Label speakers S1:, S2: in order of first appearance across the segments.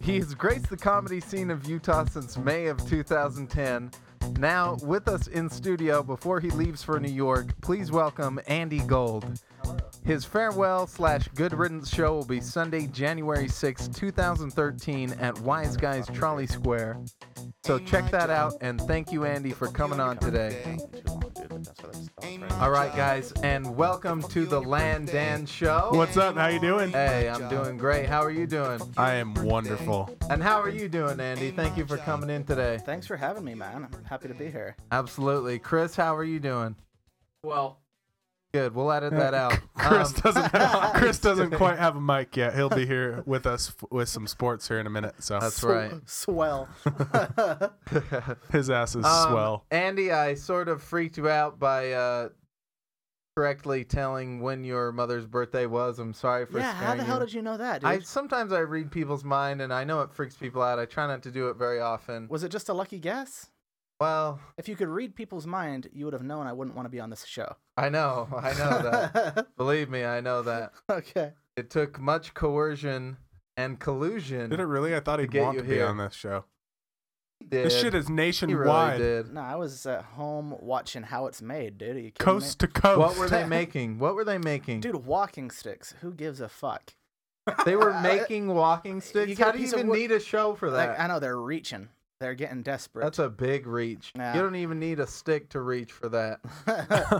S1: He's graced the comedy scene of Utah since May of 2010. Now, with us in studio before he leaves for New York, please welcome Andy Gold. His farewell slash good riddance show will be Sunday, January 6, 2013, at Wise Guys Trolley Square. So check that out, and thank you, Andy, for coming on today. All right, guys, and welcome to the Landan Show.
S2: What's up? How you doing?
S1: Hey, I'm doing great. How are you doing?
S2: I am wonderful.
S1: And how are you doing, Andy? Thank you for coming in today.
S3: Thanks for having me, man. I'm happy to be here.
S1: Absolutely. Chris, how are you doing?
S4: Well,
S1: Good. We'll edit that out.
S2: Chris
S1: Um,
S2: doesn't. Chris doesn't quite have a mic yet. He'll be here with us f- with some sports here in a minute. So
S1: that's right.
S3: Swell.
S2: his ass is
S1: Um,
S2: swell.
S1: Andy, I sort of freaked you out by uh, correctly telling when your mother's birthday was. I'm sorry for
S3: yeah, how
S1: scaring
S3: the hell did you know that, dude?
S1: I sometimes I read people's mind, and I know it freaks people out. I try not to do it very often.
S3: Was it just a lucky guess?
S1: Well,
S3: If you could read people's mind, you would have known I wouldn't want to be on this show.
S1: I know, I know that. Believe me, I know that.
S3: okay.
S1: It took much coercion and collusion.
S2: Did it really? I thought he'd
S1: get
S2: want
S1: you
S2: to be
S1: here.
S2: on this show.
S1: did.
S2: This shit is
S1: He really
S2: nationwide,
S1: did.
S3: No, I was at home watching how it's made, dude. Are you kidding
S2: coast to coast.
S1: What were they making? What were they making?
S3: me? Dude, walking sticks. Who gives a fuck?
S1: They were making walking sticks.
S3: get
S1: How
S3: a
S1: do you
S3: piece of
S1: even
S3: wood-
S1: need a show for that?
S3: Like, I know they're reaching. They're getting desperate.
S1: That's a big reach.
S3: Yeah.
S1: You don't even need a stick to reach for that.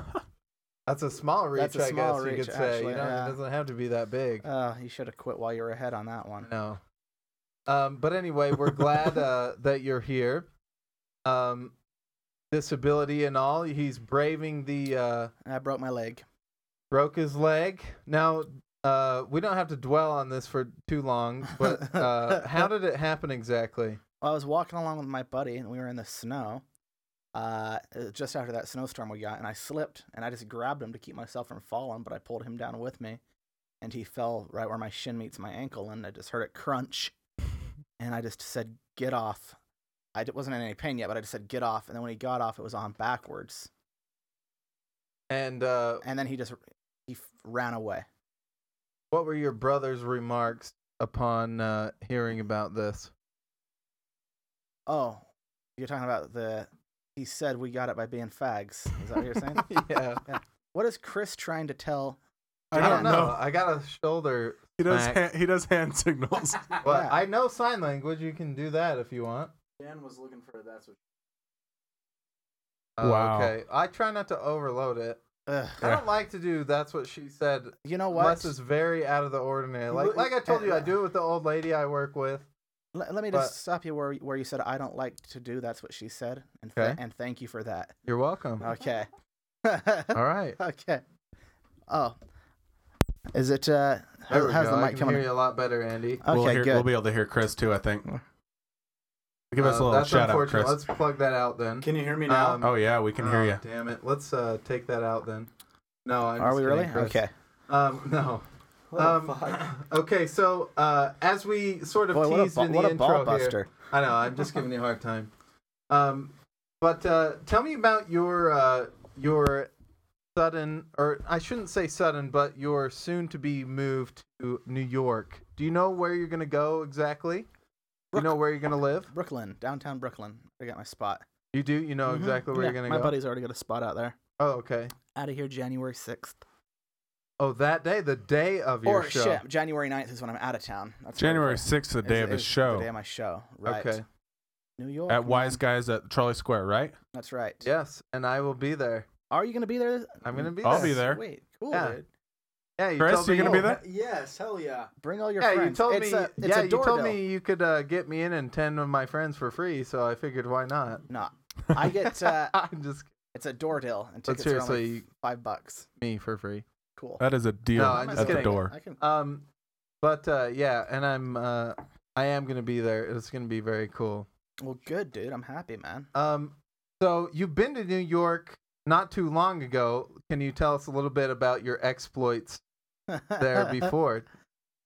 S1: That's a small reach,
S3: That's a
S1: I
S3: small
S1: guess you
S3: reach,
S1: could say.
S3: actually,
S1: you know,
S3: yeah.
S1: it doesn't have to be that big.
S3: uh, you should have quit while you were ahead on that one.
S1: no. Um, but anyway, we're glad uh, that you're here. Um, disability and all, he's braving the uh,
S3: I broke my leg.
S1: broke his leg. Now, uh, we don't have to dwell on this for too long, but uh, how did it happen exactly?
S3: Well, I was walking along with my buddy, and we were in the snow. Uh, uh, just after that snowstorm we got, and I slipped, and I just grabbed him to keep myself from falling, but I pulled him down with me, and he fell right where my shin meets my ankle, and I just heard it crunch, and I just said, "Get off." I d- wasn't in any pain yet, but I just said, "Get off," and then when he got off, it was on backwards,
S1: And uh,
S3: and then he just he f- ran away.
S1: what were your brother's remarks upon uh, hearing about this?
S3: Oh, you're talking about the. He said we got it by being fags. Is that what you're saying?
S1: yeah.
S3: what is Chris trying to tell
S2: I don't know.
S1: I got a shoulder.
S2: He does.
S1: Mac.
S2: Hand, he does hand signals.
S1: But
S3: Yeah.
S1: I know sign language. You can do that if you want.
S4: Dan was looking for that's what.
S1: Oh,
S2: Wow.
S1: Okay. I try not to overload it.
S3: Ugh,
S1: I don't like to do that's what she said
S3: you know Oh, what?
S1: unless it's very out of the ordinary. Like
S3: look- eh,
S1: like I told you, I do it with the old lady I work with.
S3: L- let me
S1: but-
S3: just stop you where where you said I don't like to do. That's what she said, and th-
S1: Okay.
S3: and thank you for that.
S1: You're welcome.
S3: Okay.
S1: All right.
S3: okay. Oh, is it? Uh,
S1: There
S3: how,
S1: we
S3: how's
S1: go.
S3: the
S1: I
S3: mic
S1: can
S3: coming?
S1: Hear you a lot better, Andy.
S3: Okay,
S2: we'll, hear,
S3: good.
S2: we'll be able to hear Chris too. I think. Give us
S1: Uh,
S2: a little
S1: that's
S2: shout out,
S1: unfortunate.
S2: Chris.
S1: Let's plug that out then.
S4: Can you hear me now?
S1: Um,
S2: Oh yeah, we can hear
S1: Oh,
S2: you.
S1: Damn it. Let's uh, take that out then. No, I'm
S3: Are
S1: just
S3: we
S1: kidding,
S3: really?
S1: Chris.
S3: Okay.
S1: Um, no.
S4: What the fuck?
S1: Um, okay, so uh, as we sort of
S3: Boy, what a,
S1: teased
S3: ba-
S1: in the
S3: what a
S1: intro
S3: ball
S1: here,
S3: buster!
S1: I know. I'm just giving you a hard time. Um, but uh, tell me about your uh, your sudden, or I shouldn't say sudden, but your soon-to-be move to New York. Do you know where you're gonna go exactly? Do you know where you're gonna live?
S3: Brooklyn, downtown Brooklyn. I got my spot.
S1: You do. You know
S3: Mhm.
S1: exactly where
S3: Yeah,
S1: you're gonna
S3: my
S1: go.
S3: buddy's already got a spot out there.
S1: Oh, okay.
S3: Out of here, January sixth.
S1: Oh, that day, the day of your
S3: Or
S1: show.
S3: shit, January 9th is when I'm out of town. That's right.
S2: January sixth, the
S3: Is-
S2: day of his
S3: is
S2: show,
S3: The day of my show. Right.
S1: Okay.
S3: New York.
S2: at
S3: man.
S2: Wise Guys at Trolley Square, right?
S3: That's right.
S1: Yes, and I will be there.
S3: Are you gonna be there?
S1: I'm gonna be
S2: I'll
S1: there.
S2: be there.
S3: Wait, cool,
S1: Yeah.
S3: dude.
S1: Yeah, you
S2: Chris,
S1: told me
S2: you gonna be
S1: Oh,
S2: there?
S4: Yes, hell yeah.
S3: Bring all your
S1: yeah,
S3: friends.
S1: you told
S3: It's
S1: me.
S3: a- it's
S1: yeah,
S3: a
S1: you told
S3: door
S1: me you could uh, get me in and ten of my friends for free, so I figured why not.
S3: No, I get. Uh,
S1: I'm just
S3: it's a door deal, and
S1: But
S3: tickets are only
S1: seriously-
S3: f- five bucks.
S1: me for free.
S3: Cool.
S2: That is a deal
S1: No, Uh, I'm just
S2: at the
S1: kidding.
S2: door.
S3: I can.
S1: Um, but uh, yeah, and I'm uh, I am gonna be there. It's gonna be very cool.
S3: Well, good, dude. I'm happy, man.
S1: Um, so you've been to New York not too long ago. Can you tell us a little bit about your exploits there before?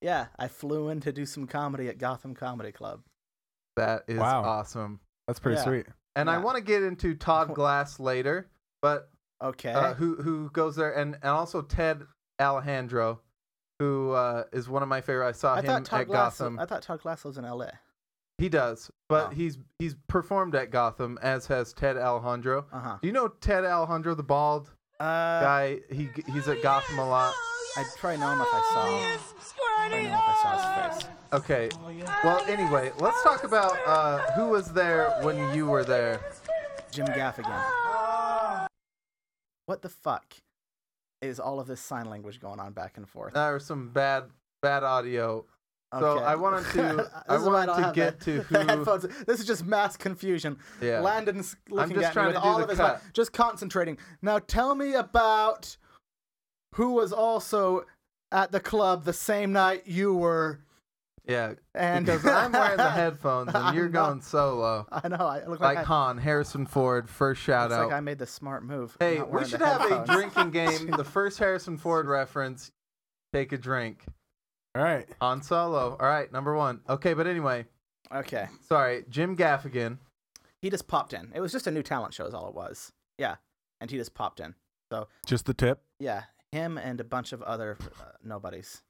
S3: Yeah, I flew in to do some comedy at Gotham Comedy Club.
S1: That is
S2: Wow.
S1: awesome.
S2: That's pretty
S3: Yeah.
S2: sweet.
S1: And I
S3: Yeah.
S1: want to get into Todd Glass later, but
S3: Okay. Eh?
S1: uh, who who goes there, and, and also Ted Alejandro, who uh, is one of my favorite. I saw
S3: I
S1: him
S3: thought
S1: at
S3: Todd Glass.
S1: Gotham.
S3: I thought Todd Glass lives in L.A.
S1: He does, but
S3: Oh.
S1: he's he's performed at Gotham as has Ted Alejandro.
S3: Uh-huh.
S1: Do you know Ted Alejandro, the bald
S3: Uh
S1: guy? He he's at Gotham a lot.
S3: I'd probably know him if I saw him. I don't know if I saw his face.
S1: Okay. Well, anyway, let's talk about uh, who was there when you were there.
S3: Jim Gaffigan. What the fuck is all of this sign language going on back and forth?
S1: There was some bad bad audio. so I wanted to-
S3: This
S1: I
S3: is
S1: wanted
S3: why don't
S1: to
S3: have
S1: get
S3: the-
S1: to
S3: the
S1: who-
S3: headphones. This is just mass confusion.
S1: Yeah.
S3: Landon's looking
S1: just
S3: at me
S1: trying
S3: with
S1: to do
S3: all
S1: the
S3: of his
S1: cut.
S3: mind- just concentrating. Now tell me about who was also at the club the same night you were.
S1: Yeah.
S3: And
S1: Because I'm wearing the headphones and
S3: I'm
S1: you're
S3: not-
S1: going solo.
S3: I know. I look like,
S1: Like
S3: I,
S1: Han, Harrison Ford, first shout
S3: looks
S1: out.
S3: like I made the smart move.
S1: Hey,
S3: not
S1: we
S3: wearing the
S1: should have
S3: headphones.
S1: a drinking game. The first Harrison Ford reference, take a drink.
S2: All right.
S1: Han Solo. All right, number one. Okay, but anyway,
S3: Okay.
S1: sorry, Jim Gaffigan.
S3: He just popped in. It was just a new talent show, is all it was. Yeah. And he just popped in.
S2: Just the tip.
S3: Yeah. Him and a bunch of other uh, nobodies,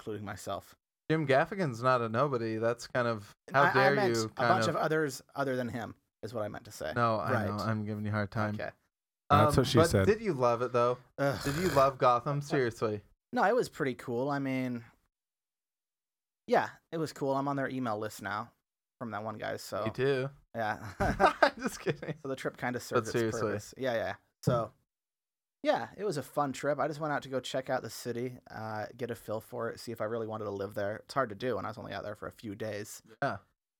S3: including myself.
S1: Jim Gaffigan's not a nobody. That's kind of how
S3: I,
S1: dare
S3: I meant
S1: you.
S3: A
S1: kind
S3: bunch of others other than him is what I meant to say.
S1: no, I know.
S3: Right.
S1: I'm giving you a hard time. Um,
S3: Okay.
S2: That's what she
S1: but
S2: said.
S1: Did you love it though?
S3: Ugh.
S1: Did you love Gotham? Seriously.
S3: No, it was pretty cool. I mean, yeah, it was cool. I'm on their email list now from that one guy. So
S1: Me too.
S3: yeah,
S1: I'm just kidding.
S3: so the trip kind of served its
S1: seriously.
S3: purpose. Yeah, yeah. So yeah, it was a fun trip. I just went out to go check out the city, uh, get a feel for it, see if I really wanted to live there. It's hard to do, and I was only out there for a few days.
S1: Yeah.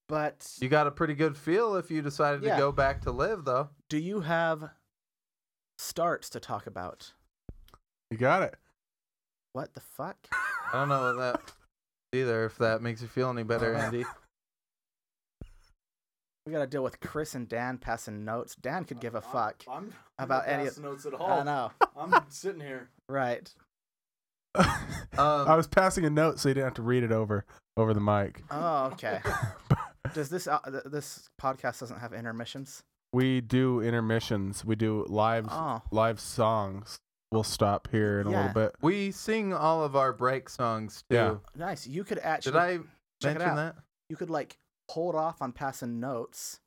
S3: But
S1: You got a pretty good feel if you decided
S3: Yeah.
S1: to go back to live though.
S3: do you have starts to talk about?
S2: You got it.
S3: What the fuck?
S1: I don't know what that either. If that makes you feel any better, Andy.
S3: We gotta deal with Chris and Dan passing notes. Dan could give a fuck.
S4: I'm, I'm
S3: About
S4: not
S3: any-
S4: passing notes at
S3: I
S2: Oh.
S4: all.
S3: know,
S4: I'm sitting here.
S3: right?
S1: Um,
S2: I was passing a note so you didn't have to read it over over the mic.
S3: Oh, okay. Does this uh, th- this podcast doesn't have intermissions?
S2: We do intermissions. We do live
S3: Oh,
S2: live songs. We'll stop here in a
S3: Yeah.
S2: little bit.
S1: we sing all of our break songs too.
S2: Yeah.
S3: nice. You could actually
S1: Did I
S3: check it
S1: mention
S3: out.
S1: that?
S3: you could like hold off on passing notes,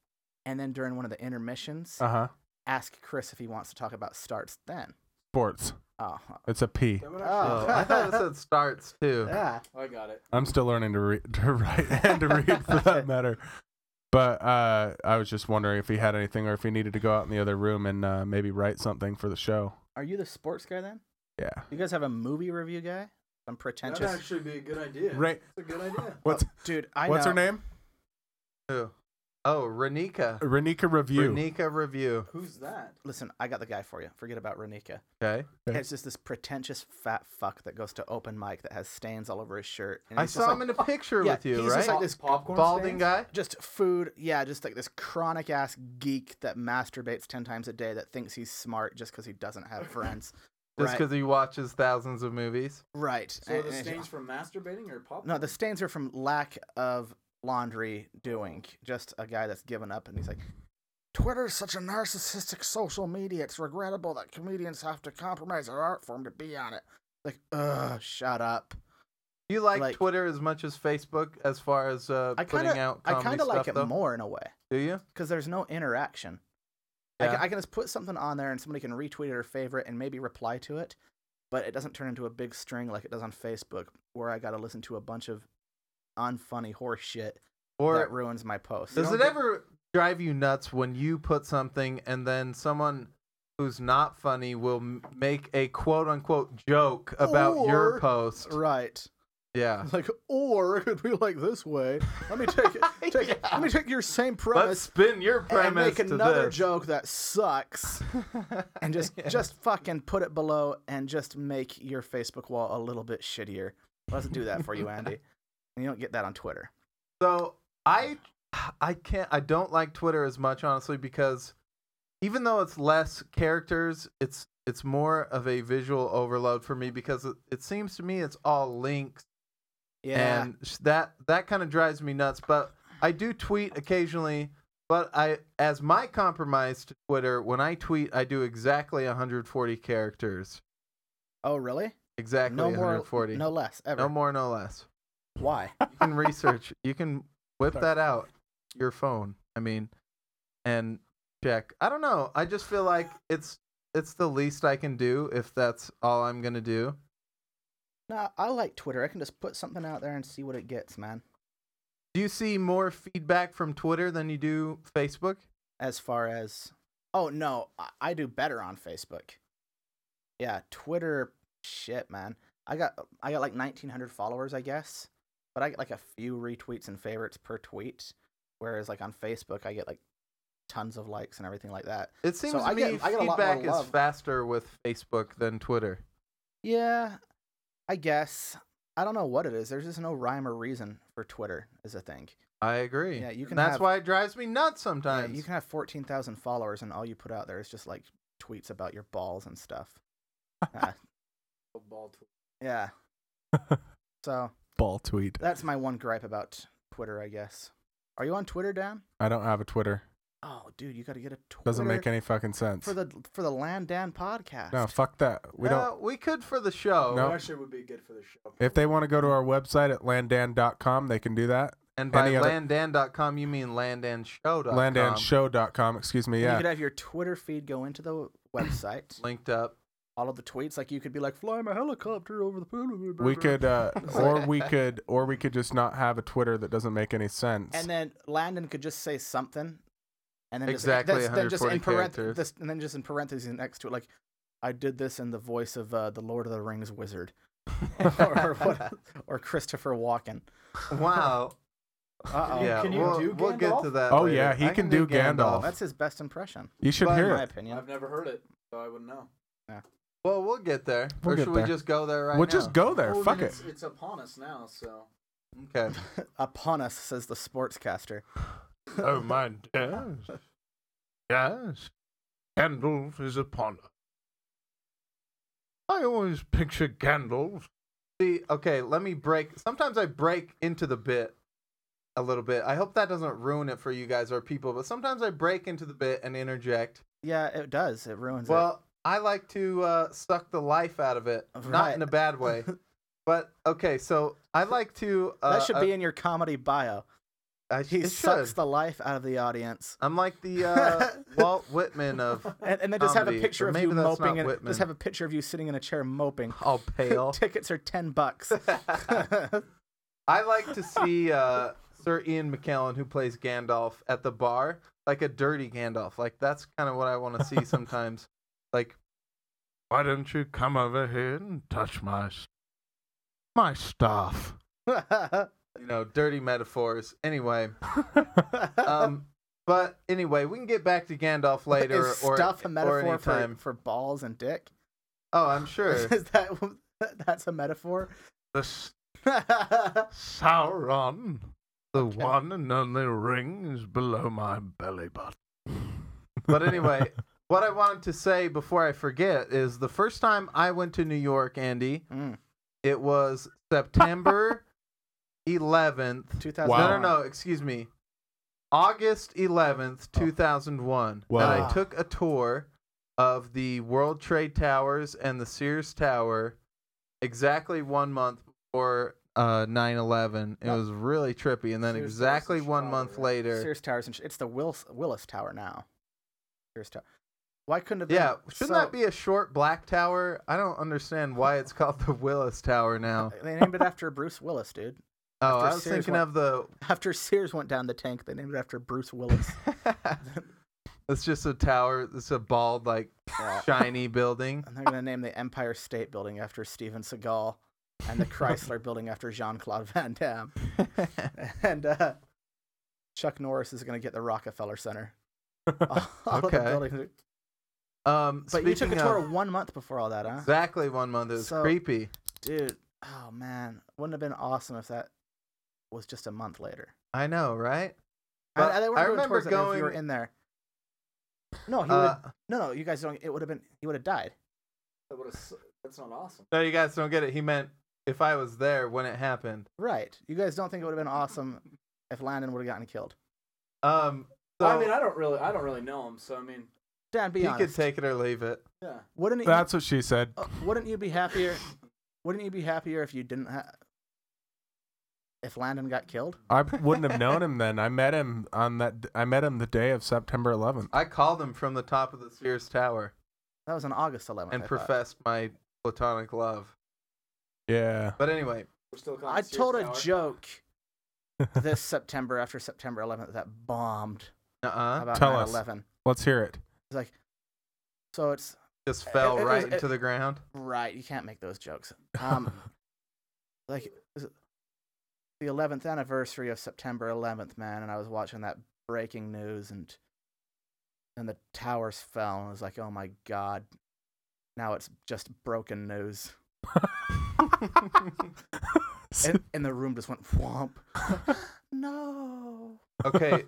S3: and then during one of the intermissions,
S2: Uh huh.
S3: ask Chris if he wants to talk about starts. Then
S2: Sports.
S3: oh,
S2: It's a P.
S4: That would
S1: Oh,
S4: actually-
S1: I thought it said starts too.
S3: yeah,
S4: I got it.
S2: I'm still learning to read, to write, and to read for that matter. But uh, I was just wondering if he had anything, or if he needed to go out in the other room and uh, maybe write something for the show.
S3: are you the sports guy then?
S2: Yeah.
S3: You guys have a movie review guy? I'm
S4: That'd
S3: pretentious,
S4: actually be a good idea.
S2: Right.
S4: That's a good idea.
S2: What's
S3: dude. I
S2: What's
S3: know.
S2: her name?
S1: Who? Oh, Renika.
S2: Renika Review.
S1: Renika review.
S4: Who's that?
S3: Listen, I got the guy for you. Forget about Renika.
S1: Okay.
S2: Okay.
S3: It's just this pretentious fat fuck that goes to open mic that has stains all over his shirt. and
S1: I
S3: he's just
S1: saw
S3: like-
S1: him
S3: "Oh,
S1: in a picture
S3: Yeah,
S1: with you,
S3: he's
S1: right?
S3: just like this
S4: popcorn stand?
S1: Balding guy.
S3: just food yeah just like this chronic ass geek that masturbates 10 times a day that thinks he's smart just because he doesn't have friends
S1: Just
S3: right
S1: because he watches thousands of movies.
S3: right
S4: So are the
S3: And- and-
S4: stains from masturbating or popcorn?
S3: no the stains are from lack of laundry doing just a guy that's given up and he's like twitter's such a narcissistic social media it's regrettable that comedians have to compromise their art form to be on it like ugh shut up
S1: You like,
S3: Like-
S1: Twitter as much as Facebook as far as uh,
S3: i kind
S1: putting
S3: of
S1: out
S3: i
S1: comedy
S3: kind of like
S1: stuff,
S3: it
S1: though?
S3: more in a way
S1: Do you?
S3: because there's no interaction. I,
S1: Yeah.
S3: can, I can just put something on there and somebody can retweet it or favorite and maybe reply to it, but it doesn't turn into a big string like it does on Facebook, where I got to listen to a bunch of unfunny horse shit that
S1: Or
S3: ruins my post.
S1: does
S4: don't
S1: it
S4: get-
S1: ever drive you nuts when you put something and then someone who's not funny will m- make a quote unquote joke about your
S3: Or-
S1: post?
S3: Right.
S1: Yeah.
S3: Like, or it could be like this way. Let me take it. Take,
S1: Yeah.
S3: Let me take your same
S1: Let's
S3: premise,
S1: spin your
S3: and
S1: premise
S3: make
S1: to
S3: another
S1: this.
S3: joke that sucks, and just
S1: Yeah.
S3: just fucking put it below, and just make your Facebook wall a little bit shittier. Let's do that for you, Andy. And you don't get that on Twitter.
S1: So I I can't I don't like Twitter as much honestly because even though it's less characters, it's it's more of a visual overload for me because it, it seems to me it's all links
S3: Yeah.
S1: and s- that that kind of drives me nuts, but I do tweet occasionally, but I as my compromise to Twitter, when I tweet, I do exactly 140 characters.
S3: oh, really?
S1: Exactly.
S3: no more,
S1: 140.
S3: no less ever.
S1: no more, no less.
S3: Why?
S1: You can research. you can whip
S2: Sorry.
S1: that out your phone. I mean, and check. I don't know. I just feel like it's it's the least I can do if that's all I'm gonna do.
S3: No, I like Twitter. I can just put something out there and see what it gets, man.
S1: Do you see more feedback from Twitter than you do Facebook?
S3: As far as, oh no, I, I do better on Facebook. Yeah, Twitter, shit, man. I got I got like 1,900 followers, I guess, but I get like a few retweets and favorites per tweet. Whereas like on Facebook, I get like tons of likes and everything like that.
S1: It seems to
S3: I
S1: me
S3: get- I get a lot more
S1: feedback is
S3: love.
S1: faster with Facebook than Twitter.
S3: Yeah, I guess. I don't know what it is. There's just no rhyme or reason for Twitter is a thing.
S1: I agree.
S3: Yeah, you
S1: And
S3: can
S1: That's
S3: have-
S1: why it drives me nuts
S3: Yeah,
S1: sometimes.
S3: you can have 14,000 followers and all you put out there is just like tweets about your balls and stuff. Uh,
S2: Oh,
S4: Ball tw-
S3: yeah. so
S2: Ball tweet.
S3: that's my one gripe about Twitter, I guess. Are you on Twitter, Dan?
S2: I don't have a Twitter.
S3: Oh, dude, you got to get a Twitter.
S2: Doesn't make any fucking sense.
S3: for the for the Land Dan podcast.
S2: No, fuck that. We don't.
S1: Uh, we could for the show.
S2: No.
S4: Actually, would be good for the show.
S2: If they want to go to our website at landan.com, they can do that.
S1: And by
S2: Any other-
S1: landan.com, you mean landanshow.com.
S2: Landanshow.com, excuse me.
S3: And You
S2: Yeah.
S3: could have your Twitter feed go into the website.
S1: linked up.
S3: all of the tweets like you could be like fly my helicopter over the pool.
S2: We could, uh,
S3: It's
S2: or
S3: like-
S2: we could, or we could just not have a Twitter that doesn't make any sense.
S3: And then Landon could just say something, and then
S1: Exactly
S3: just, that's- then just in
S1: 140
S3: parentheses,
S1: characters.
S3: this, and then just in parentheses next to it, like I did this in the voice of uh, the Lord of the Rings wizard, or, or, what, or Christopher Walken.
S1: Wow.
S3: Uh oh,
S1: yeah,
S4: can you
S1: we'll,
S4: do
S1: we'll get to
S4: Gandalf?
S1: that.
S2: Oh,
S1: later.
S2: yeah, he
S1: I
S2: can do Gandalf.
S3: that's his best impression,
S2: you should
S1: but
S3: in
S2: hear
S3: my
S2: it.
S3: opinion.
S4: I've never heard it, so I wouldn't know.
S1: Well, we'll get there.
S2: We'll
S1: or
S2: get
S1: should
S2: there.
S1: we just go there right
S2: we'll
S1: now?
S2: just go there.
S4: Well,
S2: fuck
S4: then
S2: it.
S4: It's, it's upon us now, so
S1: Okay.
S3: Upon us, says the sportscaster.
S5: Oh, my dears. Yes. Gandalf is upon us. I always picture Gandalf.
S1: See, okay, let me break. Sometimes I break into the bit a little bit. I hope that doesn't ruin it for you guys or people, but sometimes I break into the bit and interject.
S3: Yeah, it does. It ruins it.
S1: Well, I like to uh, suck the life out of it, not
S3: Right.
S1: in a bad way. But okay, so I like to. Uh,
S3: that should be in your comedy bio.
S1: I, I,
S3: He
S1: it
S3: sucks
S1: should.
S3: the life out of the audience.
S1: I'm like the uh, Walt Whitman of
S3: And, and then just have a
S1: Comedy,
S3: picture
S1: or
S3: of
S1: maybe
S3: you
S1: that's
S3: moping.
S1: not
S3: And
S1: Whitman.
S3: just have a picture of you sitting in a chair moping.
S1: all pale.
S3: Tickets are ten bucks.
S1: Uh, I like to see uh, Sir Ian McKellen, who plays Gandalf, at the bar, like a dirty Gandalf. Like that's kind of what I want to see sometimes. Like
S5: Why don't you come over here and touch my, s- my staff?
S1: you know, dirty metaphors. Anyway, um, but anyway, we can get back to Gandalf later,
S3: Is
S1: or
S3: stuff a
S1: or
S3: metaphor for,
S1: anytime.
S3: for balls and dick?
S1: Oh, I'm sure.
S3: Is that that's a metaphor?
S5: The s-
S3: oh
S5: Sauron, the one and only ring, is below my belly button.
S1: But anyway, what I wanted to say before I forget is the first time I went to New York, Andy,
S3: Mm.
S1: it was September 11th, No,
S2: Wow.
S1: no, no. Excuse me. August 11th, 2001. And
S2: Wow.
S1: I took a tour of the World Trade Towers and the Sears Tower exactly one month before uh, 9-11. It
S3: Wow.
S1: was really trippy. And then
S4: Sears Tower's
S1: exactly
S4: in
S1: one
S4: Chicago,
S1: month
S4: right?
S1: later.
S3: Sears Towers and sh- it's the Willis, Willis Tower now. Sears Tower. Why couldn't it? Have been-
S1: Yeah, shouldn't
S3: so-
S1: that be a short black tower? I don't understand why it's called the Willis Tower now.
S3: They named it after Bruce Willis, dude.
S1: Oh,
S3: After
S1: I was
S3: Sears
S1: thinking
S3: went-
S1: of the.
S3: After Sears went down the tank, they named it after Bruce Willis.
S1: it's just a tower. It's a bald, like
S3: Yeah.
S1: shiny building.
S3: And they're going to name the Empire State Building after Steven Seagal and the Chrysler Building after Jean Claude Van Damme. and uh, Chuck Norris is going to get the Rockefeller Center. All of the
S1: Okay.
S3: buildings are-
S1: Um,
S3: But you took a
S1: speaking
S3: tour
S1: of-
S3: one month before all that, huh?
S1: exactly one month. It was
S3: So-
S1: creepy.
S3: Dude, oh man. Wouldn't have been awesome if that was just a month later.
S1: I know, right?
S3: And-
S1: But
S3: and they would've
S1: I
S3: done
S1: remember
S3: tours that if
S1: going.
S3: you were in there. No, he
S1: uh,
S3: would've- no, no, you guys don't. It would have been. He would have died.
S4: that would have. That's not awesome.
S1: no, you guys don't get it. He meant if I was there when it happened.
S3: Right. You guys don't think it would have been awesome if Landon would have gotten killed.
S1: Um, so
S4: Well, I mean, I don't really, I don't really know him, so I mean,
S3: Dan, be
S1: he
S3: honest.
S1: could take it or leave it.
S4: yeah.
S1: e-
S3: Wouldn't you-
S1: Oh.
S3: oh,
S2: That's what she said.
S3: Uh, wouldn't you be happier Wouldn't you be happier if you didn't ha- if Landon got killed?
S2: I wouldn't have known him then. I met him on that. I met him the day of September 11th.
S1: I called him from the top of the Sears Tower
S3: That was on August
S1: and
S3: 11th. I thought.
S1: professed my platonic love.
S2: Yeah.
S1: But anyway,
S4: We're still calling
S3: I
S4: it Sears
S3: told a
S4: Tower.
S3: joke this September after September 11th that bombed
S1: uh-uh,
S3: about
S2: Tell
S3: 9
S2: us.
S3: 11.
S2: Let's hear it.
S3: It's like, so it's
S1: just fell
S3: it- it
S1: right
S3: was- it-
S1: into the ground.
S3: right. You can't make those jokes. Um, like is it the 11th anniversary of September 11th, man, and I was watching that breaking news and and the towers fell and I was like, "Oh my god. Now it's just broken news." and, and the room just went whomp. no.
S1: Okay,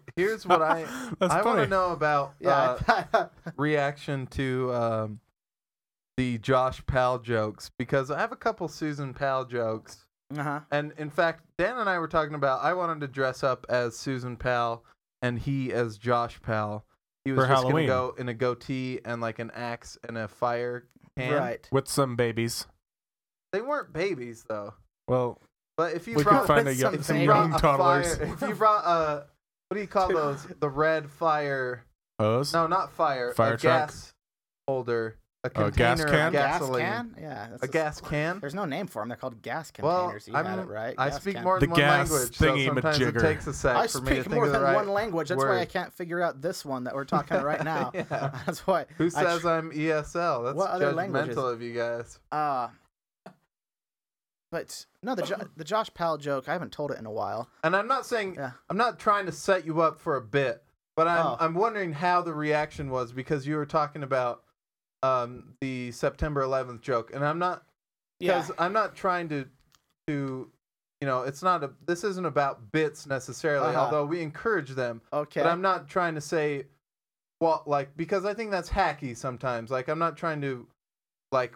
S1: here's what I
S2: That's
S1: I want
S2: funny.
S1: to know about
S3: Yeah.
S1: uh,
S3: I-
S1: reaction to um, the Josh Powell jokes because I have a couple Susan Powell jokes.
S3: uh-huh.
S1: And in fact, Dan and I were talking about I wanted to dress up as Susan Powell and he as Josh Powell. He was
S2: For
S1: just
S2: Halloween.
S1: gonna go in a goatee and like an axe and a fire can.
S3: Right.
S2: With some babies.
S1: They weren't babies though.
S2: Well,
S1: But if you
S2: we
S1: brought,
S2: can find a
S3: With
S2: young,
S3: some
S1: if
S2: some
S1: you
S3: babies.
S1: brought
S2: young
S1: a
S2: toddlers.
S1: fire, if you brought a what do you call those? The red fire.
S2: Hose?
S1: No, not fire.
S2: Fire
S1: a
S2: truck?
S1: gas holder.
S2: Oh,
S1: A container
S2: a gas
S1: of
S2: can?
S1: gasoline.
S3: Gas can? Yeah. that's
S1: A gas can.
S3: There's no name for them. They're called gas
S1: Well,
S3: containers. you
S1: I'm-
S3: had it right.
S1: I
S3: Gas
S1: speak
S3: can.
S1: more
S2: The
S1: than one
S2: gas
S1: language, so
S2: thingy
S1: sometimes it
S2: majigger.
S1: takes a sec
S3: I
S1: for me to
S3: speak
S1: think
S3: more
S1: of the
S3: than
S1: right
S3: one language. That's why I
S1: word.
S3: can't figure out this one that we're talking right now.
S1: Yeah.
S3: That's why.
S1: Who
S3: I
S1: says I'm ESL? That's
S3: What other languages?
S1: judgmental of you guys.
S3: Uh, but no, the jo- the Josh Powell joke. I haven't told it in a while.
S1: And I'm not saying
S3: Yeah.
S1: I'm not trying to set you up for a bit, but I'm
S3: Oh.
S1: I'm wondering how the reaction was because you were talking about um, the September 11th joke, and I'm not because I'm not trying to to you know it's not a this isn't about bits necessarily,
S3: Uh-huh.
S1: although we encourage them.
S3: Okay.
S1: But I'm not trying to say, well, like because I think that's hacky sometimes. Like I'm not trying to, like,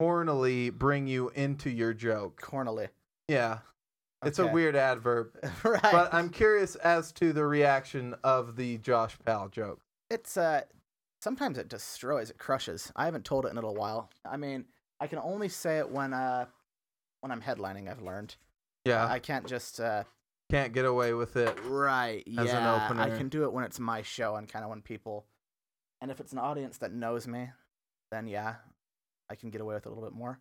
S1: hornily bring you into your joke.
S3: cornily.
S1: Yeah, it's a
S3: Okay.
S1: weird adverb.
S3: right.
S1: But I'm curious as to the reaction of the Josh Powell joke.
S3: It's uh, sometimes it destroys. It crushes. I haven't told it in a little while. I mean, I can only say it when uh, when I'm headlining. I've learned.
S1: Yeah, I
S3: I can't just uh.
S1: can't get away with it.
S3: Right.
S1: an
S3: yeah. I
S1: opener.
S3: can do it when it's my show and kind of when people, and if it's an audience that knows me, then yeah, I can get away with it a little bit more.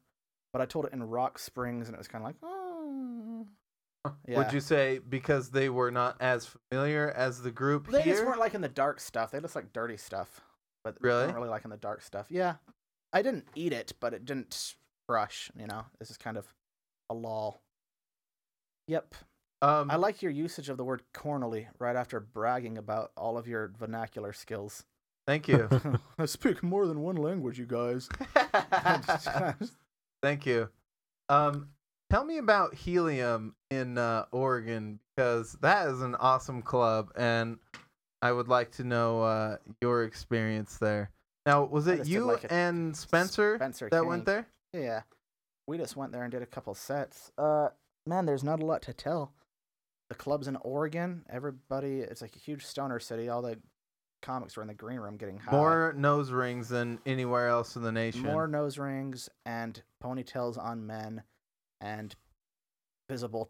S3: But I told it in Rock Springs, and it was kind of like, oh, yeah.
S1: Would you say because they were not as familiar as the group
S3: They
S1: here?
S3: just weren't liking the dark stuff. They just like dirty stuff, but they
S1: Really?
S3: weren't really liking the dark stuff. Yeah, I didn't eat it, but it didn't crush. You know, this is kind of a lull. Yep.
S1: um,
S3: I like your usage of the word cornily right after bragging about all of your vernacular skills.
S1: thank you.
S3: I speak more than one language, you guys.
S1: Thank you. Um, tell me about Helium in uh, Oregon because that is an awesome club, and I would like to know uh, your experience there. Now, was
S3: I
S1: it
S3: just did
S1: you
S3: like a
S1: and Spencer,
S3: Spencer
S1: that went
S3: King.
S1: there?
S3: Yeah. We just went there and did a couple sets. Uh, man, there's not a lot to tell. The club's in Oregon. Everybody, it's like a huge stoner city. All the comics were in the green room getting high.
S1: More nose rings than anywhere else in the nation.
S3: more nose rings and ponytails on men and visible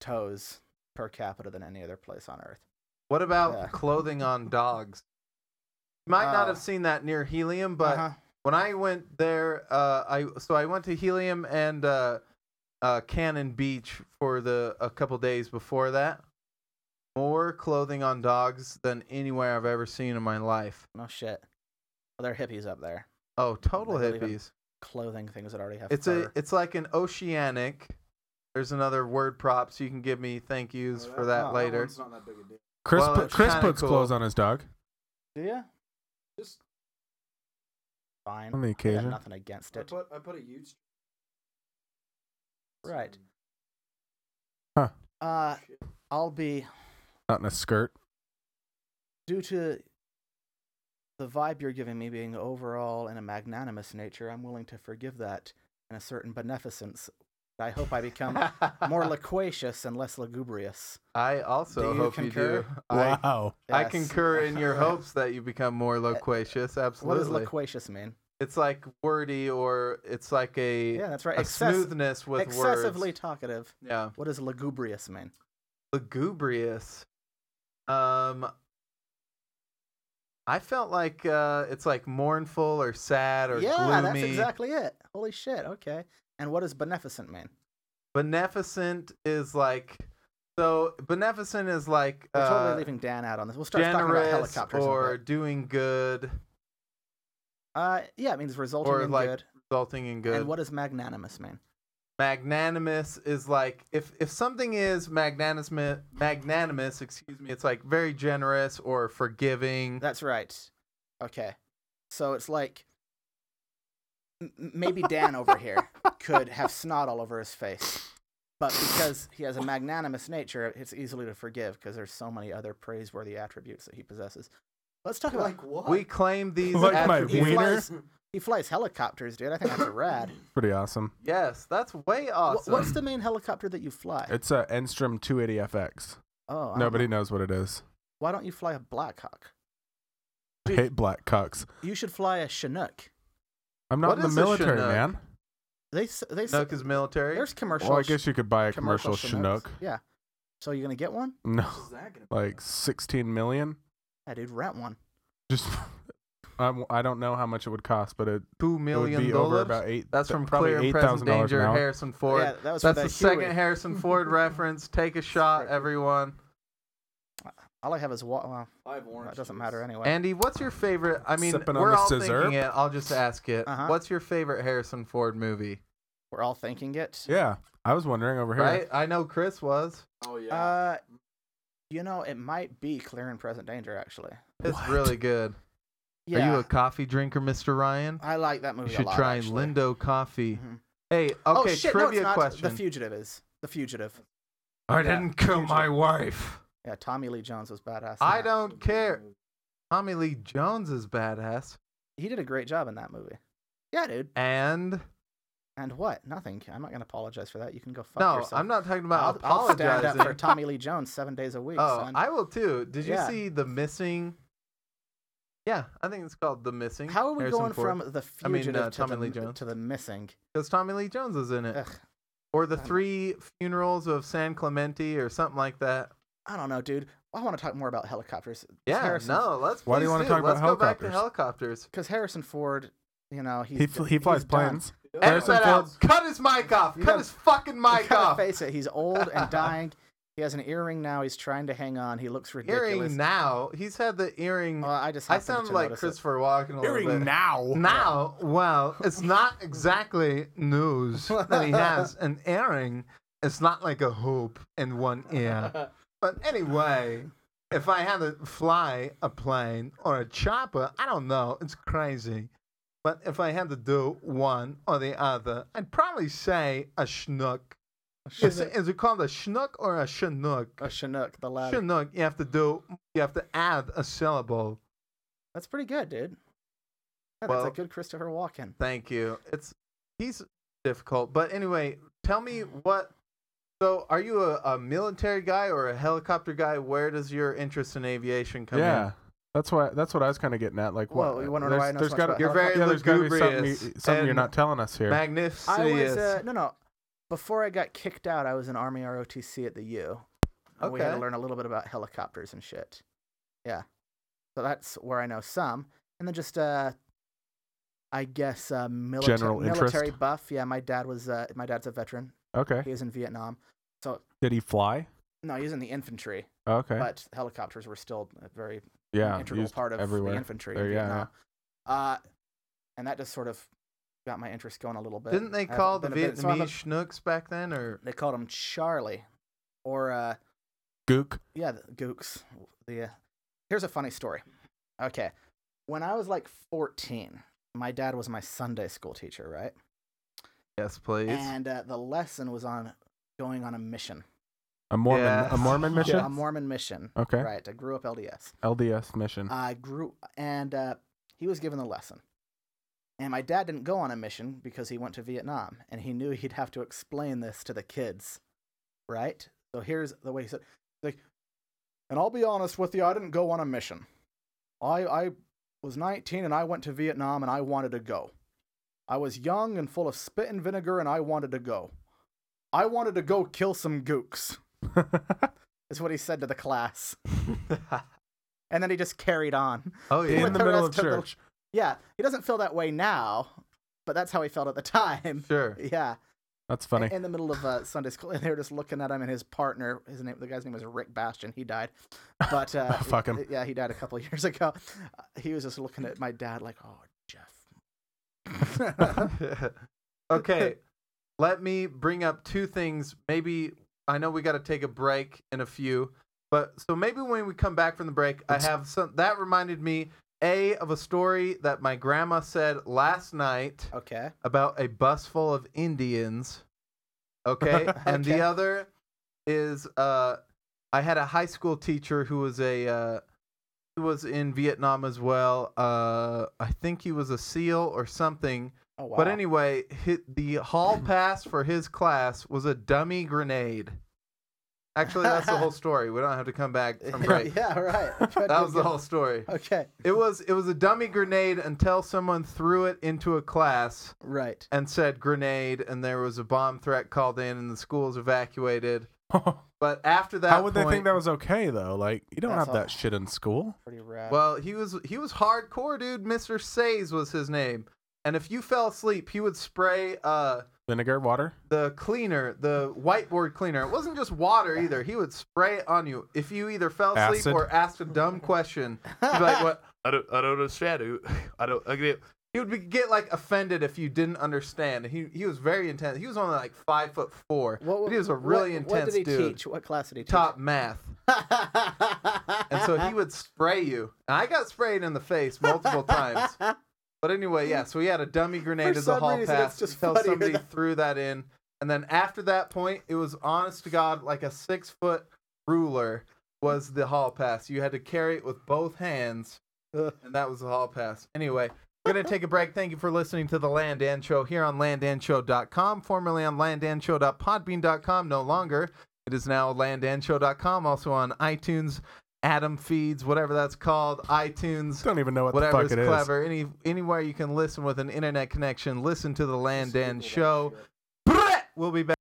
S3: toes per capita than any other place on earth.
S1: what about
S3: Yeah.
S1: clothing on dogs? You might
S3: Uh,
S1: not have seen that near Helium, but
S3: Uh-huh.
S1: when I went there, uh, I so I went to Helium and uh, uh, Cannon Beach for the a couple days before that. More clothing on dogs than anywhere I've ever seen in my life.
S3: no Oh, shit. Well, they're hippies up there,
S1: Oh, total
S3: They don't even
S1: hippies!
S3: clothing things that already have.
S1: It's
S3: fur.
S1: a it's like an oceanic. There's another word props you can give me thank yous
S4: Oh,
S1: for that
S4: no,
S1: later.
S4: one's not that big a deal.
S2: Chris,
S1: Well,
S2: put-
S1: it's
S2: Chris
S1: kinda
S2: puts
S1: cool.
S2: clothes on his dog
S3: Do ya?
S4: Just
S3: Fine.
S2: on the
S3: I got
S2: occasion.
S3: nothing against
S4: I
S3: it.
S4: put I put a huge.
S3: Right.
S2: Huh.
S3: Uh, I'll be
S2: Not in a skirt.
S3: due to the vibe you're giving me being overall in a magnanimous nature. I'm willing to forgive that in a certain beneficence. I hope I become more loquacious and less lugubrious.
S1: I also
S3: Do you
S1: hope you do.
S3: concur?
S1: I,
S2: wow.
S1: I
S3: Yes.
S1: concur in your hopes that you become more loquacious. Absolutely.
S3: What does loquacious mean?
S1: It's like wordy or it's like a,
S3: Yeah, that's right.
S1: a
S3: Excess-
S1: smoothness with
S3: excessively
S1: words.
S3: talkative.
S1: Yeah.
S3: What does lugubrious mean?
S1: Lugubrious. Um I felt like uh it's like mournful or sad or
S3: yeah,
S1: gloomy.
S3: that's exactly it. Holy shit. Okay. And what does beneficent mean?
S1: Beneficent is like so beneficent is like
S3: We're
S1: uh,
S3: totally leaving Dan out on this. We'll start talking about
S1: generous
S3: helicopters. in a
S1: or
S3: bit.
S1: doing good,
S3: uh, yeah, it means resulting
S1: or
S3: in
S1: like
S3: good.
S1: resulting in good.
S3: And what does magnanimous mean?
S1: magnanimous is like if if something is magnanimous magnanimous excuse me it's like very generous or forgiving
S3: That's right. Okay. So it's like m- m- maybe Dan over here could have snot all over his face. But because he has a magnanimous nature, it's easily to forgive because there's so many other praiseworthy attributes that he possesses. Let's talk about
S4: Like what?
S1: we claim these
S2: Like my
S1: attributes.
S2: wiener?
S3: he flies helicopters, dude. I think that's rad. Oh,
S2: Pretty awesome.
S1: yes that's way
S3: Wha-
S1: awesome
S3: What's the main helicopter that you fly?
S2: It's a Enstrom 280FX.
S3: oh, I don't
S2: Nobody
S3: know.
S2: knows what it is.
S3: Why don't you fly a Black Hawk?
S2: I hate black cocks.
S3: You should fly a Chinook.
S2: I'm not
S1: What
S2: in the
S1: is a
S2: military,
S1: Chinook?
S2: man.
S3: They s- they s-
S1: Nook is military
S3: there's commercial.
S2: Well, I guess you could buy a commercial,
S3: Chinooks.
S2: Chinook.
S3: Yeah. So you're gonna get one?
S2: No,
S4: What's that gonna be?
S2: like 16 million.
S3: Yeah, dude, rent one.
S2: Just, I'm, I don't know how much it would cost, but it,
S1: two
S2: it would
S1: million
S2: be over
S1: dollars
S2: about eight.
S1: that's
S2: th-
S1: from
S2: probably
S1: clear and
S2: eight
S1: present
S2: thousand dollars an
S1: danger
S2: hour.
S1: harrison ford
S3: yeah, that
S1: that's
S3: was for
S1: the
S3: the
S1: second
S3: Huey.
S1: harrison ford reference take a shot everyone
S3: All I have is wa- well,
S4: Five orange.
S3: that doesn't
S4: juice.
S3: matter anyway.
S1: andy what's your favorite i mean
S2: Sipping on
S1: we're
S2: the
S1: all
S2: scissor.
S1: thinking it i'll just ask it
S3: Uh-huh.
S1: what's your favorite harrison ford movie
S3: We're all thinking it.
S2: Yeah, I was wondering over here.
S1: right i know chris was
S4: Oh yeah.
S3: Uh, you know, it might be clear and present danger actually.
S1: it's
S2: What?
S1: really good
S3: Yeah,
S1: Are you a coffee drinker, Mr. Ryan?
S3: I like that
S1: You
S3: movie.
S1: should
S3: a lot,
S1: try
S3: actually.
S1: Lindo coffee.
S3: Mhm.
S1: Hey, okay,
S3: Oh shit! no,
S1: trivia
S3: it's not.
S1: question.
S3: The fugitive is the fugitive.
S5: I
S3: Yeah,
S5: didn't kill
S3: huge
S5: my wife.
S3: Yeah, Tommy Lee Jones was badass. in
S1: I
S3: that.
S1: don't care. Tommy Lee Jones is badass.
S3: He did a great job in that movie. Yeah, dude.
S1: And
S3: And what? Nothing. I'm not gonna apologize for that. You can go fuck
S1: no,
S3: yourself.
S1: I'm not talking
S3: I'll,
S1: about
S3: I'll stand up
S1: apologizing.
S3: for Tommy Lee Jones seven days a week.
S1: oh,
S3: son.
S1: I will too. Did you
S3: Yeah.
S1: see the missing? Yeah, I think it's called the missing.
S3: How are we
S1: Harrison
S3: going
S1: Ford.
S3: from the
S1: I mean,
S3: fugitive
S1: uh,
S3: to,
S1: Tommy
S3: the,
S1: Lee Jones.
S3: to the missing?
S1: because Tommy Lee Jones is in it,
S3: Ugh,
S1: or the
S3: I don't-
S1: three funerals of San Clemente, or something like that?
S3: I don't know, dude. I want to talk more about helicopters.
S1: Yeah,
S3: Harrison-
S1: no, let's.
S2: Why do you
S1: please
S2: wanna talk about
S1: Let's go back to helicopters.
S3: because Harrison Ford, you know, he's
S2: he fl- he
S3: he's
S2: flies
S3: done.
S2: planes.
S1: Edit
S2: Harrison
S1: that out. Cut his mic off.
S3: You
S1: Cut
S3: gotta-
S1: his fucking
S3: You
S1: mic
S3: gotta
S1: off.
S3: face it, he's old and dying. he has an earring now. He's trying to hang on. He looks ridiculous. Oh,
S1: Earring now. He's had the earring.
S3: Well, I just
S1: I
S3: happened
S1: sound
S3: to
S1: like
S3: notice
S1: Christopher Walken a little bit.
S2: now.
S1: Now, well, it's not exactly news that he has an earring. It's not like a hoop in one ear. But anyway, if I had to fly a plane or a chopper, I don't know. It's crazy. But if I had to do one or the other, I'd probably say a schnook.
S3: it.
S1: Is, is it called a schnook or a chinook?
S3: A Oh, Chinook, the lad.
S1: Chinook, you have to do, you have to add a syllable.
S3: That's pretty good, dude. Yeah,
S1: Well-
S3: that's a good Christopher Walken.
S1: Thank you. It's he's difficult, but anyway, tell me what. So, are you a, a military guy or a helicopter guy? Where does your interest in aviation come
S2: yeah.
S1: in?
S2: That's why. That's what I was kind of getting at. Like, what?
S3: Whoa, you wanna know
S2: there's,
S3: why I know
S2: there's
S3: so much
S2: gotta-
S3: about
S1: You're very
S2: yeah, there's gotta be something,
S1: lugubrious
S2: you- something you're
S1: and
S2: not telling us here.
S1: Magnificent.
S3: I was uh, no no. Before I got kicked out, I was in Army ROTC at the U. And We had to
S1: Okay.
S3: learn a little bit about helicopters and shit. Yeah, so that's where I know some. And then just uh, I guess uh, military
S2: General interest?
S3: military buff. Yeah, my dad was uh, my dad's a veteran.
S2: okay.
S3: He was in Vietnam.
S2: Did he fly?
S3: No, he was in the infantry,
S2: Okay.
S3: but helicopters were still a very
S2: yeah.
S3: integral
S2: used
S3: part of
S2: everywhere.
S3: the infantry.
S2: There,
S3: in
S2: yeah,
S3: Vietnam. Uh, and that just sort of got my interest going a little bit.
S1: Didn't they
S3: I haven't
S1: call the
S3: been a bit- so I'm a-
S1: Vietnamese schnooks back then, or
S3: They called him Charlie, or uh,
S2: Gook.
S3: yeah, the Gooks. The uh, here's a funny story. Okay, when I was like 14, my dad was my Sunday school teacher, right?
S1: yes, please?
S3: And uh, the lesson was on going on a mission,
S2: A Mormon.
S1: Yeah.
S2: A Mormon mission.
S3: a Mormon mission.
S2: Okay.
S3: Right. Um, I grew up LDS.
S2: LDS mission.
S3: I grew, and uh, he was given the lesson. And my dad didn't go on a mission because he went to Vietnam, and he knew he'd have to explain this to the kids, right? So here's the way he said, like, and I'll be honest with you, I didn't go on a mission. I I was 19 and I went to Vietnam and I wanted to go. I was young and full of spit and vinegar and I wanted to go. I wanted to go kill some gooks, is what he said to the class. Eh. And then he just carried on.
S1: oh yeah.
S2: in
S3: With
S2: the
S3: the
S2: middle of
S3: rest of the-
S2: church.
S3: Yeah, he doesn't feel that way now, but that's how he felt at the time.
S1: Sure.
S3: Yeah,
S2: That's funny.
S3: in the middle of uh, Sunday school, and they were just looking at him and his partner. His name, the guy's name was Rick Bastion. He died, but uh,
S2: Oh, fuck him.
S3: Yeah, he died a couple of years ago. Uh, he was just looking at my dad like, "Oh, Jeff."
S1: okay. Let me bring up two things. Maybe I know we got to take a break in a few, but so maybe when we come back from the break, I have some that reminded me a of a story that my grandma said last night
S3: Okay.
S1: about a bus full of Indians. Okay? And the
S3: Okay.
S1: other is uh I had a high school teacher who was a uh he was in Vietnam as well. Uh I think he was a SEAL or something.
S3: Oh wow.
S1: But anyway, hi the hall pass for his class was a dummy grenade. Actually, that's the whole story. We don't have to come back from break.
S3: yeah, right. I tried to
S1: That was the
S3: get-
S1: whole story.
S3: Okay.
S1: It was it was a dummy grenade until someone threw it into a class
S3: Right.
S1: and said grenade, and there was a bomb threat called in, and the school was evacuated. But after that,
S2: How would they
S1: point-
S2: think that was okay though? Like you don't
S3: That's
S2: have
S3: all.
S2: that shit in school.
S3: Pretty rad.
S1: Well, he was he was hardcore, dude. Mister Says was his name, and if you fell asleep, he would spray uh
S2: Vinegar, water.
S1: the cleaner, the whiteboard cleaner. It wasn't just water either. He would spray it on you if you either fell asleep
S2: Acid.
S1: or asked a dumb question. He'd be like, "What?
S5: I don't, I don't understand. I don't. I get
S1: He would be, get like offended if you didn't understand. He he was very intense. He was only like five foot four.
S3: What-
S1: but he was a really
S3: what-
S1: intense
S3: What did he
S1: dude.
S3: teach? What class did he teach?
S1: Top math. And so he would spray you. And I got sprayed in the face multiple times. But anyway, yeah, so we had a dummy grenade
S3: For
S1: as a
S3: some
S1: hall
S3: reason,
S1: pass
S3: it's just
S1: until
S3: funnier
S1: somebody
S3: than-
S1: threw that in. And then after that point, it was honest to God, like a six foot ruler was the hall pass. You had to carry it with both hands.
S3: Ugh.
S1: And that was the hall pass. Anyway, we're going to take a break. Thank you for listening to The Land and Show here on landandshow.com, formerly on landandshow.podbean.com, no longer. It is now landandshow.com, also on iTunes, Adam Feeds, whatever that's called, iTunes
S2: Don't even know what the
S1: whatever
S2: fuck
S1: is
S2: it is.
S1: clever. Any anywhere you can listen with an internet connection, listen to the Land
S4: Google
S1: and
S4: that
S1: Show.
S4: shit.
S1: Brett, We'll be back.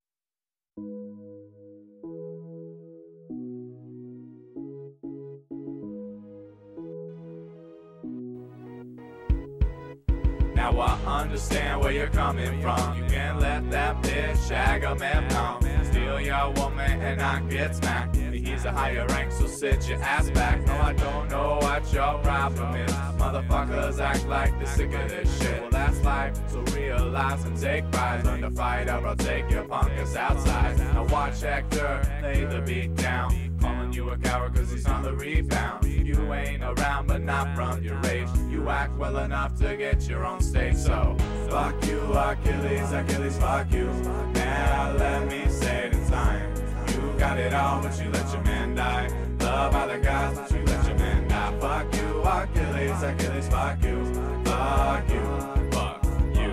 S6: Now I understand where you're coming from. You can't let that bitch shag a man come. Steal your woman and not get smacked. He's a higher rank, so sit your ass back. No, I don't know what your problem is. Motherfuckers act like they're sick of this shit. Well, that's life, so realize and take pride. Learn to fight or I'll take your punk ass outside. Now watch Hector lay the beat down. Calling you a coward cause he's on the rebound. You ain't around but not from your rage. You act well enough to get your own stage. So fuck you Achilles, Achilles fuck you. Now let me say it in time. You got it all but you let your man die. Love by the gods but you let your man die. Fuck you Achilles, Achilles fuck you. Fuck you, fuck you.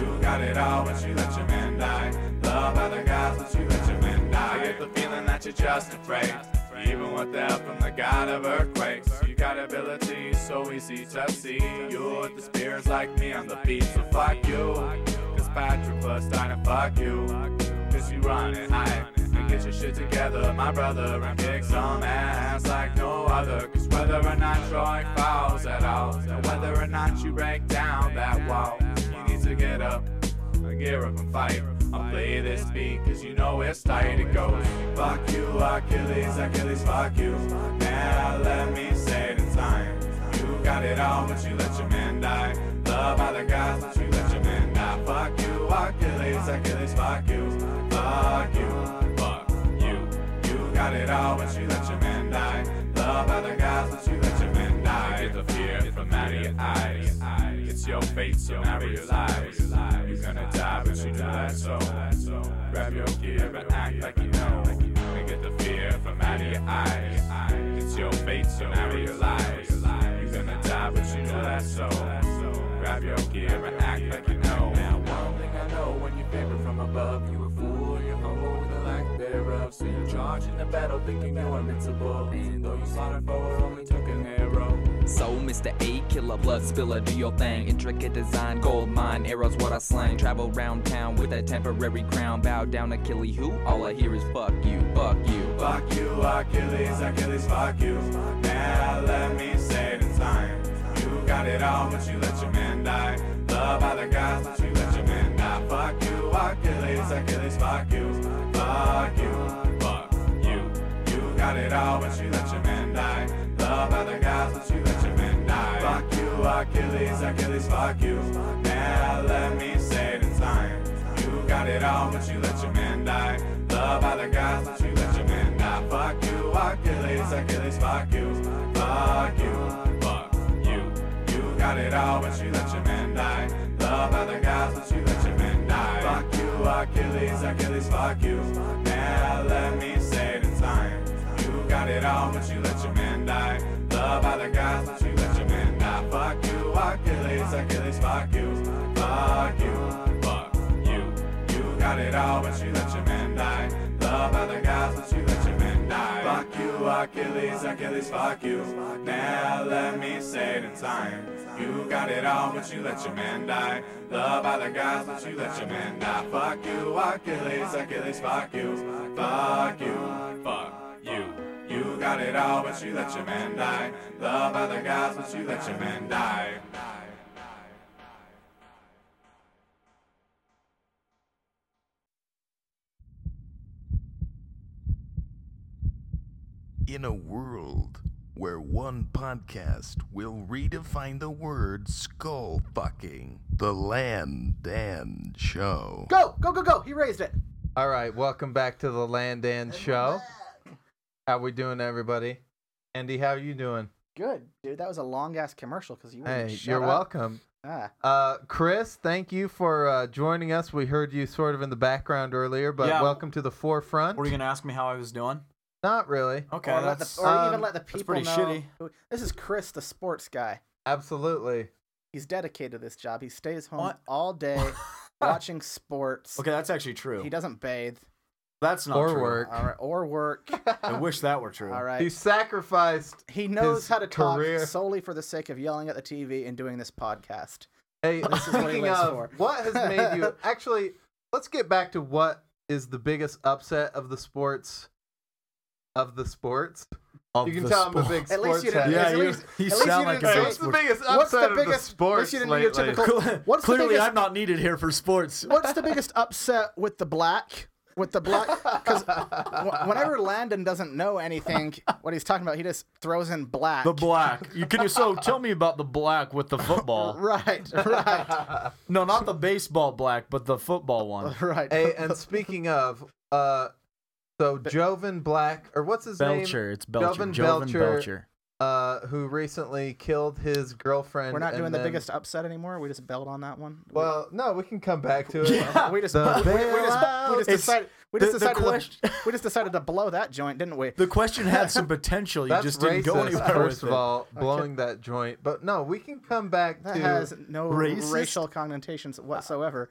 S6: You got it all, but you let your man die. Love other guys, but you let your man die. I get the feeling that you're just afraid. Even with the help from the god of earthquakes, you got abilities so easy to see. You with the spears like me on the beat, so fuck you. Cause Patrick was trying to fuck you. Cause you run it high. And get your shit together, my brother, and kick some ass like no other. Cause whether or not Troy fouls at all, and whether or not you break down that wall, you need to get up. I gear up and fight. I'll play this beat cause you know it's tight. It goes, fuck you, Achilles, Achilles, fuck you. Now let me say it in time. You got it all, but you let your man die. Love by the gods, but you let your man die. Fuck you, Achilles, Achilles, fuck you. Fuck you, fuck you. You got it all, but you let your man die. Love other guys, but you let your man die. Get the fear from out of your eyes. It's your fate, so now realize you're gonna die, but you know that so. Grab your gear and act like you know. And get the fear from out of your eyes. It's your fate, so now realize you're gonna die, but you know that so. Grab your gear and act like you know. Now one thing I know when you favor from above, you a fool, you're humble with the lack thereof. So you charge in the battle thinking you're invincible. Even though you slaughtered foe, it only took an arrow.
S7: So me Mr. A, killer blood spiller, do your thing. Intricate design, gold mine, arrows what I slang. Travel round town with a temporary crown. Bow down to Killy who? All I hear is fuck you, fuck you.
S6: Fuck you, Achilles, Achilles, fuck you. Now let me say it in time. You got it all, but you let your man die. Love by the gods, but you let your man die. Fuck you, Achilles, Achilles, fuck you. Fuck you, fuck you. You got it all, but you let your man die. Love by the gods, but you let your man die. Fuck you, Achilles, Achilles, fuck you. Now let me say it in time. You got it all, but you let your man die. Love by the gods, but you let your man die. Fuck you, Achilles, Achilles, fuck you. Fuck you, fuck you. You got it all, but you let your man die. Love by the gods, but you let your man die. Fuck you, Achilles, Achilles, fuck you. Now let me say it in time. You got it all, but you let your man die. Love by the gods, but you let your man die. Fuck you, Achilles, Achilles, fuck you. Fuck you, fuck you. You got it all, but you let your man die. Love by the gods, but you let your man die. Fuck you, Achilles, Achilles, fuck you. Now let me say it in time. You got it all, but you let your man die. Love by the gods, but you let your man die. Fuck you, Achilles, Achilles, fuck you. Fuck you, fuck you. You got it all, but you let your man die. Love by the gods, but you let your man die.
S8: In a world where one podcast will redefine the word skull fucking, the Landan Show.
S3: Go, go, go, go. He raised it.
S1: All right, welcome back to the Land and Show. How we doing, everybody? Andy, how you doing?
S3: Good, dude. That was a long ass commercial because you wouldn't
S1: Hey,
S3: shut
S1: you're
S3: up.
S1: welcome.
S3: Ah,
S1: Uh, Chris, thank you for uh, joining us. We heard you sort of in the background earlier, but
S9: Yeah.
S1: welcome to the forefront.
S9: Were you gonna ask me how I was doing?
S1: Not really.
S9: Okay,
S3: or, let
S9: that's
S3: the, or even
S1: um,
S3: let the
S9: that's
S3: people
S9: pretty
S3: know.
S9: shitty.
S3: who- This is Chris, the sports guy.
S1: Absolutely.
S3: He's dedicated to this job. He stays home
S9: What?
S3: all day watching sports.
S9: okay. That's actually true.
S3: He doesn't bathe
S9: that's not
S1: or
S9: true.
S1: work.
S3: all right, or work.
S9: I wish that were true.
S3: All right.
S1: He sacrificed.
S3: he knows
S1: his
S3: how to
S1: career.
S3: talk solely for the sake of yelling at the TV and doing this podcast.
S1: Hey,
S3: This is what he
S1: speaking
S3: lives
S1: of
S3: for.
S1: what has made you actually, let's get back to what is the biggest upset of the sports of the sports.
S2: Of
S1: you can
S2: the
S1: tell I'm a
S2: sport.
S1: big sports
S3: At least you didn't-
S1: head.
S3: Yeah,
S9: Yeah,
S3: At
S9: you,
S3: least-
S9: you
S3: at least
S9: sound
S3: you
S9: like
S3: didn't
S9: a
S3: say
S9: big
S1: What's
S3: it's
S1: the
S9: sport.
S1: biggest upset
S3: What's the
S1: of the
S3: biggest-
S1: sports
S3: unless you didn't do your
S1: lately?
S3: typical- What's the
S9: Clearly,
S3: biggest-
S9: I'm not needed here for sports.
S3: What's the biggest upset with the black? With the black, because whenever Landon doesn't know anything, what he's talking about, he just throws in black.
S9: The black. You can you so tell me about the black with the football?
S3: Right, right,
S9: No, not the baseball black, but the football one.
S3: right.
S1: Hey, and speaking of, uh, so Jovan Black, or what's his
S9: Belcher. It's Belcher.
S1: Jovan
S9: Jovan
S1: Belcher. name? Uh, who recently killed his girlfriend.
S3: We're not
S1: and
S3: doing the
S1: then-
S3: biggest upset anymore. We just bailed on that one. We-
S1: Well, no, we can come back to it.
S9: Yeah.
S3: we just,
S1: the
S3: we, we just, we just
S9: It's-
S3: decided, we just
S9: the- the
S3: decided,
S9: question-
S3: to, we just decided to blow that joint, didn't we?
S9: The question had some potential. You
S1: That's
S9: just
S1: racist,
S9: didn't go anywhere.
S1: first
S9: with
S1: of
S9: it.
S1: all, blowing that joint. But no, we can come back
S3: That
S1: to.
S3: has no
S9: Racist?
S3: racial connotations whatsoever.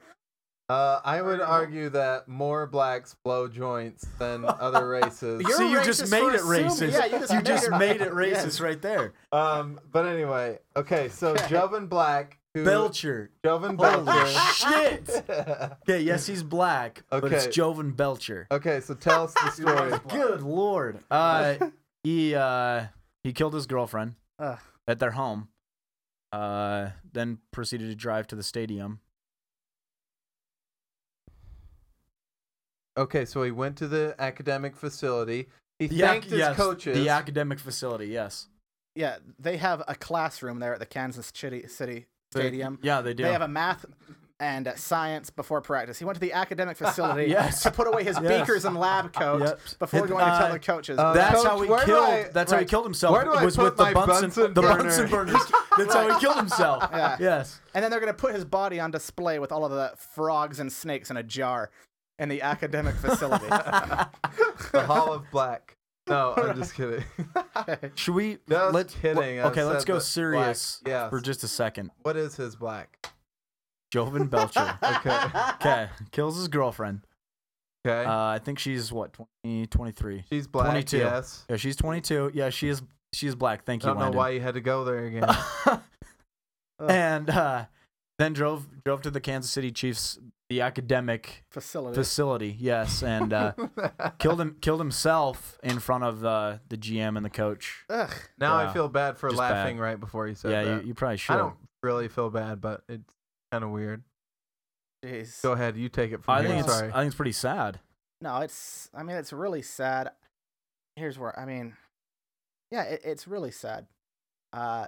S1: uh, I would argue that more blacks blow joints than other races.
S3: You're
S9: See, you
S3: racist
S9: just
S3: for
S9: made it
S3: assuming-
S9: racist.
S3: yeah, you just
S9: you
S3: made
S9: just
S3: it-
S9: made it
S3: Yes.
S9: racist right there.
S1: Um, but anyway, okay, so Jovan Black, who
S9: Belcher.
S1: Jovan
S9: Holy
S1: Belcher.
S9: shit! Okay, yes, he's black, but
S1: Okay.
S9: it's Jovan Belcher.
S1: okay, so tell us the story.
S9: Good lord. Uh, he uh, he killed his girlfriend
S3: Ugh.
S9: at their home. Uh, then proceeded to drive to the stadium.
S1: Okay, so he went to the academic facility. He
S9: The
S1: thanked
S9: ac-
S1: his
S9: yes,
S1: coaches.
S9: The academic facility, yes.
S3: Yeah, they have a classroom there at the Kansas City, City
S9: They-
S3: Stadium.
S9: yeah, they do.
S3: They have a math and uh, science before practice. He went to the academic facility
S9: Yes.
S3: to put away his
S9: Yes.
S3: beakers and lab coat
S9: Yep.
S3: before
S9: Hit-
S3: going to tell
S9: uh,
S3: the coaches.
S1: uh,
S9: that's
S1: Coach,
S9: how he
S1: where
S9: killed.
S1: do I-
S9: that's how he
S1: right.
S9: killed himself.
S1: Where do I
S9: was
S1: put
S9: with the
S1: my
S9: Bunsen,
S1: Bunsen
S9: the
S1: burner?
S9: Bunsen burners. That's how he killed himself.
S3: Yeah.
S9: Yes.
S3: and then they're going to put his body on display with all of the frogs and snakes in a jar in the academic facility.
S1: the Hall of Black. No, I'm just kidding.
S9: Should we?
S1: Just
S9: let's
S1: kidding, I
S9: Okay, let's
S1: said
S9: go
S1: that-
S9: serious
S1: black, yes.
S9: for just a second.
S1: what is his black?
S9: Jovan Belcher.
S1: Okay.
S9: okay, kills his girlfriend.
S1: Okay.
S9: Uh, I think she's what 20, 23.
S1: She's black.
S9: 22.
S1: Yes.
S9: Yeah, she's 22. Yeah, she is She's black. Thank
S1: I
S9: you.
S1: don't know
S9: Wyndham.
S1: why you had to go there again.
S9: and uh, then drove drove to the Kansas City Chiefs, the academic
S1: Oh,
S3: Facility.
S9: facility. Yes, and uh, killed him killed himself in front of uh, the GM and the coach.
S3: Ugh.
S1: now I
S9: Yeah.
S1: feel bad for
S9: Just
S1: laughing right before he said
S9: yeah,
S1: that.
S9: you, you probably should.
S1: I don't really feel bad, but it's kind of weird.
S3: Jeez.
S1: Go ahead, you take it from
S9: I
S1: here.
S9: think it's uh,
S1: Sorry.
S9: I think it's pretty sad.
S3: No, it's. I mean, it's really sad. Here's where I mean, yeah, it, it's really sad. Uh,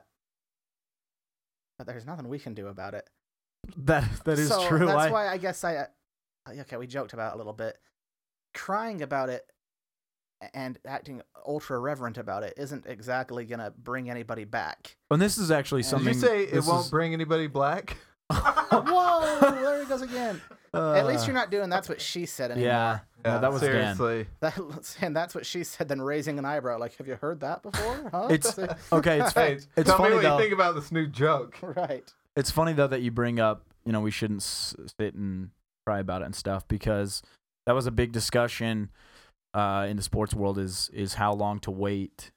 S3: but there's nothing we can do about it.
S9: That that is
S3: so
S9: true.
S3: That's
S9: I,
S3: why I guess I. Uh, okay, we joked about it a little bit. Crying about it and acting ultra reverent about it isn't exactly gonna bring anybody back.
S9: and this is actually
S3: Did
S1: Did
S9: something.
S1: you say it
S9: this
S1: won't
S9: is-
S1: bring anybody black?
S3: Whoa! There he goes again. At least
S9: Uh,
S3: you're not doing. That's what she said anymore.
S9: Yeah, no, that was Dan.
S1: seriously.
S3: That, and that's what she said. Then raising an eyebrow, like, "Have you heard that before?" Huh?
S9: It's okay. It's
S1: Hey,
S9: it's
S1: tell
S9: funny
S1: me what
S9: though.
S1: you think about this new joke.
S3: right.
S9: it's funny though that you bring up you know we shouldn't s- sit and cry about it and stuff because that was a big discussion uh, in the sports world is is how long to wait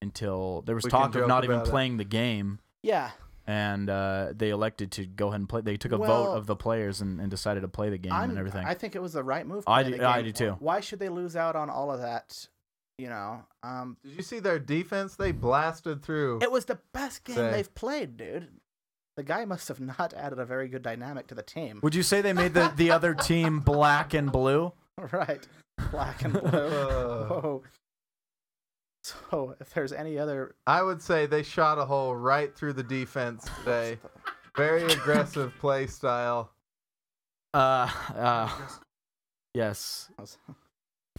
S9: until there was
S1: We can
S9: talk of
S1: joke
S9: not even
S1: about it.
S9: playing the game
S3: Yeah.
S9: and uh, they elected to go ahead and play they took a
S3: Well,
S9: vote of the players and, and decided to play the game
S3: I'm,
S9: and everything
S3: I think it was the right move.
S9: I
S3: playing
S9: do-
S3: the
S9: I
S3: game.
S9: do too.
S3: Why should they lose out on all of that? You know, um,
S1: Did you see their defense? They blasted through.
S3: it was the best game
S1: Say.
S3: they've played, dude. The guy must have not added a very good dynamic to the team.
S9: would you say they made the, the other team black and blue
S3: right. Black and blue.
S1: Uh,
S3: Whoa. So, if there's any other,
S1: I would say they shot a hole right through the defense today. Very aggressive play style.
S9: uh, uh, yes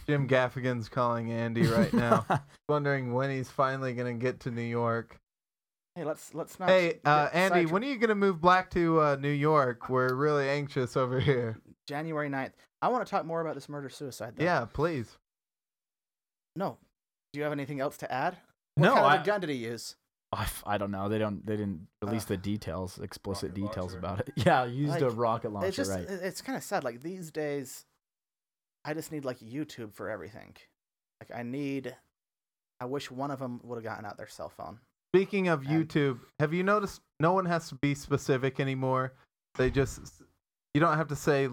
S1: Jim Gaffigan's calling Andy right now, wondering when he's finally going to get to New York.
S3: hey, let's let's not.
S1: Hey, uh,
S3: get
S1: Andy,
S3: sidetra-
S1: when are you going to move black to uh, New York? We're really anxious over here.
S3: January 9th. I want to talk more about this murder suicide. Though.
S1: Yeah, please.
S3: No. Do you have anything else to add? What
S9: No,
S3: kind
S9: I-
S3: of a gun did he use?
S9: I, f- I don't know. They don't. They didn't release
S3: Uh,
S9: the details, explicit
S2: rocket
S9: details
S2: launcher.
S9: about it. Yeah, used a
S3: Like,
S9: rocket launcher,
S3: it's just uh,
S9: right?
S3: it- it's kind of sad. Like these days, I just need like YouTube for everything. Like I need. I wish one of them would have gotten out their cell phone.
S1: Speaking of
S3: And-
S1: YouTube, have you noticed no one has to be specific anymore? They just you don't have to say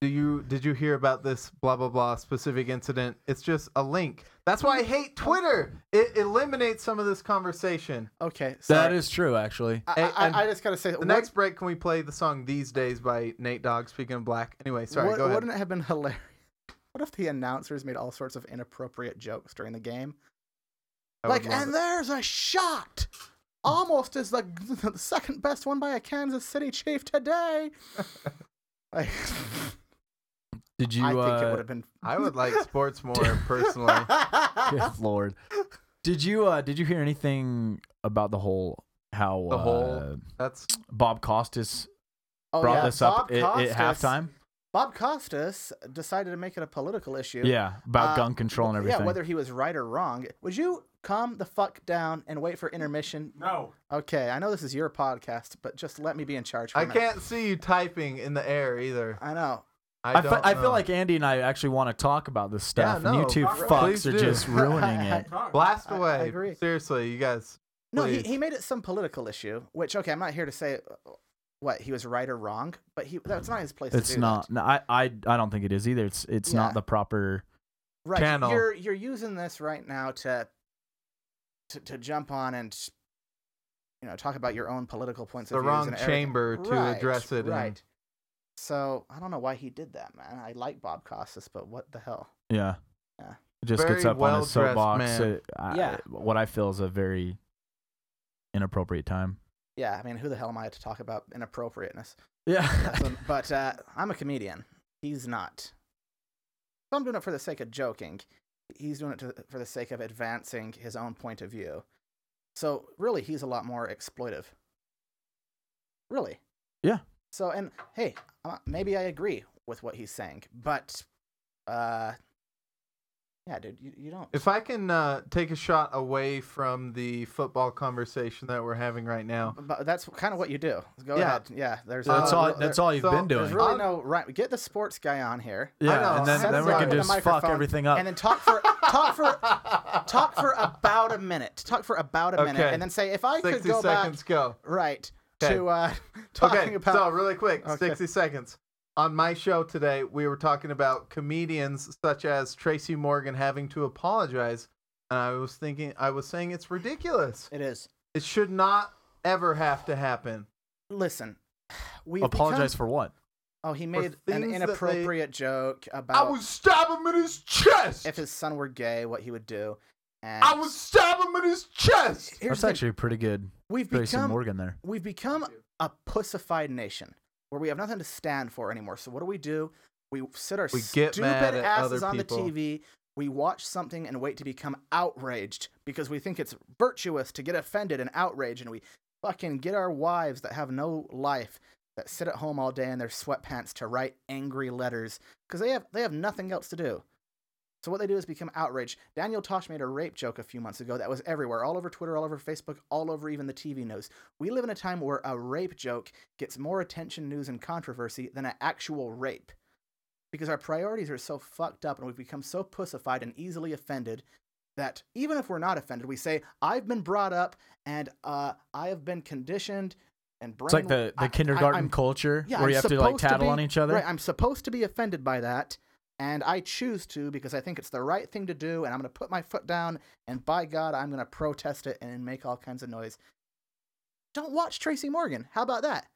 S1: do you did you hear about this blah blah blah specific incident? It's just a link. That's why I hate Twitter. It eliminates some of this conversation.
S3: Okay,
S9: that
S3: sorry.
S9: is true, actually.
S3: I,
S1: Hey,
S3: I-
S1: and
S3: I just gotta say,
S1: The next break can we play the song These Days by Nate Dogg speaking of black. Anyway, sorry, go ahead.
S3: Wouldn't it have been hilarious? What if the announcers made all sorts of inappropriate jokes during the game?
S1: I would
S3: Like,
S1: love
S3: and
S1: it.
S3: there's a shot, almost as the, the second best one by a Kansas City Chief today. like,
S9: Did you?
S3: I think it
S9: uh,
S3: would have been
S1: I would like sports more personally.
S9: good Lord, did you? Uh, did you hear anything about the whole how
S1: The
S9: uh,
S1: whole- That's
S9: Bob Costas
S3: Oh,
S9: brought
S3: yeah.
S9: this up
S3: Bob
S9: at, at
S3: Costas-
S9: halftime?
S3: Bob Costas decided to make it a political issue.
S9: Yeah, about
S3: Uh,
S9: gun control and everything.
S3: Yeah, whether he was right or wrong. Would you calm the fuck down and wait for intermission?
S2: No.
S3: Okay, I know this is your podcast, but just let me be in charge. For a
S1: I
S3: minute.
S1: can't see you typing in the air either.
S3: I know.
S1: I,
S9: I, fe-
S1: don't
S9: I feel
S1: know.
S9: like Andy and I actually want to talk about this stuff,
S1: no,
S9: and you two
S1: right,
S9: fucks
S1: please
S9: are
S1: do.
S9: just ruining it.
S1: blast
S3: I- I
S1: away.
S3: agree.
S1: Seriously, you guys
S3: No, he,
S1: Please.
S3: he made it some political issue, which okay, I'm not here to say uh, what he was right or wrong, but he that's not his place. to
S9: It's
S3: do
S9: not.
S3: that.
S9: No, I, I I don't think it is either. It's it's
S3: Yeah.
S9: not the proper.
S3: right.
S1: channel.
S3: You're you're using this right now to to, to jump on and you know talk about your own political points
S1: the
S3: of views
S1: wrong
S3: and everything.
S1: chamber to
S3: Right,
S1: address it
S3: Right. So I don't know why he did that, man. I like Bob Costas, but what the hell?
S9: Yeah.
S3: Yeah.
S9: It just
S1: Very
S9: gets up on his
S1: well-dressed
S9: soapbox.
S1: man.
S9: It, I,
S3: Yeah.
S9: What I feel is a very inappropriate time.
S3: Yeah, I mean, who the hell am I to talk about inappropriateness? That's
S9: Yeah.
S3: un- but uh, I'm a comedian. He's not. So I'm doing it for the sake of joking. He's doing it to, for the sake of advancing his own point of view. So really, he's a lot more exploitive. Really.
S9: Yeah.
S3: So and hey, uh, maybe I agree with what he's saying, but uh, Yeah, dude, you, you don't.
S1: If I can uh, take a shot away from the football conversation that we're having right now,
S3: But that's kind of what you do. Go
S1: Yeah.
S3: ahead. Yeah, there's
S1: Uh,
S9: That's all.
S1: there-
S9: That's all you've
S1: so
S9: been
S1: there's
S9: doing.
S3: There's really
S1: I'll-
S3: no right. Get the sports guy on here.
S9: yeah,
S1: know,
S9: and then,
S1: set
S9: then we
S1: aside
S9: can
S1: the
S9: just fuck
S3: microphone
S9: everything up.
S3: and then talk for talk for talk for about a minute. Talk for about a minute,
S1: Okay.
S3: and then say if I could
S1: 60
S3: go
S1: seconds go.
S3: back right
S1: Okay.
S3: to uh, talking
S1: okay,
S3: about
S1: so really quick,
S3: Okay.
S1: 60 seconds. On my show today, we were talking about comedians such as Tracy Morgan having to apologize, and I was thinking, I was saying it's ridiculous.
S3: it is.
S1: It should not ever have to happen.
S3: Listen, we
S9: Apologize for what?
S3: Oh, he made an
S1: things that they-
S3: inappropriate joke about
S1: stab him in his chest.
S3: if his son were gay, what he would do. And
S1: stab him in his chest.
S9: That's
S3: Here's the thing,
S9: actually pretty good.
S3: we've
S9: Tracy
S3: become
S9: Morgan there.
S3: we've become a pussified nation where we have nothing to stand for anymore. So what do we do? We sit our
S1: We get
S3: stupid
S1: mad at
S3: asses
S1: other
S3: on
S1: people.
S3: the TV. We watch something and wait to become outraged because we think it's virtuous to get offended and outraged, and we fucking get our wives that have no life that sit at home all day in their sweatpants to write angry letters because they have they have nothing else to do. So what they do is become outraged. Daniel Tosh made a rape joke a few months ago that was everywhere, all over Twitter, all over Facebook, all over even the TV news. We live in a time where a rape joke gets more attention, news, and controversy than an actual rape. Because our priorities are so fucked up and we've become so pussified and easily offended that even if we're not offended, we say, I've been brought up and uh, I have been conditioned and brainwashed.
S9: It's like the, the
S3: I- I-
S9: kindergarten
S3: I'm-
S9: culture
S3: yeah,
S9: where
S3: I'm
S9: you have to like
S3: supposed to
S9: tattle
S3: be-
S9: on each other.
S3: Right, I'm supposed to be offended by that, and I choose to because I think it's the right thing to do, and I'm going to put my foot down, and by God, I'm going to protest it and make all kinds of noise. Don't watch Tracy Morgan. How about that?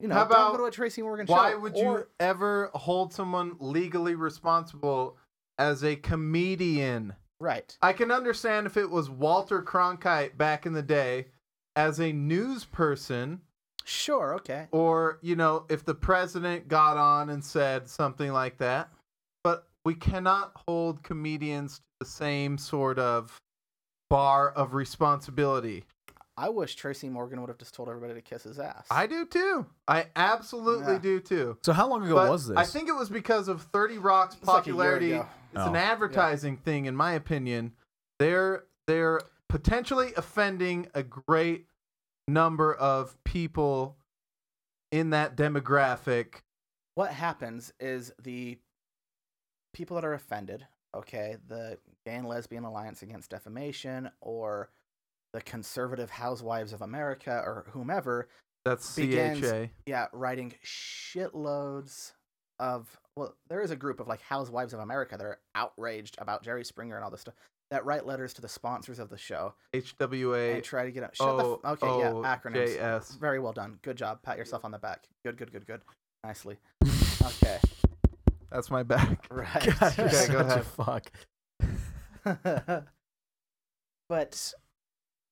S3: You know,
S1: How
S3: don't
S1: about-
S3: go to a Tracy Morgan show.
S1: Why would you
S3: or-
S1: ever hold someone legally responsible as a comedian?
S3: Right.
S1: I can understand if it was Walter Cronkite back in the day as a news person,
S3: Sure. Okay.
S1: or, you know, if the president got on and said something like that. But we cannot hold comedians to the same sort of bar of responsibility.
S3: I wish Tracy Morgan would have just told everybody to kiss his ass.
S1: I do too. I absolutely
S3: Yeah.
S1: do too.
S9: So how long ago
S1: But
S9: was this?
S1: I think it was because of 30 Rock's
S3: It's like a year
S1: popularity.
S3: ago.
S1: it's an
S9: Oh.
S1: advertising thing, in my opinion. They're they're potentially offending a great number of people in that demographic.
S3: what happens is the people that are offended, okay, the Gay and Lesbian Alliance Against Defamation or the Conservative Housewives of America or whomever,
S1: That's
S3: Begins-
S1: CHA.
S3: yeah, writing shitloads of well, there is a group of like Housewives of America that are outraged about Jerry Springer and all this stuff that write letters to the sponsors of the show
S1: HWA.
S3: and try to get out. Shut
S1: O-
S3: the f- okay, yeah, acronyms.
S1: JS.
S3: Very well done. Good job. Pat yourself on the back. Good, good, good, good. Nicely. Okay.
S1: That's my back.
S3: Right.
S9: God, you're
S1: Okay,
S9: such
S1: go
S9: a
S1: ahead.
S9: fuck.
S3: but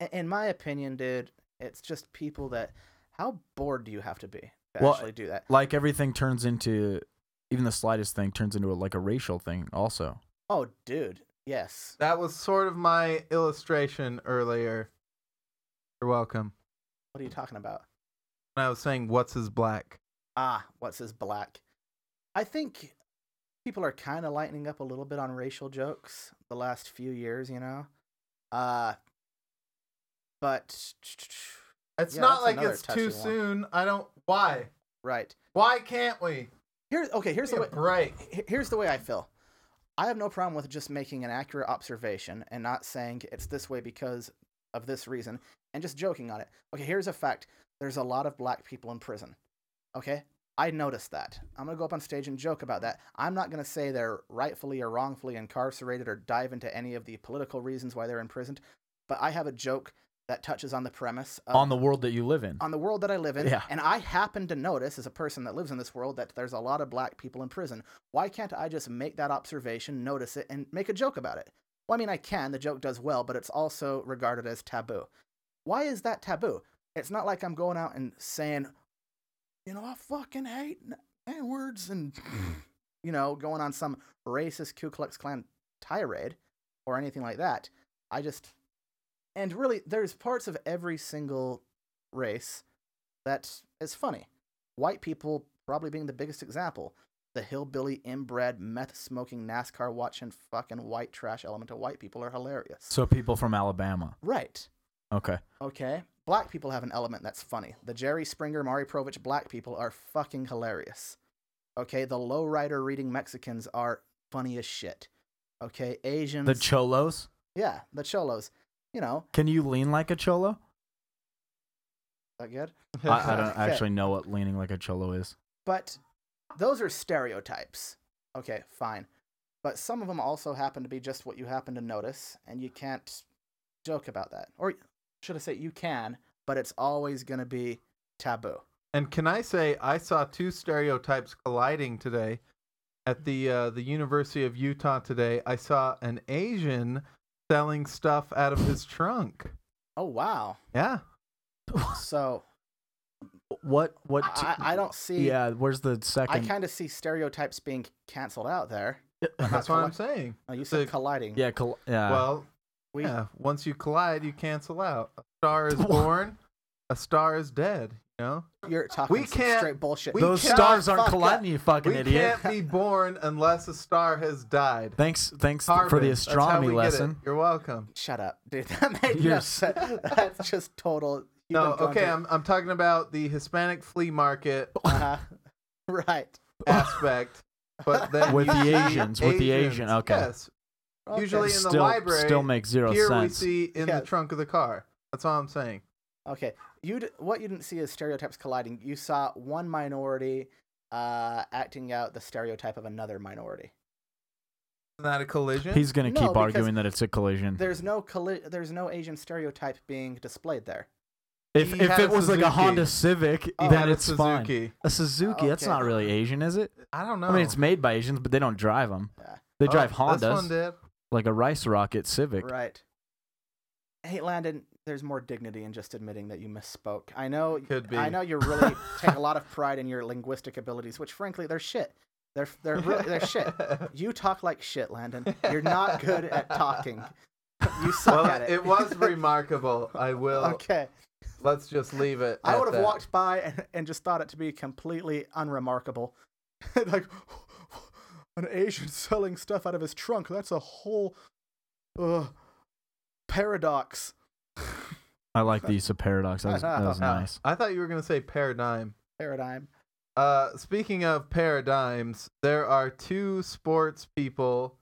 S3: i- in my opinion, dude, it's just people that. How bored do you have to be to
S9: Well,
S3: actually do that?
S9: Like everything turns into, even the slightest thing turns into a, like a racial thing. Also,
S3: Oh, dude, yes.
S1: That was sort of my illustration earlier. You're welcome.
S3: What are you talking about?
S1: When I was saying what's his black.
S3: Ah, what's his black? I think people are kind of lightening up a little bit on racial jokes the last few years, you know. Uh, but
S1: It's
S3: Yeah,
S1: not
S3: that's
S1: like
S3: another
S1: it's too
S3: touchy one.
S1: soon. I don't why.
S3: right
S1: Why can't we?
S3: here's okay.
S1: Here's
S3: Here's the
S1: a
S3: way.
S1: break.
S3: he- here's the way I feel. I have no problem with just making an accurate observation and not saying it's this way because of this reason and just joking on it. Okay, here's a fact. There's a lot of black people in prison. Okay? I noticed that. I'm going to go up on stage and joke about that. I'm not going to say they're rightfully or wrongfully incarcerated or dive into any of the political reasons why they're imprisoned, but I have a joke that touches on the premise of
S9: on the world that you live in.
S3: on the world that I live in,
S9: Yeah.
S3: and I happen to notice as a person that lives in this world that there's a lot of black people in prison. Why can't I just make that observation, notice it, and make a joke about it? Well, I mean, I can. The joke does well, but it's also regarded as taboo. Why is that taboo? It's not like I'm going out and saying, you know, I fucking hate n- n words and, you know, going on some racist Ku Klux Klan tirade or anything like that. I just, and really, there's parts of every single race that is funny. White people probably being the biggest example. the hillbilly inbred meth smoking NASCAR watching fucking white trash element of white people are hilarious.
S9: So people from Alabama.
S3: right.
S9: Okay.
S3: Okay. Black people have an element that's funny. The Jerry Springer, Mari Provich black people are fucking hilarious. Okay. The lowrider reading Mexicans are funny as shit. Okay. Asians.
S9: The cholos.
S3: yeah. The cholos. You know,
S9: Can you lean like a cholo?
S3: is that good?
S9: I, I don't
S3: Okay.
S9: actually know what leaning like a cholo is.
S3: But those are stereotypes. Okay, fine. But some of them also happen to be just what you happen to notice, and you can't joke about that. Or should I say, you can, but it's always going to be taboo.
S1: And can I say I saw two stereotypes colliding today at the uh, the University of Utah today. I saw an Asian selling stuff out of his trunk.
S3: Oh, wow.
S1: Yeah.
S3: So
S9: What? What? t-
S3: I, I I don't see.
S9: yeah. Where's the
S3: I
S9: second?
S3: kind of see stereotypes being canceled out there.
S1: That's what I'm saying.
S3: Oh, you said
S1: The-
S3: colliding.
S9: yeah. Col- yeah.
S1: well,
S3: We,
S1: yeah, once you collide, you cancel out. A star is born, a star is dead, you know?
S3: You're talking
S1: We
S3: some
S1: can't-
S3: straight bullshit.
S1: we
S9: Those
S1: cannot
S9: stars aren't
S3: fuck
S9: colliding, you fucking
S1: we
S9: idiot.
S1: can't be born unless a star has died.
S9: Thanks. Thanks for
S1: Harvard,
S9: the
S1: that's how
S9: astronomy
S1: we get it.
S9: lesson.
S1: You're welcome.
S3: Shut up, dude. That made
S9: You're
S3: no
S9: s-
S3: sense. That's just total. you've
S1: No,
S3: been going
S1: okay,
S3: through-
S1: I'm, I'm talking about the Hispanic flea market
S3: Uh-huh. right.
S1: aspect, but then
S9: With
S1: you
S9: the
S1: see
S9: Asians, with the Asian,
S1: Asians.
S9: okay.
S1: Yes,
S3: Okay.
S1: Usually in the
S9: still,
S1: library,
S9: still makes zero
S1: here we
S9: sense.
S1: see in
S3: Yeah.
S1: the trunk of the car. That's all I'm saying.
S3: Okay, you d- what you didn't see is stereotypes colliding. You saw one minority uh, acting out the stereotype of another minority.
S1: Isn't that a collision?
S9: He's gonna
S3: No,
S9: keep
S3: because
S9: arguing that it's a collision.
S3: There's no colli- there's no Asian stereotype being displayed there.
S9: If,
S1: He
S9: if
S1: had
S9: it
S1: a
S9: was like a
S1: Suzuki.
S9: Honda Civic,
S1: He
S9: then
S1: had a
S9: it's fine.
S1: Oh, Suzuki.
S9: A Suzuki, that's
S3: Okay.
S9: not really Asian, is it?
S1: I don't know.
S9: I mean, it's made by Asians, but they don't drive them.
S3: Yeah.
S9: They drive
S1: oh, This one
S9: Hondas,
S1: did.
S9: like a rice rocket Civic.
S3: Right. Hey, Landon, there's more dignity in just admitting that you misspoke. I know.
S1: Could
S3: I
S1: be.
S3: know you really take a lot of pride in your linguistic abilities, which frankly they're shit. They're they're really, they're shit. You talk like shit, Landon. You're not good at talking. You suck
S1: Well,
S3: at it.
S1: it was remarkable. I will.
S3: okay.
S1: Let's just leave it.
S3: I
S1: at
S3: would have
S1: that.
S3: walked by and, and just thought it to be completely unremarkable. like, an Asian selling stuff out of his trunk. That's a whole uh, paradox.
S9: I like the use of paradox. That was, that was
S1: Ah,
S9: nice.
S1: I thought you were going to say paradigm.
S3: Paradigm.
S1: Uh, speaking of paradigms, there are two sports people.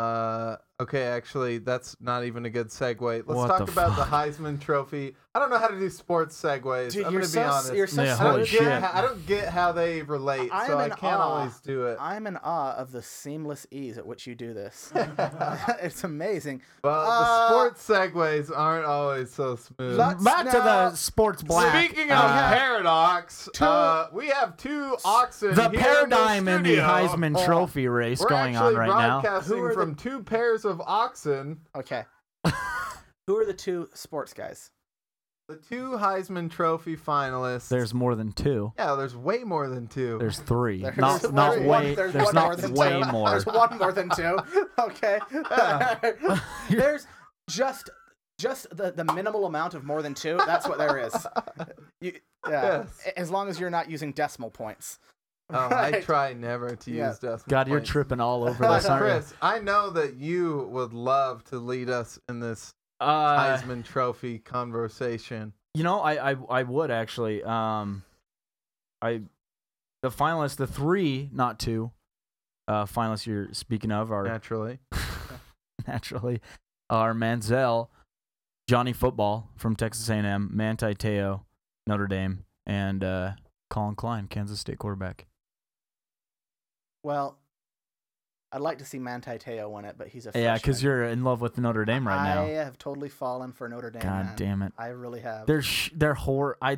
S1: Uh, okay, actually, that's not even a good segue. Let's
S9: What
S1: talk
S9: the
S1: about
S9: fuck?
S1: the Heisman Trophy. I don't know how to do sports segues.
S3: Dude,
S1: I'm
S3: you're
S1: gonna
S3: so,
S1: be honest.
S3: you're so
S9: Yeah,
S1: I
S9: holy
S1: don't,
S3: stupid.
S1: get
S9: shit.
S1: how, I don't get how they relate,
S3: I
S1: so
S3: am
S1: I
S3: in
S1: can't
S3: awe.
S1: always do it.
S3: I'm in awe of the seamless ease at which you do this. it's amazing.
S1: Well,
S3: Uh,
S1: the sports segues aren't always so smooth.
S3: Let's
S9: Back to
S3: now-
S9: the sports black.
S1: Speaking of
S9: uh,
S1: paradox, uh, we have two oxen.
S9: the
S1: here
S9: paradigm
S1: in
S9: in
S1: the,
S9: the
S1: studio.
S9: Heisman
S3: Uh,
S9: Trophy race
S1: We're
S9: going on
S1: actually
S9: right now.
S1: broadcasting
S3: Who are
S1: from two pairs of oxen,
S3: Okay. Who are the two sports guys?
S1: the two Heisman Trophy finalists.
S9: There's more than two.
S1: yeah, there's way more than two.
S9: There's three.
S3: There's
S9: not
S3: one-
S9: not
S3: there's
S9: way.
S3: one-
S9: There's,
S3: one more
S9: not
S3: than
S9: way
S3: two.
S9: more.
S3: There's one more than two. Okay. there's just just the, the minimal amount of more than two. That's what there is. You, yeah.
S1: Yes.
S3: A- As long as you're not using decimal points.
S1: Oh, I
S3: Right.
S1: try never to
S3: Yeah.
S1: use decimal
S9: God, you're
S1: points.
S9: tripping all over
S1: But
S9: this, aren't
S1: Chris, I know that you would love to lead us in this
S9: you? Uh,
S1: Heisman Trophy conversation.
S9: You know, I I, I would actually. Um, I the finalists, the three, not two, uh, finalists you're speaking of are
S1: Naturally,
S9: naturally are Manziel, Johnny Football from Texas A&M, Manti Te'o, Notre Dame, and uh, Colin Klein, Kansas State quarterback.
S3: Well, I'd like to see Manti Te'o win it, but he's a
S9: Yeah, because
S3: because
S9: you're in love with Notre Dame right
S3: I
S9: now.
S3: have totally fallen for Notre Dame.
S9: God
S3: man.
S9: damn it!
S3: I really have.
S9: They're sh- they're hor. I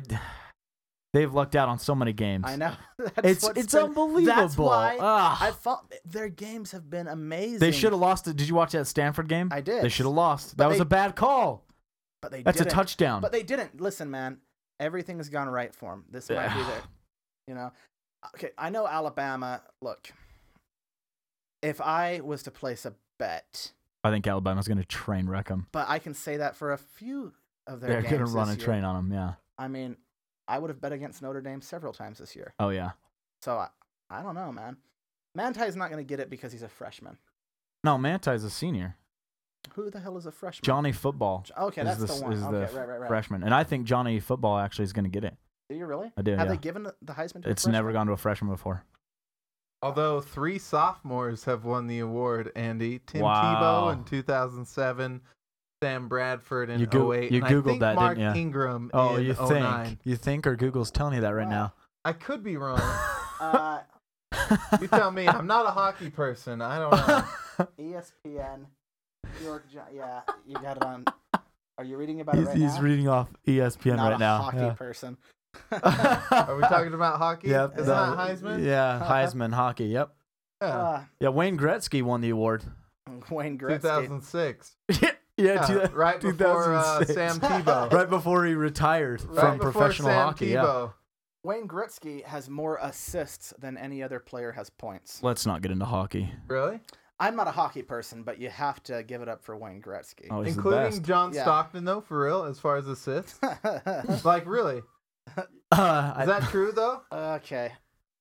S9: they've lucked out on so many games.
S3: I know. That's
S9: It's
S3: what's
S9: it's
S3: been-
S9: unbelievable.
S3: That's why
S9: Ugh.
S3: I thought their games have been amazing.
S9: They should have lost it. Did you watch that Stanford game?
S3: I did.
S9: They should have lost.
S3: But
S9: that was
S3: they-
S9: a bad call.
S3: But they
S9: That's a
S3: didn't.
S9: touchdown.
S3: But they didn't. Listen, man, everything's gone right for them. This might be
S9: Yeah.
S3: their, you know. Okay, I know Alabama. Look, if I was to place a bet,
S9: I think Alabama's going to train wreck them.
S3: but I can say that for a few of their
S9: They're
S3: games
S9: going to run
S3: this
S9: a
S3: year.
S9: train on them. Yeah.
S3: I mean, I would have bet against Notre Dame several times this year.
S9: Oh yeah.
S3: So I, I don't know, man. Mantai's not going to get it because he's a freshman.
S9: No, Manti's a senior.
S3: Who the hell is a freshman?
S9: Johnny Football
S3: Jo- Okay,
S9: is
S3: that's
S9: the,
S3: the,
S9: s-
S3: one.
S9: is
S3: Okay,
S9: the
S3: right, right, right.
S9: freshman, and I think Johnny Football actually is going to get it.
S3: Do you really?
S9: I do,
S3: Have
S9: yeah.
S3: they given the- the Heisman? To
S9: It's
S3: a
S9: never
S3: freshman?
S9: gone to a freshman before.
S1: Although three sophomores have won the award, Andy Tim
S9: Wow.
S1: Tebow in 2007, Sam Bradford in
S9: You goo-
S1: 08,
S9: you Googled
S1: and I think
S9: that, didn't
S1: Mark
S9: ya?
S1: Ingram
S9: Oh,
S1: in
S9: you
S1: 09.
S9: think you think, or Google's telling you that right
S3: Wow.
S1: I could be wrong.
S3: Uh,
S1: you tell me. I'm not a hockey person. I don't know.
S9: now.
S3: E ESPN, New York. Gi- Yeah, you got it on. Are you reading about it
S9: he's
S3: right
S9: he's
S3: now?
S9: reading off E ESPN
S3: Not
S9: right
S3: a
S9: now.
S3: hockey
S9: yeah.
S3: person.
S1: Are we talking about hockey?
S9: Yeah,
S1: Isn't
S9: that-
S1: that Heisman?
S9: Yeah,
S3: Huh?
S9: Heisman hockey. Yep.
S1: Yeah.
S3: uh,
S9: Yeah, Wayne Gretzky won the award.
S3: Wayne Gretzky.
S1: 2006.
S9: yeah,
S1: Yeah,
S9: two-
S1: right before uh,
S9: 2006.
S1: Sam Tebow.
S9: right before he retired
S1: Right
S9: from
S1: before
S9: professional
S1: Sam
S9: hockey. Yeah.
S1: Tebow.
S3: Wayne Gretzky has more assists than any other player has points.
S9: Let's not get into hockey.
S1: Really?
S3: I'm not a hockey person, but you have to give it up for Wayne Gretzky.
S9: Oh, he's the
S1: Including
S9: best.
S1: John
S3: Yeah.
S1: Stockton, though, for real, as far as assists. like, really? Is
S9: Uh, I-
S1: that true, though?
S3: okay.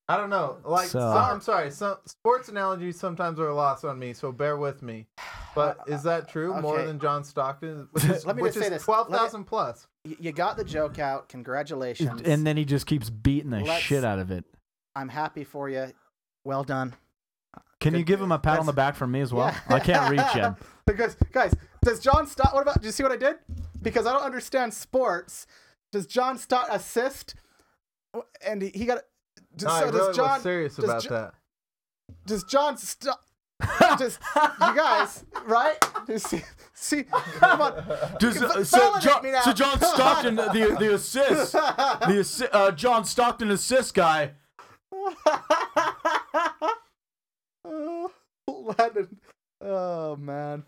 S1: I don't know. Like,
S9: So-
S1: so, I'm sorry. Some sports analogies sometimes are lost on me, so bear with me. But is that true? More
S3: Okay.
S1: than John Stockton, which is,
S3: Let me
S1: which
S3: just say
S1: is
S3: this.
S1: twelve thousand plus.
S3: Y- You got the joke out. Congratulations.
S9: and then he just keeps beating the
S3: Let's-
S9: shit out of it.
S3: I'm happy for you. Well done.
S9: Can you
S3: Good-
S9: give him a pat on
S3: that's-
S9: the back from me as well? I can't reach him.
S3: because guys, does John Stott? What about? Do you see what I did? Because I don't understand sports. Does John Stott assist? And he, he got. Does,
S1: No, I
S3: so
S1: really
S3: does John?
S1: was serious
S3: does
S1: about
S3: Jo-
S1: that.
S3: Does John Stott? does you guys right? Do you see, see, come on. uh, so Validate John- me now. so John Come on. Stockton,
S9: the the assist, the uh, John Stockton assist guy.
S3: oh, Lennon. Oh, man.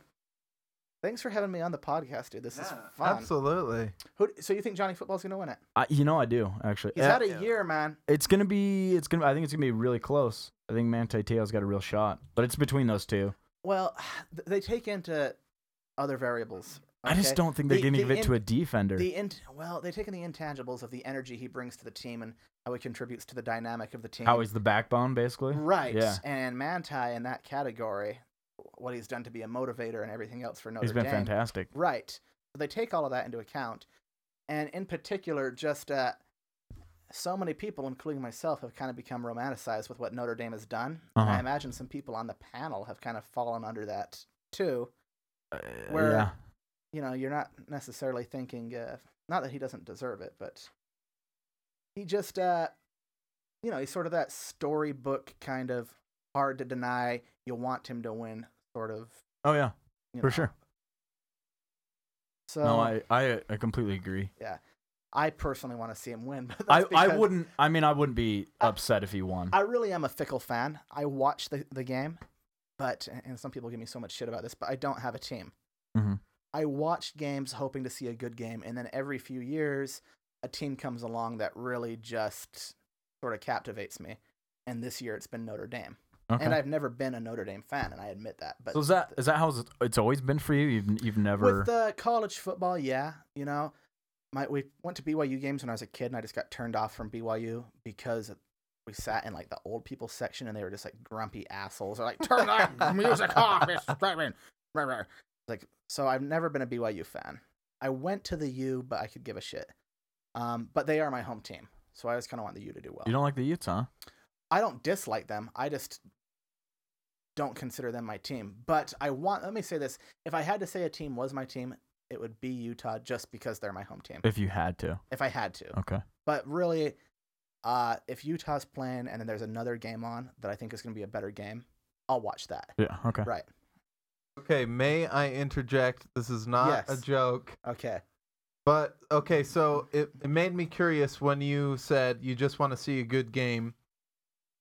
S3: Thanks for having me on the podcast, dude. This is fun.
S1: Absolutely.
S3: Who, so you think Johnny Football's gonna win it?
S9: I, you know I do actually.
S3: He's
S9: Uh,
S3: had a year, man.
S9: it's gonna be it's gonna I think it's gonna be really close. I think Manti Teo's got a real shot, but it's between those two.
S3: Well, th- they take into other variables.
S9: I just
S3: okay?
S9: don't think they're
S3: The-
S9: gonna
S3: the
S9: give it to a
S3: in-
S9: defender.
S3: The in, well, they take in the intangibles of the energy he brings to the team and how he contributes to the dynamic of the team.
S9: How he's the backbone, basically.
S3: right?
S9: Yeah.
S3: And Manti in that category, what he's done to be a motivator and everything else for Notre
S9: He's been
S3: Dame.
S9: fantastic.
S3: Right. So they take all of that into account. And in particular, just uh, so many people, including myself, have kind of become romanticized with what Notre Dame has done. And I
S9: Uh-huh.
S3: imagine some people on the panel have kind of fallen under that too.
S9: Uh,
S3: Where-
S9: yeah.
S3: You know, you're not necessarily thinking, uh, not that he doesn't deserve it, but he just, uh, you know, he's sort of that storybook kind of hard to deny, you want him to win sort of.
S9: Oh yeah,
S3: You
S9: for
S3: know.
S9: sure.
S3: So
S9: no, I, I I completely agree.
S3: I personally want to see him win. But
S9: I,
S3: that's
S9: I
S3: because
S9: wouldn't. I mean, I wouldn't be
S3: I-
S9: upset if he won.
S3: I really am a fickle fan. I watch the, the game, but and some people give me so much shit about this, but I don't have a team.
S9: Mhm.
S3: I watch games hoping to see a good game, and then every few years, a team comes along that really just sort of captivates me. And this year, it's been Notre Dame,
S9: okay.
S3: and I've never been a Notre Dame fan, and I admit that. But
S9: so is that is that how it's- it's always been for you? You've you've never.
S3: with uh, college football, yeah, you know, my we went to BYU games when I was a kid, and I just got turned off from BYU because we sat in like the old people section, and they were just like grumpy assholes. They're like, "Turn that music off, it's driving." Right, right. Like, so I've never been a BYU fan. I went to the U, but I could give a shit. Um, but they are my home team, so I always kind of want the U to do well.
S9: you don't like the Utes, huh?
S3: I don't dislike them. I just don't consider them my team. But I want, let me say this. If I had to say a team was my team, it would be Utah just because they're my home team,
S9: If you had to.
S3: if I had to.
S9: Okay.
S3: But really, uh, if Utah's playing and then there's another game on that I think is going to be a better game, I'll watch that.
S9: Yeah. Okay.
S3: Right.
S1: Okay, may I interject? This is not
S3: Yes.
S1: a joke.
S3: Okay.
S1: But okay, so it, it made me curious when you said you just want to see a good game.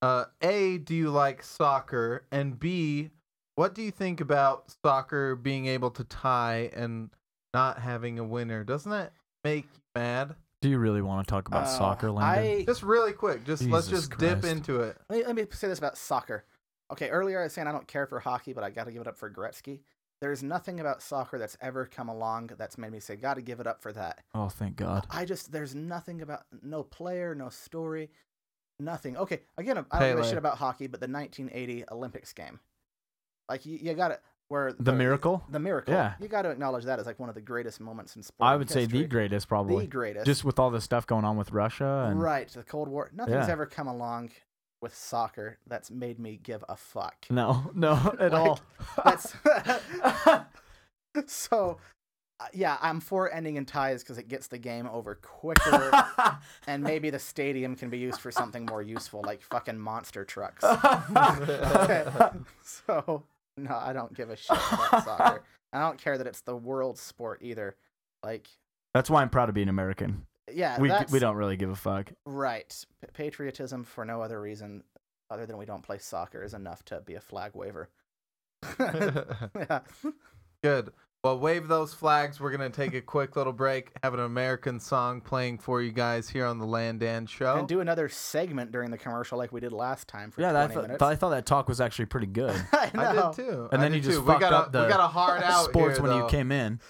S1: Uh, a, do you like soccer? And B, what do you think about soccer being able to tie and not having a winner? Doesn't that make you mad?
S9: Do you really want to talk about
S3: Uh,
S9: soccer, Landon?
S3: I,
S1: Just really quick, just let's
S9: Jesus
S1: just dip
S9: Christ.
S1: into it.
S3: Let me, let me say this about soccer. Okay, earlier I was saying I don't care for hockey, but I got to give it up for Gretzky. There's nothing about soccer that's ever come along that's made me say, got to give it up for that.
S9: oh, thank God.
S3: I just, there's nothing about, no player, no story. Nothing. Okay, again, I don't give
S1: Pele.
S3: a shit about hockey, but the 1980 Olympics game, like you, you got to where
S9: The miracle?
S3: the miracle.
S9: Yeah.
S3: you got to acknowledge that as like one of the greatest moments in sport.
S9: I would say the greatest, probably.
S3: the greatest.
S9: Just with all the stuff going on with Russia and
S3: right, the Cold War. Nothing's
S9: Yeah.
S3: ever come along with soccer that's made me give a fuck.
S9: no, no, at
S3: Like,
S9: all.
S3: That's so. uh, Yeah, I'm for ending in ties because it gets the game over quicker, and maybe the stadium can be used for something more useful, like fucking monster trucks. so no, I don't give a shit about soccer. I don't care that it's the world sport either. Like,
S9: That's why I'm proud of being American.
S3: yeah,
S9: We
S3: that's
S9: we don't really give a fuck.
S3: right. P- patriotism for no other reason other than we don't play soccer is enough to be a flag waver. yeah.
S1: Good. Well, wave those flags. We're going to take a quick little break, have an American song playing for you guys here on the Landan Show.
S3: and do another segment during the commercial like we did last time for
S9: yeah,
S3: 20
S9: that, I, thought,
S3: minutes.
S9: I thought that talk was actually pretty good.
S3: I know.
S1: I did too.
S9: And
S1: I
S9: then
S1: did
S9: you just
S1: too.
S9: fucked
S1: we got
S9: up
S1: a,
S9: the
S1: we got a hard out
S9: Sports
S1: here,
S9: when
S1: though.
S9: you came in.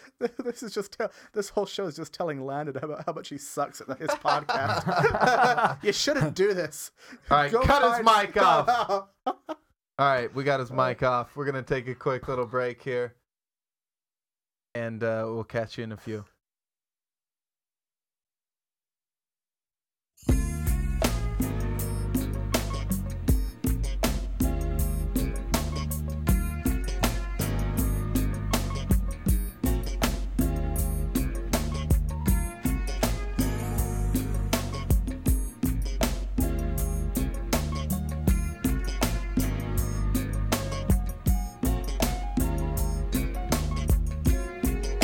S3: this is just tell, this whole show is just telling Landon about how much he sucks at his podcast. you shouldn't do this.
S1: All right, cut his
S3: Chargers.
S1: mic off. All right, we got his mic off. We're going to take a quick little break here. And uh, we'll catch you in a few.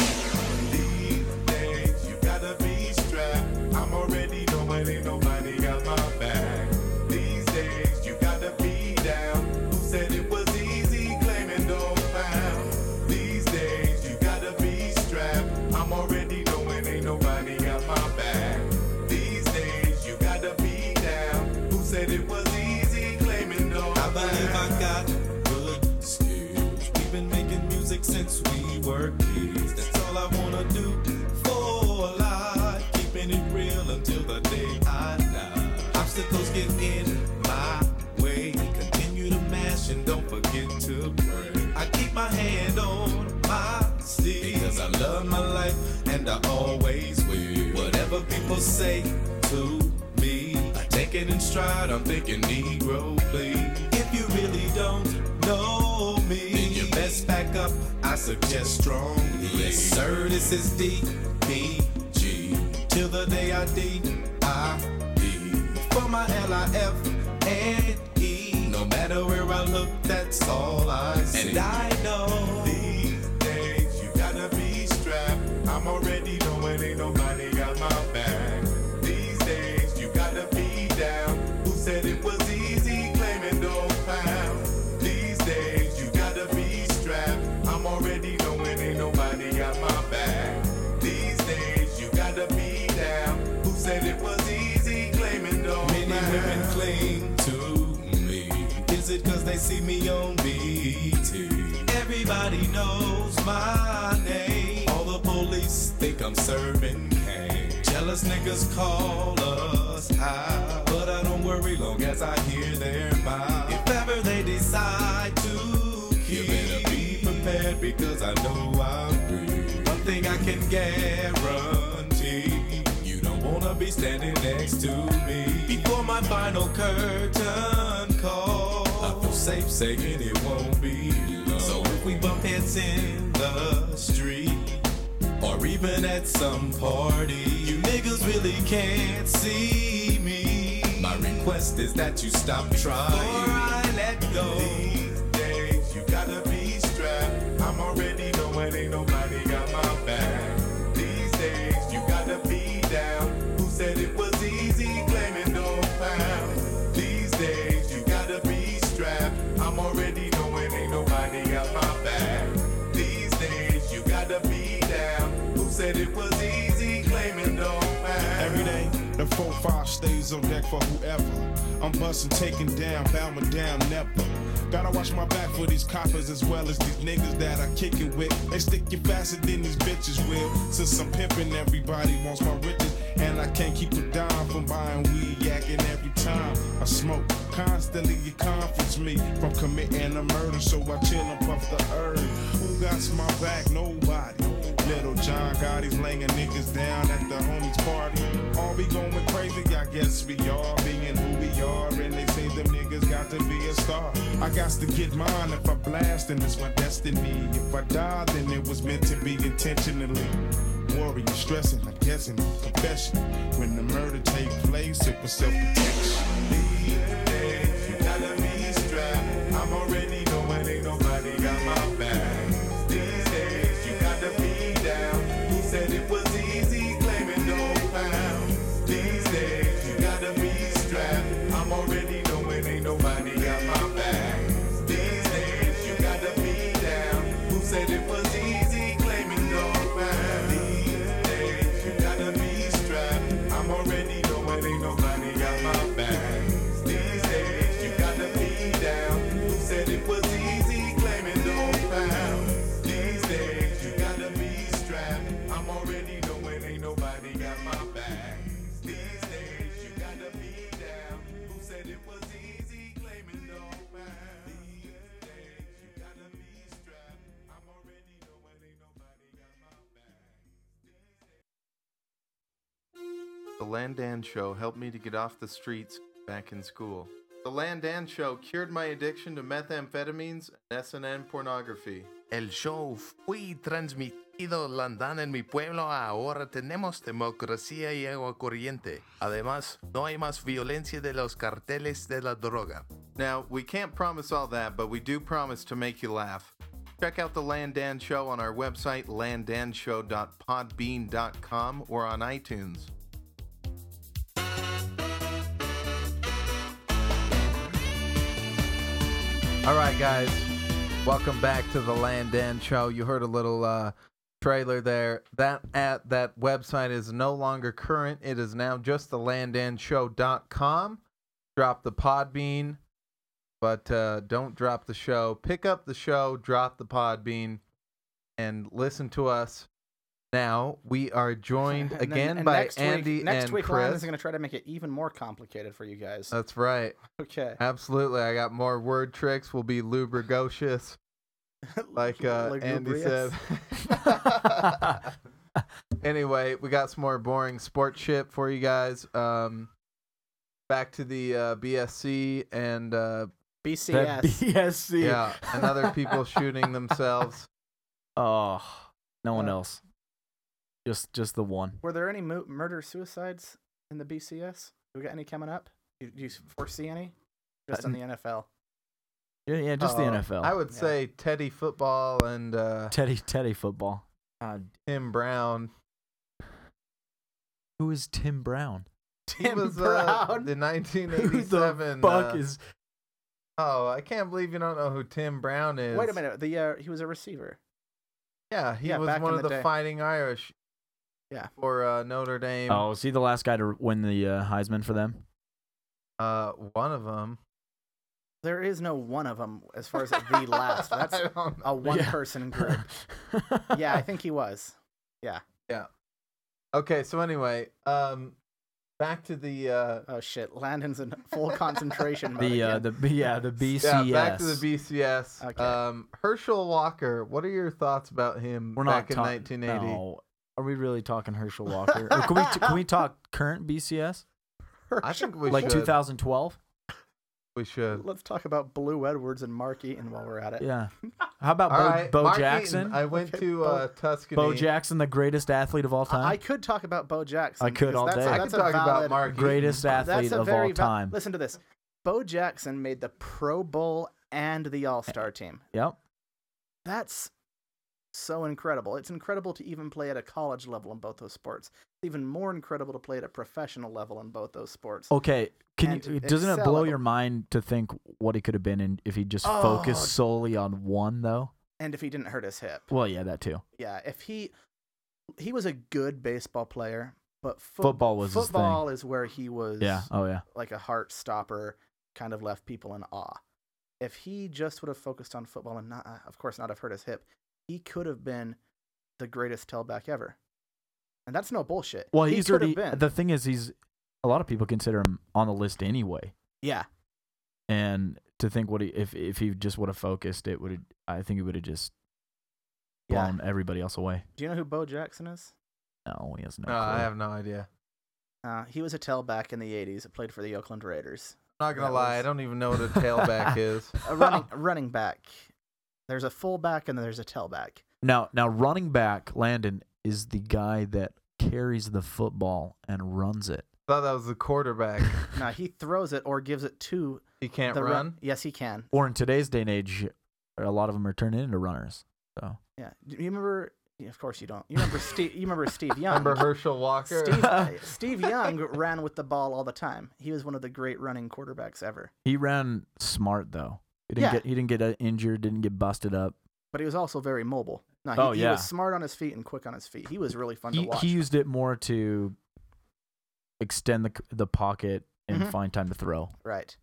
S10: These days, you gotta be strapped. I'm already knowing ain't nobody got my back. These days, you gotta be down. Who said it was easy claiming no found? These days, you gotta be strapped. I'm already knowing ain't nobody got my back. These days, you gotta be down. Who said it was easy claiming no I believe I got good skills. We've been making music since we were kids. That's all I wanna do for life. Keeping it real until the day I die. Obstacles get in my way. Continue to mash and don't forget to pray. I keep my hand on my steed. Because I love my life and I always will. Whatever people say to me. I take it in stride, I'm thinking Negro, please. If you really don't know me, then you best back up, I suggest strongly. Yes, sir, this is DBG. Till the day I D, I D. For my L, I F, and E. No matter where I look, that's all I see. And I know these days you gotta be strapped. I'm already knowing ain't nobody got my back. These days you gotta be down. Who said it was easy claiming no pound? These days you gotta be strapped. I'm already knowing ain't nobody got my back. These days you gotta be down. Who said it was easy claiming no Many women cling to me. Is it cause they see me on BT? Everybody knows my name. All the police think I'm serving cane. Jealous niggas call us out. But I don't worry long as I hear their mouth. If ever they decide to keep, you better be prepared because I know I'm free. One thing I can guarantee. You don't wanna be standing next to me before my final curtain call. I feel safe saying it won't be long. So if we bump heads in the street or even at some party, you niggas really can't see me. My request is that you stop trying. Before I let go. These days you gotta be strapped. I'm already knowing ain't nobody got my back. These days you gotta be down. Who said it was easy claiming no pound? These days you gotta be strapped. I'm already knowing ain't nobody got my back. These days you gotta be down. Who said it was easy claiming no pound?
S11: Every day, the four five stays on deck for whoever. I'm busting, taking down, bowing down, never. Gotta watch my back for these coppers as well as these niggas that I kick it with. They stick you faster than these bitches will. Since I'm pimping, everybody wants my riches, and I can't keep a dime from buying weed, yak, thinking every time I smoke. Constantly it comforts me from committing a murder, so I chill and puff the herb. Who got my back? Nobody. Little John got these laying niggas down at the homies party. All we going crazy, I guess we all being who we are. And they say them niggas got to be a star. I got to get mine if I blast, and it's my destiny. If I die, then it was meant to be intentionally worrying, stressing, I'm guessing, confession. When the murder take place, it was self-protection.
S6: You gotta be strapped. I'm already knowing ain't nobody got my back. These days, you gotta be down. Who said it was easy claiming no pounds? These days, you gotta be strapped. I'm already knowing ain't nobody got my back. These days, you gotta be down. Who said it was easy claiming no pounds? These days, you gotta be strapped. I'm already knowing ain't nobody got my back. These days, you gotta be down. Who said it was easy claiming no pounds? These days, you gotta be strapped. I'm already knowing ain't nobody got my back. These days, you gotta be down. Who said it was easy claiming no pounds? These days, you gotta be strapped. I'm already knowing ain't nobody got my back.
S1: The Landan Show helped me to get off the streets back in school. The Landan Show cured my addiction to methamphetamines and SNN pornography.
S8: El show fue transmitido en Landán en mi pueblo. Ahora tenemos democracia y agua corriente. Además, no hay más violencia de los carteles de la droga.
S1: Now, we can't promise all that, but we do promise to make you laugh. Check out The Landan Show on our website, landanshow.podbean.com, or on iTunes. All right, guys, welcome back to the Landan Show. You heard a little uh, trailer there. That at that website is no longer current. It is now just the landanshow.com. Drop the Podbean, but uh, don't drop the show. Pick up the show, drop the Podbean, and listen to us. Now we are joined
S3: And then-
S1: again
S3: and
S1: by
S3: next week-
S1: Andy
S3: next
S1: and
S3: week, Ryan is
S1: Chris. Uh,
S3: going to try to make it even more complicated for you guys.
S1: That's right.
S3: Okay.
S1: Absolutely. I got more word tricks. We'll be lubrigocious. Like uh, Andy said.
S3: Lugubrious.
S1: anyway, we got some more boring sports shit for you guys. Um, back to the uh, BSC and uh,
S3: BCS.
S9: BSC.
S1: Yeah, and other people shooting themselves.
S9: Oh, no one else. Just just the one.
S3: Were there any mu- murder suicides in the BCS? Do we got any coming up? Do, do you foresee any? Just in the NFL.
S9: Yeah, yeah just the
S1: Uh,
S9: NFL.
S1: I would say Teddy football and uh,
S9: Teddy Teddy football. God,
S1: Tim Brown.
S9: who is Tim Brown?
S1: he was Uh,
S3: Brown?
S1: the
S9: Who
S1: 1987.
S9: the fuck
S1: uh,
S9: is?
S1: Oh, I can't believe you don't know who Tim Brown is.
S3: Wait a minute. The uh, he was a receiver.
S1: Yeah, he
S3: Yeah,
S1: was
S3: back
S1: one
S3: in
S1: of
S3: the
S1: the
S3: day.
S1: Fighting Irish.
S3: Yeah.
S1: For uh, Notre Dame.
S9: Oh, is he the last guy to win the uh, Heisman for them?
S1: Uh, one of them.
S3: There is no one of them as far as the last. That's
S1: I don't know.
S3: a one-person group. Yeah, I think he was.
S1: Okay, so anyway, um, back to the uh,
S3: Oh shit, Landon's in full concentration mode.
S9: the uh,
S3: again.
S9: the B- yeah the BCS.
S1: yeah, back to the BCS.
S3: Okay.
S1: Um, Herschel Walker. What are your thoughts about him
S9: We're not
S1: back in
S9: talk-
S1: 1980?
S9: No. Are we really talking Herschel Walker? Or can we can we talk current BCS?
S1: I think we
S9: like
S1: should.
S9: 2012?
S1: We should.
S3: Let's talk about Blue Edwards and Mark Eaton while we're at it.
S9: uh, Yeah. How about Bo,
S1: All right,
S9: Bo
S1: Mark Eaton,
S9: Jackson?
S1: I went
S3: Okay,
S1: to
S3: Bo-
S1: uh, Tuscany.
S9: Bo Jackson, the greatest athlete of all time.
S3: I, I could talk about Bo Jackson.
S9: I could
S3: because
S9: all
S3: that's a-
S9: day. I
S1: I
S3: that's
S1: could
S3: a
S1: talk about
S3: valid-
S1: Mark
S9: greatest
S1: Eaton.
S9: athlete
S3: That's a
S9: of
S3: very
S9: all
S3: val-
S9: time.
S3: Listen to this. Bo Jackson made the Pro Bowl and the All Star team.
S9: yep.
S3: That's so incredible. It's incredible to even play at a college level in both those sports. It's even more incredible to play at a professional level in both those sports.
S9: Okay. Can
S3: And
S9: you,
S3: to
S9: doesn't it
S3: excel
S9: blow
S3: at-
S9: your mind to think what he could have been in if he just
S3: Oh.
S9: focused solely on one though?
S3: And if he didn't hurt his hip.
S9: Well, yeah, that too.
S3: Yeah, if he he was a good baseball player, but foot-
S9: Football was his thing.
S3: football is where he was
S9: Yeah. Oh yeah.
S3: like a heart stopper, kind of left people in awe. If he just would have focused on football and not, uh, of course, not have hurt his hip, he could have been the greatest tailback ever. And that's no bullshit.
S9: Well,
S3: he
S9: he's
S3: could
S9: already
S3: have been.
S9: the thing is he's a lot of people consider him on the list anyway.
S3: Yeah.
S9: And to think what he if if he just would have focused, it would I think it would have just
S3: Yeah.
S9: blown everybody else away.
S3: Do you know who Bo Jackson is?
S9: No, he has no.
S1: No, I
S9: clue.
S1: have no idea.
S3: Uh, he was a tailback in the 80s. that played for the Oakland Raiders.
S1: I'm not gonna
S3: That
S1: lie, I
S3: was-
S1: don't even know what a tailback is.
S3: A running, a running back. There's a fullback and then there's a tailback.
S9: Now, now running back Landon is the guy that carries the football and runs it.
S1: Thought that was the quarterback.
S3: Now he throws it or gives it to
S1: He can't
S3: the
S1: run.
S3: run. Yes, he can.
S9: Or in today's day and age, a lot of them are turning into runners. So
S3: Yeah. Do you remember? yeah, Of course you don't. You remember Steve? You remember Steve Young?
S1: Remember Herschel Walker? Oh,
S3: Steve, uh, Steve Young ran with the ball all the time. He was one of the great running quarterbacks ever.
S9: he ran smart though. He didn't
S3: Yeah.
S9: get he didn't get uh, injured. Didn't get busted up.
S3: But he was also very mobile. No, he,
S9: Oh,
S3: he
S9: yeah.
S3: was smart on his feet and quick on his feet. He was really fun to
S9: He,
S3: watch.
S9: he used it more to extend the c- the pocket and
S3: Mhm.
S9: find time to throw
S3: right.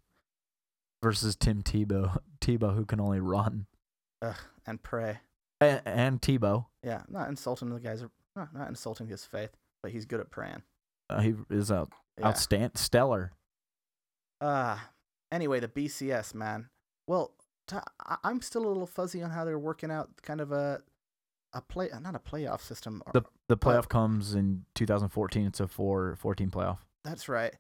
S9: versus Tim Tebow Tebow who can only run
S3: Ugh, and pray.
S9: and, and Tebow
S3: Yeah. Not insulting the guys. Not, not insulting his faith, but he's good at praying.
S9: uh, he is out
S3: Yeah.
S9: outstand stellar.
S3: Uh, anyway, the BCS, man. Well, t- I- I'm still a little fuzzy on how they're working out kind of a a play uh, not a playoff system. uh, or-
S9: The the
S3: But-
S9: playoff comes in 2014. It's a four 14 playoff.
S3: That's right.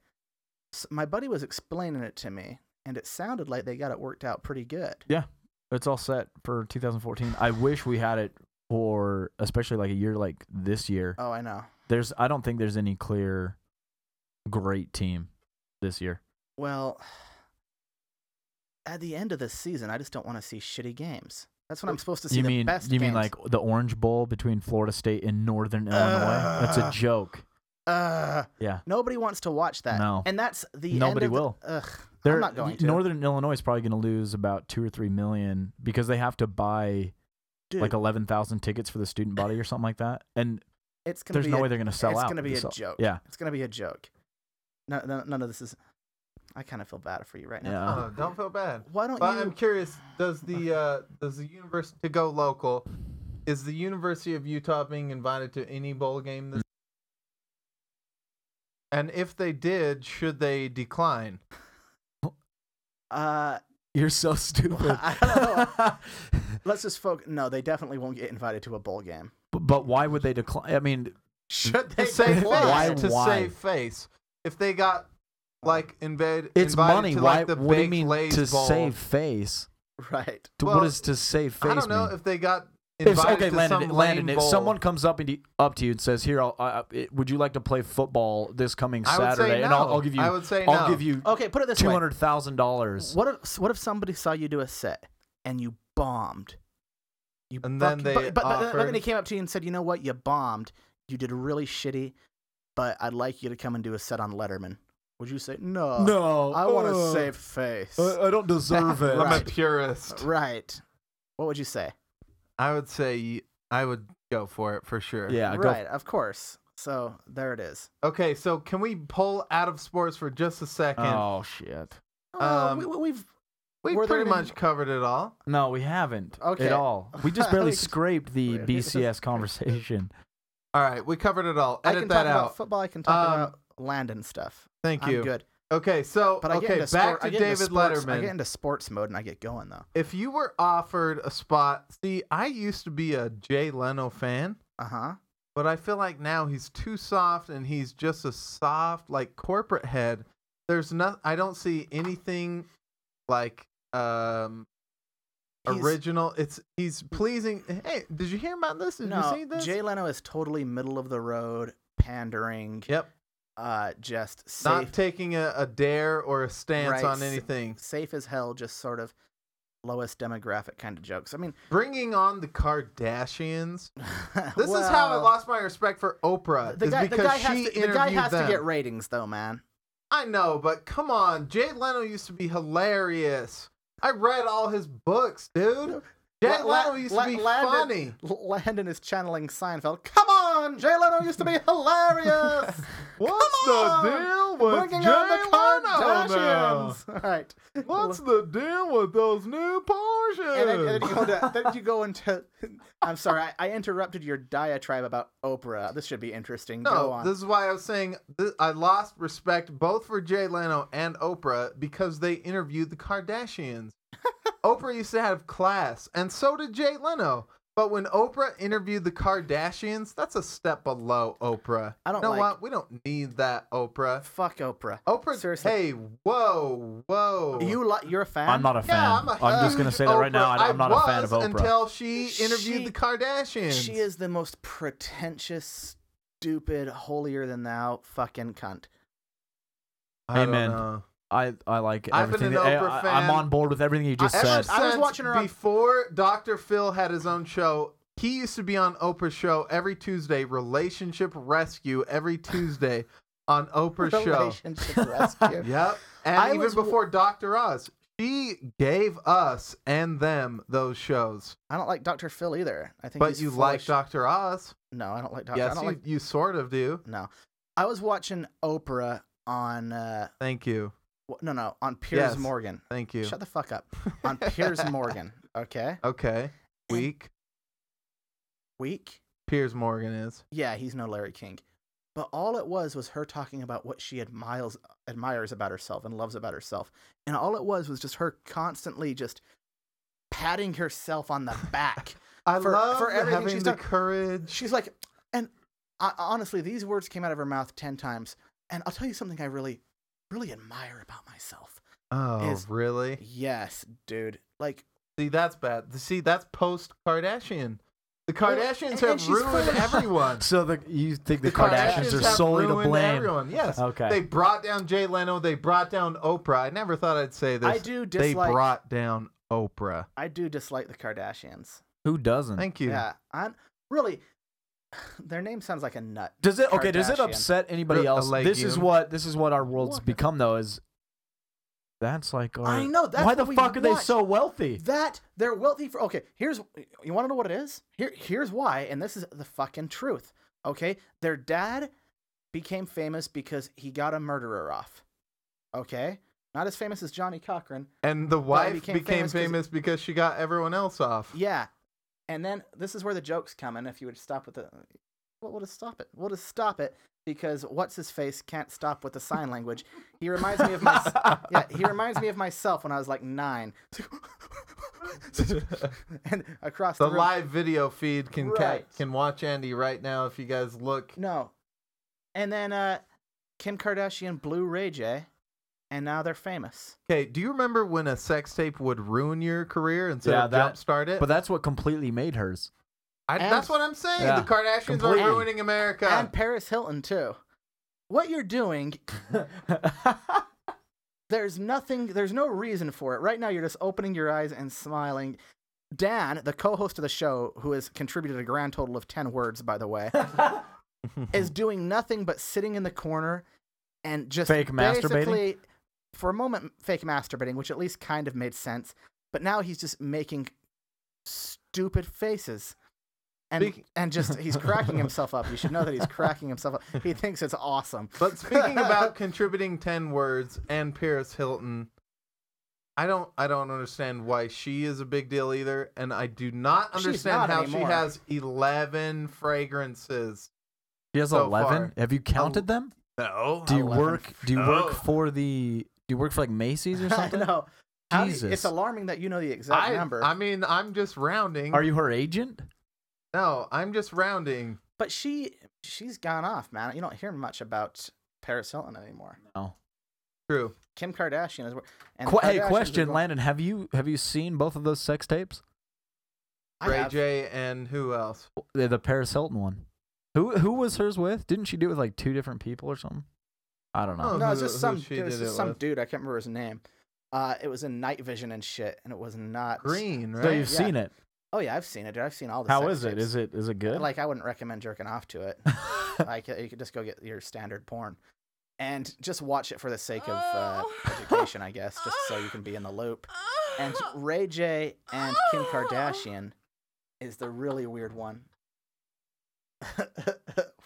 S3: S my buddy was explaining it to me, and it sounded like they got it worked out pretty good.
S9: Yeah, it's all set for 2014. I wish we had it for especially like a year like this year.
S3: Oh, I know.
S9: There's I don't think there's any clear great team this year.
S3: Well, at the end of the season, I just don't want to see shitty games. That's when I'm supposed to see
S9: you
S3: the
S9: mean
S3: best
S9: you mean
S3: games.
S9: like the Orange Bowl between Florida State and Northern Illinois? That's a
S3: Ugh.
S9: joke.
S3: uh,
S9: Yeah.
S3: nobody wants to watch that.
S9: No.
S3: And that's the end
S9: Nobody
S3: of the-
S9: will.
S3: ugh,
S9: They're,
S3: I'm not going to.
S9: Northern Illinois is probably going to lose about 2 or 3 million because they have to buy
S3: Dude,
S9: like 11,000 tickets for the student body or something like that. And
S3: it's gonna
S9: there's
S3: be
S9: no
S3: a-
S9: way they're going to sell
S3: it's
S9: out.
S3: gonna be
S9: They
S3: a
S9: sell-
S3: joke.
S9: Yeah.
S3: It's gonna be a joke. No, no, none of this is. I kind of feel bad for you right now.
S9: Yeah.
S1: Oh, don't feel bad.
S3: Why don't
S1: But
S3: you?
S1: I'm curious. Does the uh, does the university to go local? Is the University of Utah being invited to any bowl game this? And if they did, should they decline?
S3: Uh,
S9: You're so stupid.
S3: I let's just focus. No, they definitely won't get invited to a bowl game.
S9: but, but why would they decline? I mean,
S1: Should they
S3: To
S1: save
S3: save
S1: face?
S3: face.
S1: To
S9: Why?
S1: save face, if they got like invade,
S9: it's
S1: invited
S9: money.
S1: to,
S9: why?
S1: like, the
S9: what do you
S1: Baked
S9: mean
S1: Lays
S9: to
S1: bowl,
S9: save face?
S3: Right.
S9: To,
S1: Well,
S9: what is to save face?
S1: I don't know
S9: mean?
S1: if they got
S9: If,
S1: invited
S9: okay,
S1: to
S9: Landon.
S1: some
S9: Landon,
S1: lame
S9: if
S1: bowl.
S9: someone comes up and up to you and says, "Here, I'll, I, I- it- would you like to play football this coming
S1: I would say
S9: Saturday?" and I'll,
S1: no.
S9: I'll give you,
S1: I would say
S9: will
S1: no.
S9: give you
S3: Okay, put it this
S9: two
S3: way.
S9: hundred thousand dollars.
S3: What if what if somebody saw you do a set and you bombed? You
S1: And then they
S3: but, but, but, but then
S1: offered-
S3: they came up to you and said, "You know what? You bombed. You did really shitty, but I'd like you to come and do a set on Letterman." Would you say no?
S9: No,
S3: I want to
S9: uh,
S3: save face.
S9: I, I don't deserve it.
S1: I'm a
S3: Right.
S1: purist.
S3: right. What would you say?
S1: I would say I would go for it for sure.
S9: Yeah, go
S3: right, of course. So there it is.
S1: Okay, so can we pull out of sports for just a second?
S9: Oh shit!
S3: Oh,
S1: Um,
S3: we, we- we've
S1: we
S3: were there
S1: pretty
S3: any-
S1: much covered it all.
S9: No, we haven't
S3: Okay.
S9: at all. We just barely
S3: We just-
S9: scraped the
S3: we-
S9: BCS conversation.
S1: All right, we covered it all.
S3: I
S1: Edit
S3: can
S1: that
S3: talk
S1: out.
S3: about football. I can talk
S1: Um,
S3: about land and stuff.
S1: Thank you.
S3: I'm good.
S1: Okay, so
S3: But I get
S1: okay,
S3: into
S1: back
S3: sport,
S1: to
S3: I get into
S1: David
S3: sports- I
S1: Letterman.
S3: get into sports mode and I get going though.
S1: if you were offered a spot, see, I used to be a Jay Leno fan,
S3: Uh huh.
S1: but I feel like now he's too soft and he's just a soft like corporate head. There's no I don't see anything like um
S3: He's-
S1: original. It's he's pleasing. Hey, did you hear about this? Did
S3: no,
S1: you see this?
S3: Jay Leno is totally middle of the road, pandering.
S1: Yep.
S3: Uh, just safe,
S1: Not taking a, a dare or a stance
S3: Right,
S1: on
S3: s-
S1: anything.
S3: safe as hell, just sort of lowest demographic kind of jokes. I mean,
S1: Bringing on the Kardashians. This is how I
S3: well,
S1: lost my respect for Oprah.
S3: The
S1: is
S3: guy, the
S1: because
S3: guy,
S1: she
S3: has to, the
S1: interviewed
S3: guy has
S1: them.
S3: to get ratings, though, man.
S1: I know, but come on. Jay Leno used to be hilarious. I read all his books, dude. Jay
S3: La- La-
S1: Leno used
S3: La-
S1: to be funny.
S3: Landon, L- Landon is channeling Seinfeld. Come on, Jay Leno used to be hilarious.
S1: What's the
S3: Come on!
S1: deal with
S3: Bringing
S1: Jay
S3: on the
S1: Leno?
S3: Portions! All right.
S1: What's the deal with those new portions?
S3: And then, and then you go to, then you go into. I'm sorry, I, I interrupted your diatribe about Oprah. This should be interesting. go
S1: No,
S3: on.
S1: this is why I was saying th- I lost respect both for Jay Leno and Oprah because they interviewed the Kardashians. Oprah used to have class, and so did Jay Leno. But when Oprah interviewed the Kardashians, that's a step below Oprah.
S3: I don't
S1: know
S3: like-
S1: what we don't need that Oprah.
S3: Fuck Oprah.
S1: Oprah,
S3: Seriously.
S1: hey, whoa, whoa.
S3: You li- you're a fan?
S9: I'm not a fan.
S1: Yeah, I'm, a
S9: I'm just gonna
S1: huge
S9: say that right now.
S1: Oprah.
S9: I- I'm not a fan
S1: was
S9: of Oprah.
S1: until she interviewed
S3: She-
S1: the Kardashians.
S3: She is the most pretentious, stupid, holier than thou fucking cunt.
S1: I don't
S9: Amen.
S1: know.
S9: I I like
S1: I've been
S9: everything.
S1: an
S9: that-
S1: Oprah
S9: I, am
S1: fan.
S9: on board with everything you just
S1: Ever
S9: said.
S3: I was
S1: since
S3: watching her on-
S1: before Dr. Phil had his own show. He used to be on Oprah's show every Tuesday, Relationship Rescue every Tuesday on Oprah's show.
S3: Relationship rescue.
S1: Yep. And
S3: I
S1: even
S3: was-
S1: before Dr. Oz, she gave us and them those shows.
S3: I don't like Dr. Phil either. I think
S1: But
S3: he's
S1: you
S3: full of
S1: like
S3: sh-
S1: Dr. Oz.
S3: No, I don't like Dr. I
S1: Yes,
S3: don't
S1: you,
S3: like
S1: you sort of do.
S3: no. I was watching Oprah on uh
S1: Thank you.
S3: wh- no no on Piers
S1: Yes.
S3: Morgan.
S1: Thank you.
S3: Shut the fuck up. On Piers Morgan. Okay.
S1: Okay. Weak.
S3: Week.
S1: Piers Morgan is.
S3: Yeah, he's no Larry King. But all it was was her talking about what she admires admires about herself and loves about herself. And all it was was just her constantly just patting herself on the back.
S1: I
S3: For-
S1: love
S3: for everything
S1: having
S3: she's
S1: the
S3: done.
S1: courage.
S3: she's like, and I, honestly, these words came out of her mouth 10 times. And I'll tell you something I really, really admire about myself.
S1: Oh,
S3: is-
S1: really?
S3: Yes, dude. Like,
S1: See, that's bad. See, that's post Kardashian. The
S3: Well,
S1: Kardashians
S3: and- and
S1: have
S3: she's
S1: ruined
S3: full of-
S1: everyone.
S9: So the you think the,
S1: The
S9: Kardashians, are
S1: have
S9: solely to
S1: ruined
S9: blame?
S1: Everyone. Yes.
S9: Okay.
S1: They brought down Jay Leno. They brought down Oprah. I never thought I'd say this.
S3: I do
S1: They
S3: dislike-
S1: brought down Oprah.
S3: I do dislike the Kardashians.
S9: Who doesn't?
S1: Thank you.
S3: Yeah. I'm really, their name sounds like a nut.
S9: Does it okay? Does it
S3: Kardashian.
S9: upset anybody
S1: Re- a
S9: else? This is
S1: legume.
S9: what this is what our world's
S3: What?
S9: become though. Is that's like our,
S3: I know, that's
S9: why
S3: what
S9: the
S3: we
S9: fuck are they
S3: want.
S9: so wealthy?
S3: That they're wealthy for okay. Here's you want to know what it is. Here, here's why, and this is the fucking truth. Okay, their dad became famous because he got a murderer off. Okay, not as famous as Johnny Cochran.
S1: And the wife
S3: became
S1: became,
S3: famous
S1: famous,
S3: 'cause-
S1: because she got everyone else off.
S3: Yeah, and then this is where the jokes come in. If you would stop with the, well, we'll just stop it. We'll just stop it because what's his face can't stop with the sign language. He reminds me of my yeah. He reminds me of myself when I was like nine. and across the,
S1: The
S3: room-
S1: live video feed can ca-
S3: Right.
S1: can watch Andy right now if you guys look.
S3: No. And then uh, Kim Kardashian blew Ray J, and now they're famous.
S1: Okay, do you remember when a sex tape would ruin your career instead
S9: Yeah,
S1: of
S9: that-
S1: jumpstart it?
S9: But that's what completely made hers.
S1: I,
S3: And-
S1: that's what I'm saying.
S9: Yeah.
S1: the Kardashians
S9: Completely.
S1: are ruining America.
S3: And Paris Hilton, too. What you're doing, there's nothing, there's no reason for it. Right now, you're just opening your eyes and smiling. Dan, the co host of the show, who has contributed a grand total of 10 words, by the way, is doing nothing but sitting in the corner and just
S9: Fake masturbating?
S3: basically, For a moment, fake masturbating, which at least kind of made sense. But now he's just making stupid faces. And,
S1: Speak-
S3: and just he's cracking himself up. You should know that he's cracking himself up. He thinks it's awesome.
S1: but speaking about contributing ten words and Paris Hilton, I don't I don't understand why she is a big deal either, and I do not
S3: She's
S1: understand
S3: not
S1: how
S3: anymore.
S1: she has eleven fragrances.
S9: She has
S1: So
S9: eleven.
S1: far. Oh,
S9: Have you counted them?
S8: No.
S9: Do you
S3: 11.
S9: work? Do you work
S8: Oh.
S9: for the? Do you work for like Macy's or
S3: I
S9: something?
S3: know. How do you-
S9: Jesus.
S3: it's alarming that you know the exact
S1: I
S3: number.
S1: I mean I'm just rounding.
S9: Are you her agent?
S1: No, I'm just rounding.
S3: but she she's gone off, man. You don't hear much about Paris Hilton anymore.
S9: No.
S1: True.
S3: Kim Kardashian is. wor- And
S9: Qu-
S3: the
S9: hey,
S3: Kardashians are
S9: question,
S3: going-
S9: Landon. Have you have you seen both of those sex tapes?
S3: I
S1: Ray
S3: have-
S1: J and who else?
S9: The, the Paris Hilton one. Who who was hers with? Didn't she do it with like two different people or something? I don't know.
S1: Oh,
S3: No, it's
S1: who-
S3: just
S1: who
S3: some.
S1: she
S3: It was
S1: did
S3: just
S1: it
S3: some
S1: with.
S3: dude. I can't remember his name. Uh, it was in night vision and shit, and it was not
S1: Green, right?
S9: so you've
S3: yeah.
S9: seen it.
S3: Oh yeah, I've seen it. dude. I've seen all the.
S9: How
S3: sex
S9: is it?
S3: tapes.
S9: Is it is it good?
S3: Like I wouldn't recommend jerking off to it. like you could just go get your standard porn, and just watch it for the sake of uh,
S12: Oh.
S3: education, I guess, just so you can be in the loop. And
S12: Oh.
S3: Ray J and Kim Kardashian is the really weird one.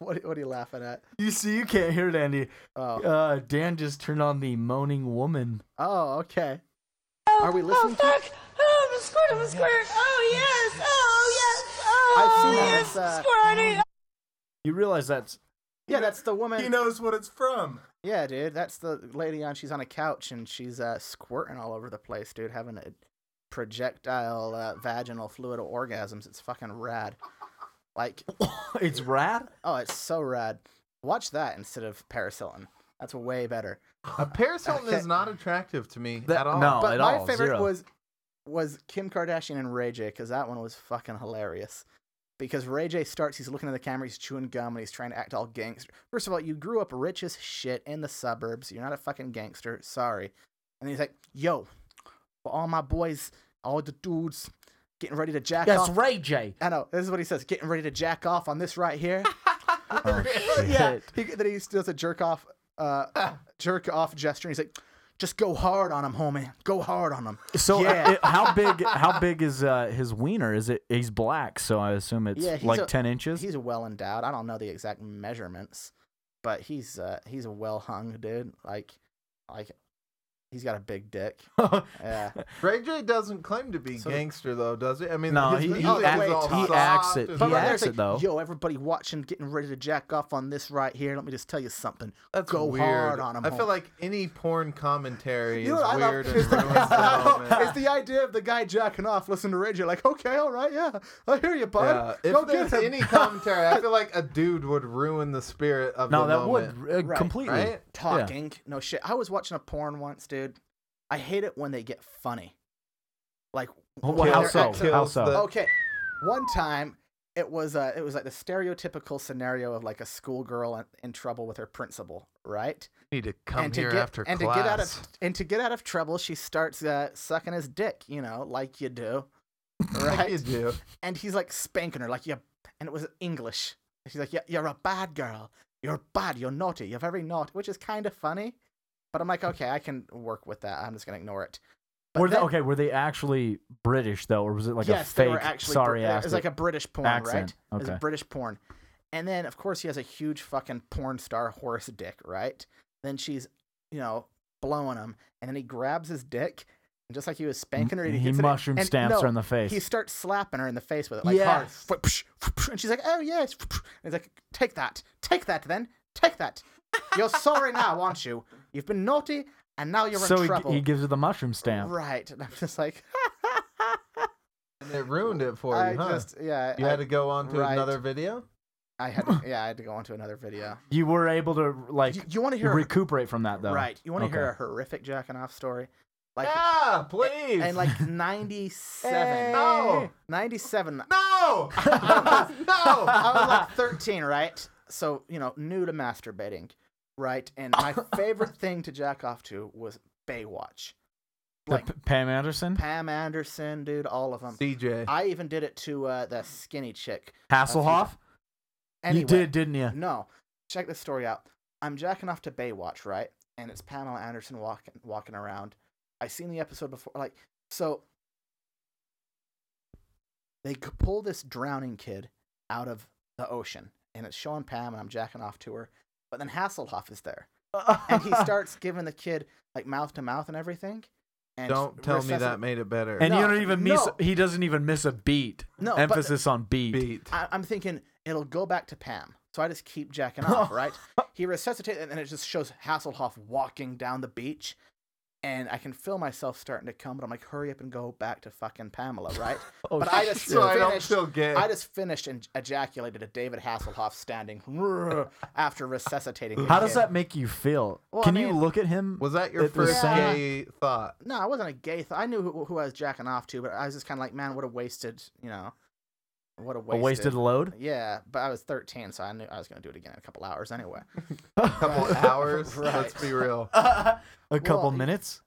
S3: What, what are you laughing at?
S12: You see, you can't hear it, Andy. Uh, Dan just turned on the moaning woman.
S3: Oh, okay. Are we listening to?
S13: Oh, I'm squirt, I'm squirt. Oh, yes. Oh, yes.
S3: I've
S13: Oh,
S3: seen that.
S13: yes.
S3: It's, uh,
S13: Squirting.
S9: You realize that's
S3: Yeah, that's the woman.
S2: He knows what it's from.
S3: Yeah, dude, that's the lady on. She's on a couch and she's uh, squirting all over the place, dude, having a projectile uh, vaginal fluid orgasms. It's fucking rad. Like,
S12: it's rad.
S3: Oh, it's so rad. Watch that instead of Paris Hilton. That's way better.
S1: A Paris Hilton is not attractive to me at all.
S3: but my favorite was was Kim Kardashian and Ray J because that one was fucking hilarious. Because Ray J starts, he's looking at the camera, he's chewing gum, and he's trying to act all gangster. First of all, you grew up rich as shit in the suburbs. You're not a fucking gangster. Sorry. And he's like, "Yo, for all my boys, all the dudes getting ready to jack
S12: That's
S3: off."
S12: Ray J.
S3: I know. This is what he says: getting ready to jack off on this right here. Oh, yeah.
S12: shit.
S3: He, then he does a jerk off, uh, jerk off gesture, and he's like, "Just go hard on him, homie. Go hard on him."
S9: So
S3: yeah,
S9: uh, it- how big how big is uh, his wiener? Is it he's black, so I assume it's
S3: Yeah, he's
S9: like
S3: a-
S9: ten inches.
S3: He's well endowed. I don't know the exact measurements, but he's uh, he's a well hung dude. Like, like he's got a big dick. yeah.
S1: Ray J doesn't claim to be
S3: So-
S1: gangster though, does he? I mean,
S9: No,
S1: his
S9: he- he
S1: music is
S9: act-
S1: all
S9: he
S1: soft
S9: acts it-
S1: and-
S9: he
S3: But when
S9: acts
S3: there's
S9: it
S3: like,
S9: though.
S3: Yo, everybody watching, getting ready to jack off on this right here. Let me just tell you something.
S1: That's
S3: go
S1: weird.
S3: hard on him.
S1: I feel like any porn commentary
S3: You know
S1: is
S3: what I love?
S1: weird
S3: It's
S1: and
S3: the-
S1: ruins the moment.
S3: it's the idea of the guy jacking off, listening to radio, like, okay, all right, yeah, I hear you, bud.
S1: Yeah,
S3: Go
S1: if
S3: get
S1: there's
S3: him.
S1: any commentary, I feel like a dude would ruin the spirit of
S9: No,
S1: the
S9: that would,
S1: moment.
S9: uh, Right. completely. Yeah.
S3: talking. No shit. I was watching a porn once, dude. I hate it when they get funny. Like
S9: Well,
S3: when
S9: how
S3: they're
S9: so?
S3: acting-
S9: How so?
S3: Okay, one time it was uh, it was like the stereotypical scenario of like a schoolgirl in, in trouble with her principal, right?
S1: Need to come
S3: and
S1: here
S3: to get,
S1: after
S3: and
S1: class.
S3: to get out of and to get out of trouble, she starts uh, sucking his dick, you know, like you do, right?
S1: you do.
S3: And he's like spanking her, like you. And it was English. And she's like, yeah, "You're a bad girl. You're bad. You're naughty. You're very naughty," which is kind of funny. But I'm like, okay, I can work with that. I'm just gonna ignore it. But
S9: Were they,
S3: then-
S9: okay, were they actually British though, or was it like
S3: yes,
S9: a fake?
S3: they were actually
S9: sorry,
S3: Brit-
S9: ass.
S3: It was like a British porn,
S9: accent.
S3: right? It was
S9: Okay.
S3: a British porn. And then of course he has a huge fucking porn star horse dick, right? Then she's, you know, blowing him, and then he grabs his dick, and just like he was spanking her,
S9: M-
S3: he,
S9: Mm, he
S3: gets in it,
S9: mushroom
S3: and
S9: stamps
S3: no,
S9: her in the face.
S3: He starts slapping her in the face with it, like hard.
S9: Yes.
S3: Fwip, psh, fwip, psh, And she's like, "Oh yes." fwip, psh. And he's like, "Take that, take that, then take that. You're sorry now, aren't you? You've been naughty, and now you're
S9: so
S3: in
S9: he,
S3: trouble."
S9: he gives her the mushroom stamp.
S3: right, and I'm just like,
S1: And it ruined it for you,
S3: I
S1: huh?
S3: just- yeah,
S1: You
S3: I-
S1: had to go on to
S3: right.
S1: another video.
S3: I had to, yeah, I had to go on to another video.
S9: You were able to like you,
S3: wanna hear-
S9: recuperate from that though,
S3: Right. You want to
S9: Okay.
S3: hear a horrific jacking off story? Like
S1: Ah, please.
S3: And like 97.
S1: No.
S3: 97.
S1: No. no.
S3: I was like 13, right? So, you know, new to masturbating, right? And my favorite thing to jack off to was Baywatch.
S9: The P- Pam Anderson,
S3: Pam Anderson, dude, all of them.
S1: DJ.
S3: I even did it to uh, the skinny chick. a few-
S9: Hasselhoff.
S3: Anyway,
S9: you did, didn't you?
S3: No. Check this story out. I'm jacking off to Baywatch, right? And it's Pamela Anderson walking walking around. I seen the episode before like so they c- pull this drowning kid out of the ocean and it's showing Pam and I'm jacking off to her. But then Hasselhoff is there. and he starts giving the kid like mouth to mouth and everything. And
S1: Don't tell me
S3: recessive-
S1: that made it better.
S9: And you
S3: No,
S9: don't even miss.
S3: no.
S9: He doesn't even miss a beat.
S3: No, but-
S9: emphasis on beat.
S3: I, I'm thinking it'll go back to Pam. So I just keep jacking off, right? He resuscitates, and then it just shows Hasselhoff walking down the beach, and I can feel myself starting to come, but I'm like, hurry up and go back to fucking Pamela, right?
S1: Oh,
S3: but I just
S1: shit. So I don't
S3: finished,
S1: feel gay.
S3: I just finished and ejaculated at David Hasselhoff standing after resuscitating. the
S9: How does
S3: kid.
S9: that make you feel?
S3: Well, I
S9: Can you
S3: mean-
S9: look at him?
S1: Was that your
S9: at the
S1: first
S9: same-
S1: gay thought?
S3: No, I wasn't a gay. Th- I knew who, who I was jacking off to, but I was just kind of like, man, what a wasted, you know, what a wasted,
S9: wasted load?
S3: Yeah, but I was 13, so I knew I was gonna do it again in a couple hours anyway.
S1: A couple hours.
S3: Right.
S1: Let's be real.
S9: A couple
S3: Well,
S9: minutes.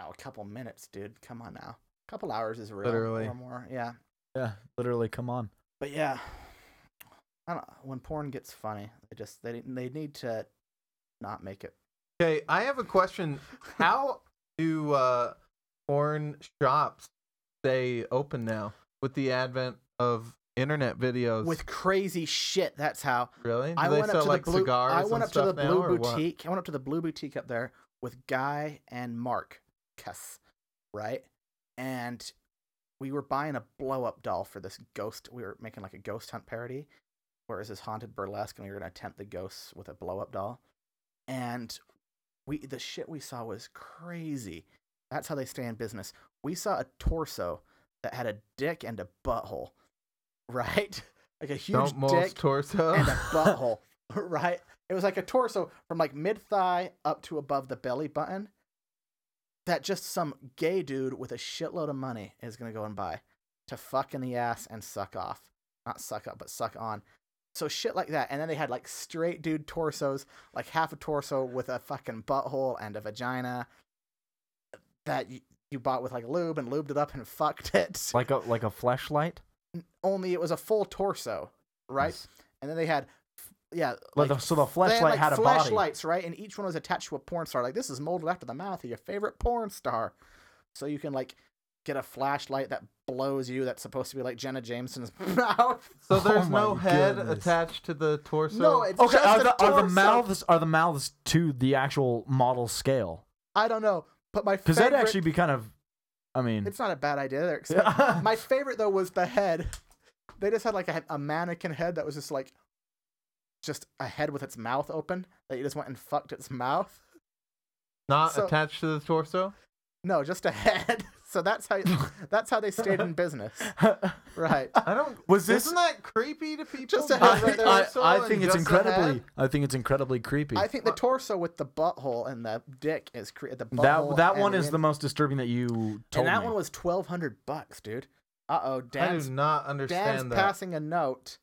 S3: Oh, a couple minutes, dude. Come on now. A couple hours is real.
S9: Literally.
S3: Or more. Yeah.
S9: Yeah, literally. Come on.
S3: But yeah, I don't. When porn gets funny, they just they they need to not make it.
S1: Okay, I have a question. How do uh, porn shops stay open now with the advent of internet videos.
S3: with crazy shit. That's how.
S1: Really? Do
S3: I
S1: they
S3: went
S1: sell,
S3: up to
S1: like,
S3: the blue.
S1: cigars
S3: I went
S1: and
S3: up to the
S1: stuff now,
S3: blue
S1: or what?
S3: boutique. I went up to the blue boutique up there with Guy and Mark Kess, right? And we were buying a blow up doll for this ghost. We were making like a ghost hunt parody, where it's this haunted burlesque, and we were gonna tempt the ghosts with a blow up doll. And we the shit we saw was crazy. That's how they stay in business. We saw a torso that had a dick and a butthole, right? Like a huge
S1: Don't molest
S3: dick
S1: torso.
S3: and a butthole, right? It was like a torso from like mid thigh up to above the belly button. That just some gay dude with a shitload of money is gonna go and buy to fuck in the ass and suck off, not suck up, but suck on. So shit like that, and then they had like straight dude torsos, like half a torso with a fucking butthole and a vagina that you, you bought with like lube and lubed it up and fucked it
S9: Like a like a flashlight.
S3: only it was a full torso, right? And then they had, f- yeah,
S9: Well, the- so the
S3: they
S9: fleshlight had a body.
S3: fleshlights, right? And each one was attached to a porn star. Like this is molded after the mouth of your favorite porn star, so you can like get a flashlight that blows you. That's supposed to be like Jenna Jameson's mouth.
S1: So there's no head attached to the torso.
S3: oh No, it's
S9: okay,
S3: just
S9: are
S3: a
S9: the, are
S3: torso.
S9: the mouths are the mouths to the actual model scale?
S3: I don't know, but my
S9: Because
S3: favorite.
S9: that'd actually be kind of, I mean,
S3: It's not a bad idea. They're expensive. my favorite though was the head. They just had like a, a mannequin head that was just like, just a head with its mouth open. That you just went and fucked its mouth.
S1: Not
S3: so-
S1: attached to the torso.
S3: No, just a head. So that's how that's how they stayed in business, right?
S1: I don't.
S9: Was this-
S1: Isn't that creepy to people?
S3: Just a
S1: Not
S3: head right
S1: the
S3: there.
S9: I,
S1: torso
S9: I
S1: and
S9: think it's
S1: just the head?
S9: incredibly, I think it's incredibly creepy.
S3: I think the torso with the butthole and the dick is cre- the
S9: that
S3: butthole
S9: that
S3: and
S9: one is
S3: in-
S9: the most disturbing that you told
S3: and that
S9: me.
S3: one was twelve hundred bucks, dude. Uh oh, Dan's
S1: not understand
S3: Dan's
S1: that.
S3: passing a note.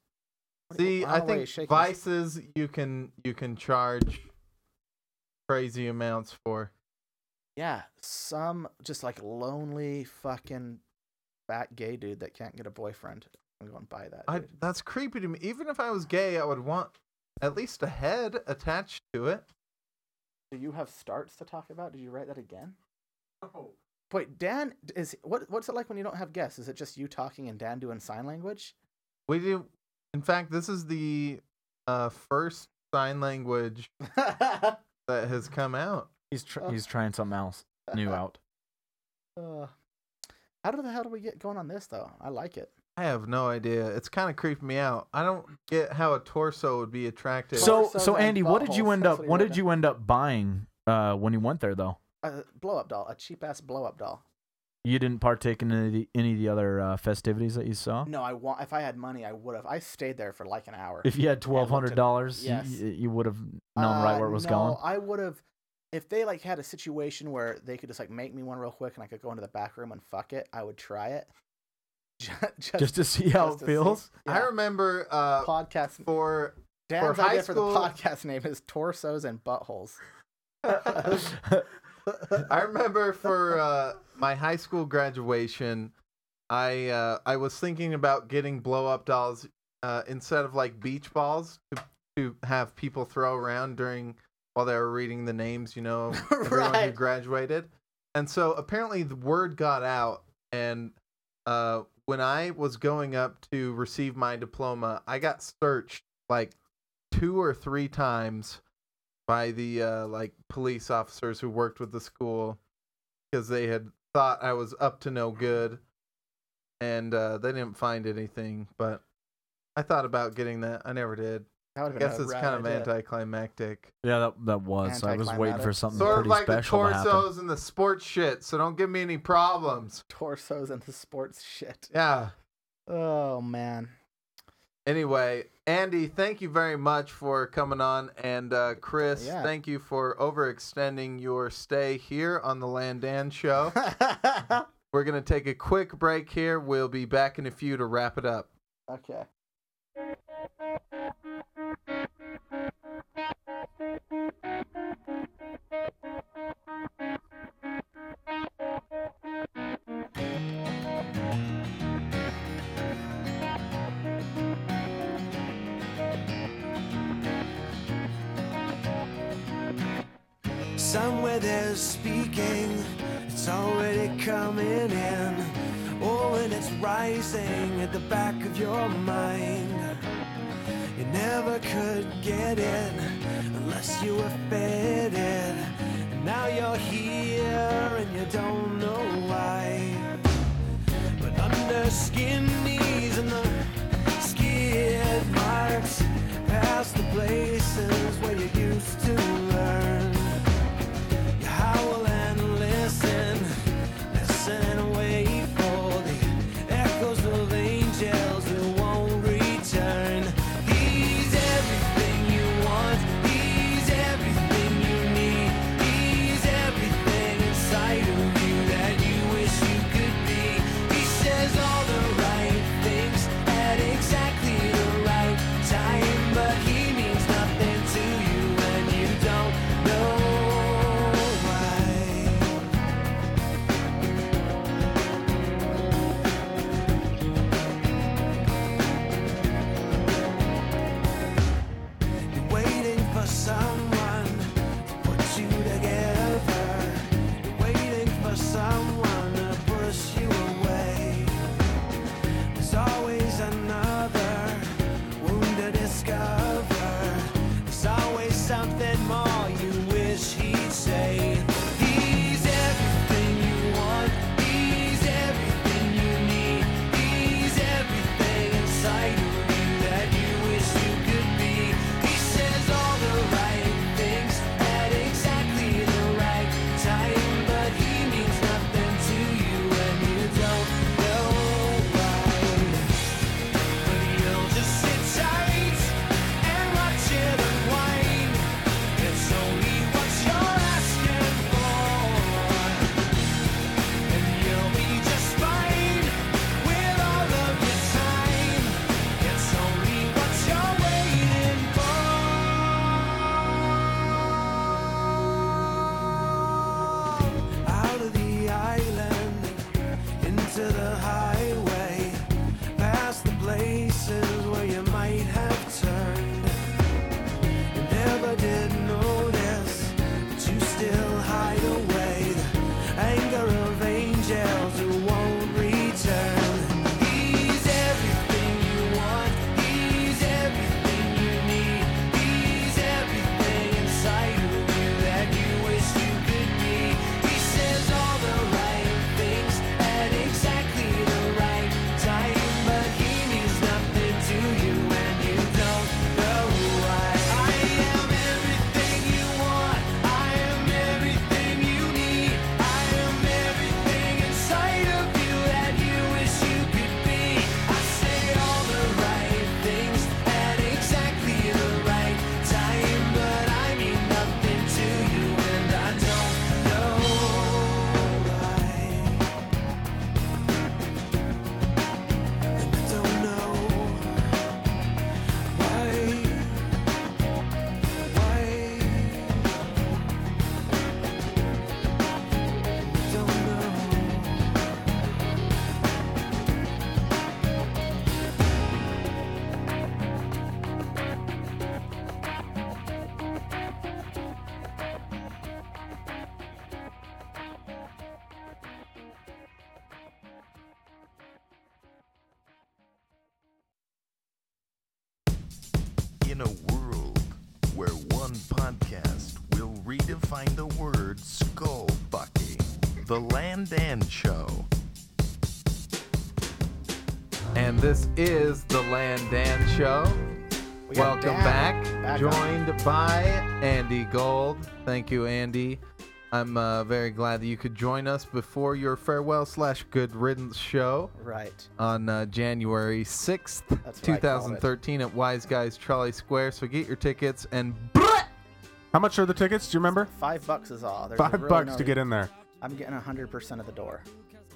S1: See,
S3: Wow,
S1: I
S3: why you
S1: think
S3: shaking?
S1: vices you can you can charge crazy amounts for.
S3: Yeah, some just like lonely fucking fat gay dude that can't get a boyfriend. I'm going to buy that.
S1: I
S3: dude.
S1: that's creepy to me. Even if I was gay, I would want at least a head attached to it.
S3: Do you have starts to talk about? Did you write that again? No. Wait, Dan is what? What's it like when you don't have guests? Is it just you talking and Dan doing sign language?
S1: We do. In fact, this is the uh, first sign language
S3: that
S1: has come out.
S9: He's
S3: Oh.
S9: tr- he's trying something else new out.
S3: Uh, how do the hell do we get going on this though? I like it.
S1: I have no idea. It's kind of creeping me out. I don't get how a torso would be attractive.
S9: So so Andy, what did you
S3: buttholes,
S9: end
S3: that's
S9: up?
S3: what
S9: What,
S3: he wrote
S9: did you end up buying uh, when you went there though?
S3: A blow up Uh, doll, a cheap ass blow up doll.
S9: You didn't partake in any of the, any of the other uh, festivities that you saw.
S3: No, I want. If I had money, I would have. I stayed there for like an hour.
S9: If you had
S3: and looked
S9: twelve hundred
S3: at-
S9: dollars,
S3: yes.
S9: you, would have known right
S3: Uh,
S9: where it was
S3: no,
S9: going.
S3: I would have. If they like had a situation where they could just like make me one real quick and I could go into the back room and fuck it, I would try it. Ju- just,
S9: Just to see how it
S3: to see.
S9: feels?
S1: I remember uh,
S3: podcast
S1: for
S3: Dan's
S1: for high
S3: idea for
S1: school-
S3: the podcast name is torsos and buttholes.
S1: I remember for uh, my high school graduation, I uh, I was thinking about getting blow up dolls uh, instead of like beach balls to, to have people throw around during while they were reading the names, you know, of everyone who
S3: Right.
S1: graduated. And so apparently the word got out, and uh, when I was going up to receive my diploma, I got searched like two or three times by the uh, like police officers who worked with the school because they had thought I was up to no good, and uh, they didn't find anything. But I thought about getting that. I never did.
S3: That would've
S1: I
S3: been
S1: guess
S3: a
S1: it's
S3: rad
S1: kind of
S3: idea.
S1: anticlimactic.
S9: Yeah, that that was. I was waiting for
S3: Anticlimactic.
S9: something
S1: Sort of
S9: pretty
S1: like the
S9: special to happen.
S1: torsos and the sports shit. So don't give me any problems.
S3: Torsos and the sports shit.
S1: Yeah.
S3: Oh man.
S1: Anyway, Andy, thank you very much for coming on, and uh, Chris,
S3: Yeah.
S1: thank you for overextending your stay here on the Landan Show. We're gonna take a quick break here. We'll be back in a few to wrap it up.
S3: Okay.
S14: Somewhere there's speaking, it's already coming in. Oh, and it's rising at the back of your mind. You never could get it unless you were fed it. And now you're here and you don't know why. But under skin knees and the skid marks, past the places where you used to learn. You howl and listen, listen and wait for the echoes of angels who won't return. He's everything you want, he's everything you need, he's everything inside of you that you wish you could be. He says all the right things at exactly the right time, but he means nothing to you and you don't know why. You're waiting for someone to put you together. You're waiting for someone to push you away. There's always another wound to discover. There's always something more you wish he'd say. He's everything you want. He's everything you need. He's everything inside of you that you wish you could be. He says all the right things at exactly the right time, but he means nothing to you and you don't know why. You'll just sit tight and watch it unwind. It's only what you're asking for, and you'll be just fine with all of your time. It's only what you're waiting for. Out of the island, into the highway past the places where you might have turned. You never did notice, but you still hide away the anger of angels who won't return. He's everything you want, he's everything you need, he's everything inside of you that you wish you could be. He says all the right things at exactly the right time, but he means nothing to you and you don't know why. I am everything you want, I am everything you need, I am everything inside of you that you wish you could be. I say all the right things at exactly the right time, but I mean nothing to you and I don't know why. Don't know why, why. Don't know.
S8: In a world where one podcast will redefine the word skull bucking, the Land and Show.
S1: And this is the Land Dan Show.
S8: We got
S1: Welcome
S8: Dan
S1: back,
S8: back
S1: joined by Andy Gold. Thank you, Andy. I'm uh, very glad that you could join us before your farewell slash good riddance show.
S3: Right.
S1: On uh, January 6th,
S3: what I called it.
S1: 2013 at Wise Guys Trolley Square. So get your tickets and. How much are the tickets? Do you remember?
S3: Five bucks is all. There's
S1: Five
S3: really
S1: bucks
S3: no
S1: to get in there.
S3: I'm getting 100% of the door.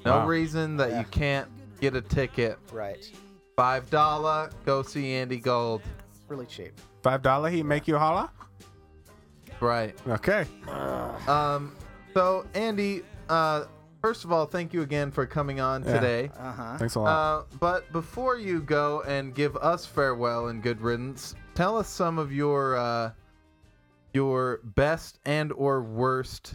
S1: No
S3: Wow.
S1: reason that you can't get a ticket.
S3: Right.
S1: Five dollar, go see Andy Gold.
S3: Really cheap.
S1: Five dollar, he make you holla. Right.
S2: Okay.
S1: Um. So Andy, uh, first of all, thank you again for coming on
S2: Yeah.
S1: today.
S2: Uh-huh. Thanks a lot.
S1: Uh, but before you go and give us farewell and good riddance, tell us some of your uh, your best and or worst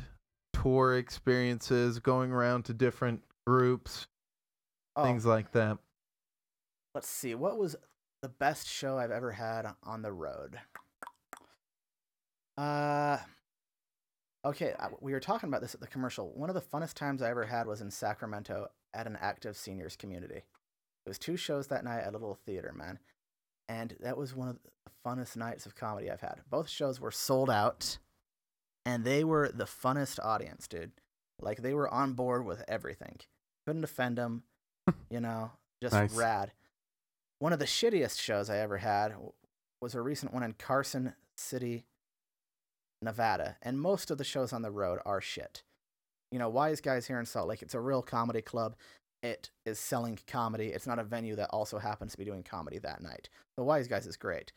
S1: tour experiences going around to different groups
S3: Oh.
S1: things like that
S3: Let's see. What was the best show I've ever had on the road? Uh, okay. I- We were talking about this at the commercial. One of the funnest times I ever had was in Sacramento at an active seniors community. It was two shows that night at a little theater, man, and that was one of the funnest nights of comedy I've had. Both shows were sold out, and they were the funnest audience, dude. Like they were on board with everything. Couldn't offend them, you know. Just
S2: Nice.
S3: rad. One of the shittiest shows I ever had w- was a recent one in Carson City, Nevada, and most of the shows on the road are shit. You know, Wise Guys here in Salt Lake, it's a real comedy club. It is selling comedy. It's not a venue that also happens to be doing comedy that night. The Wise Guys is great.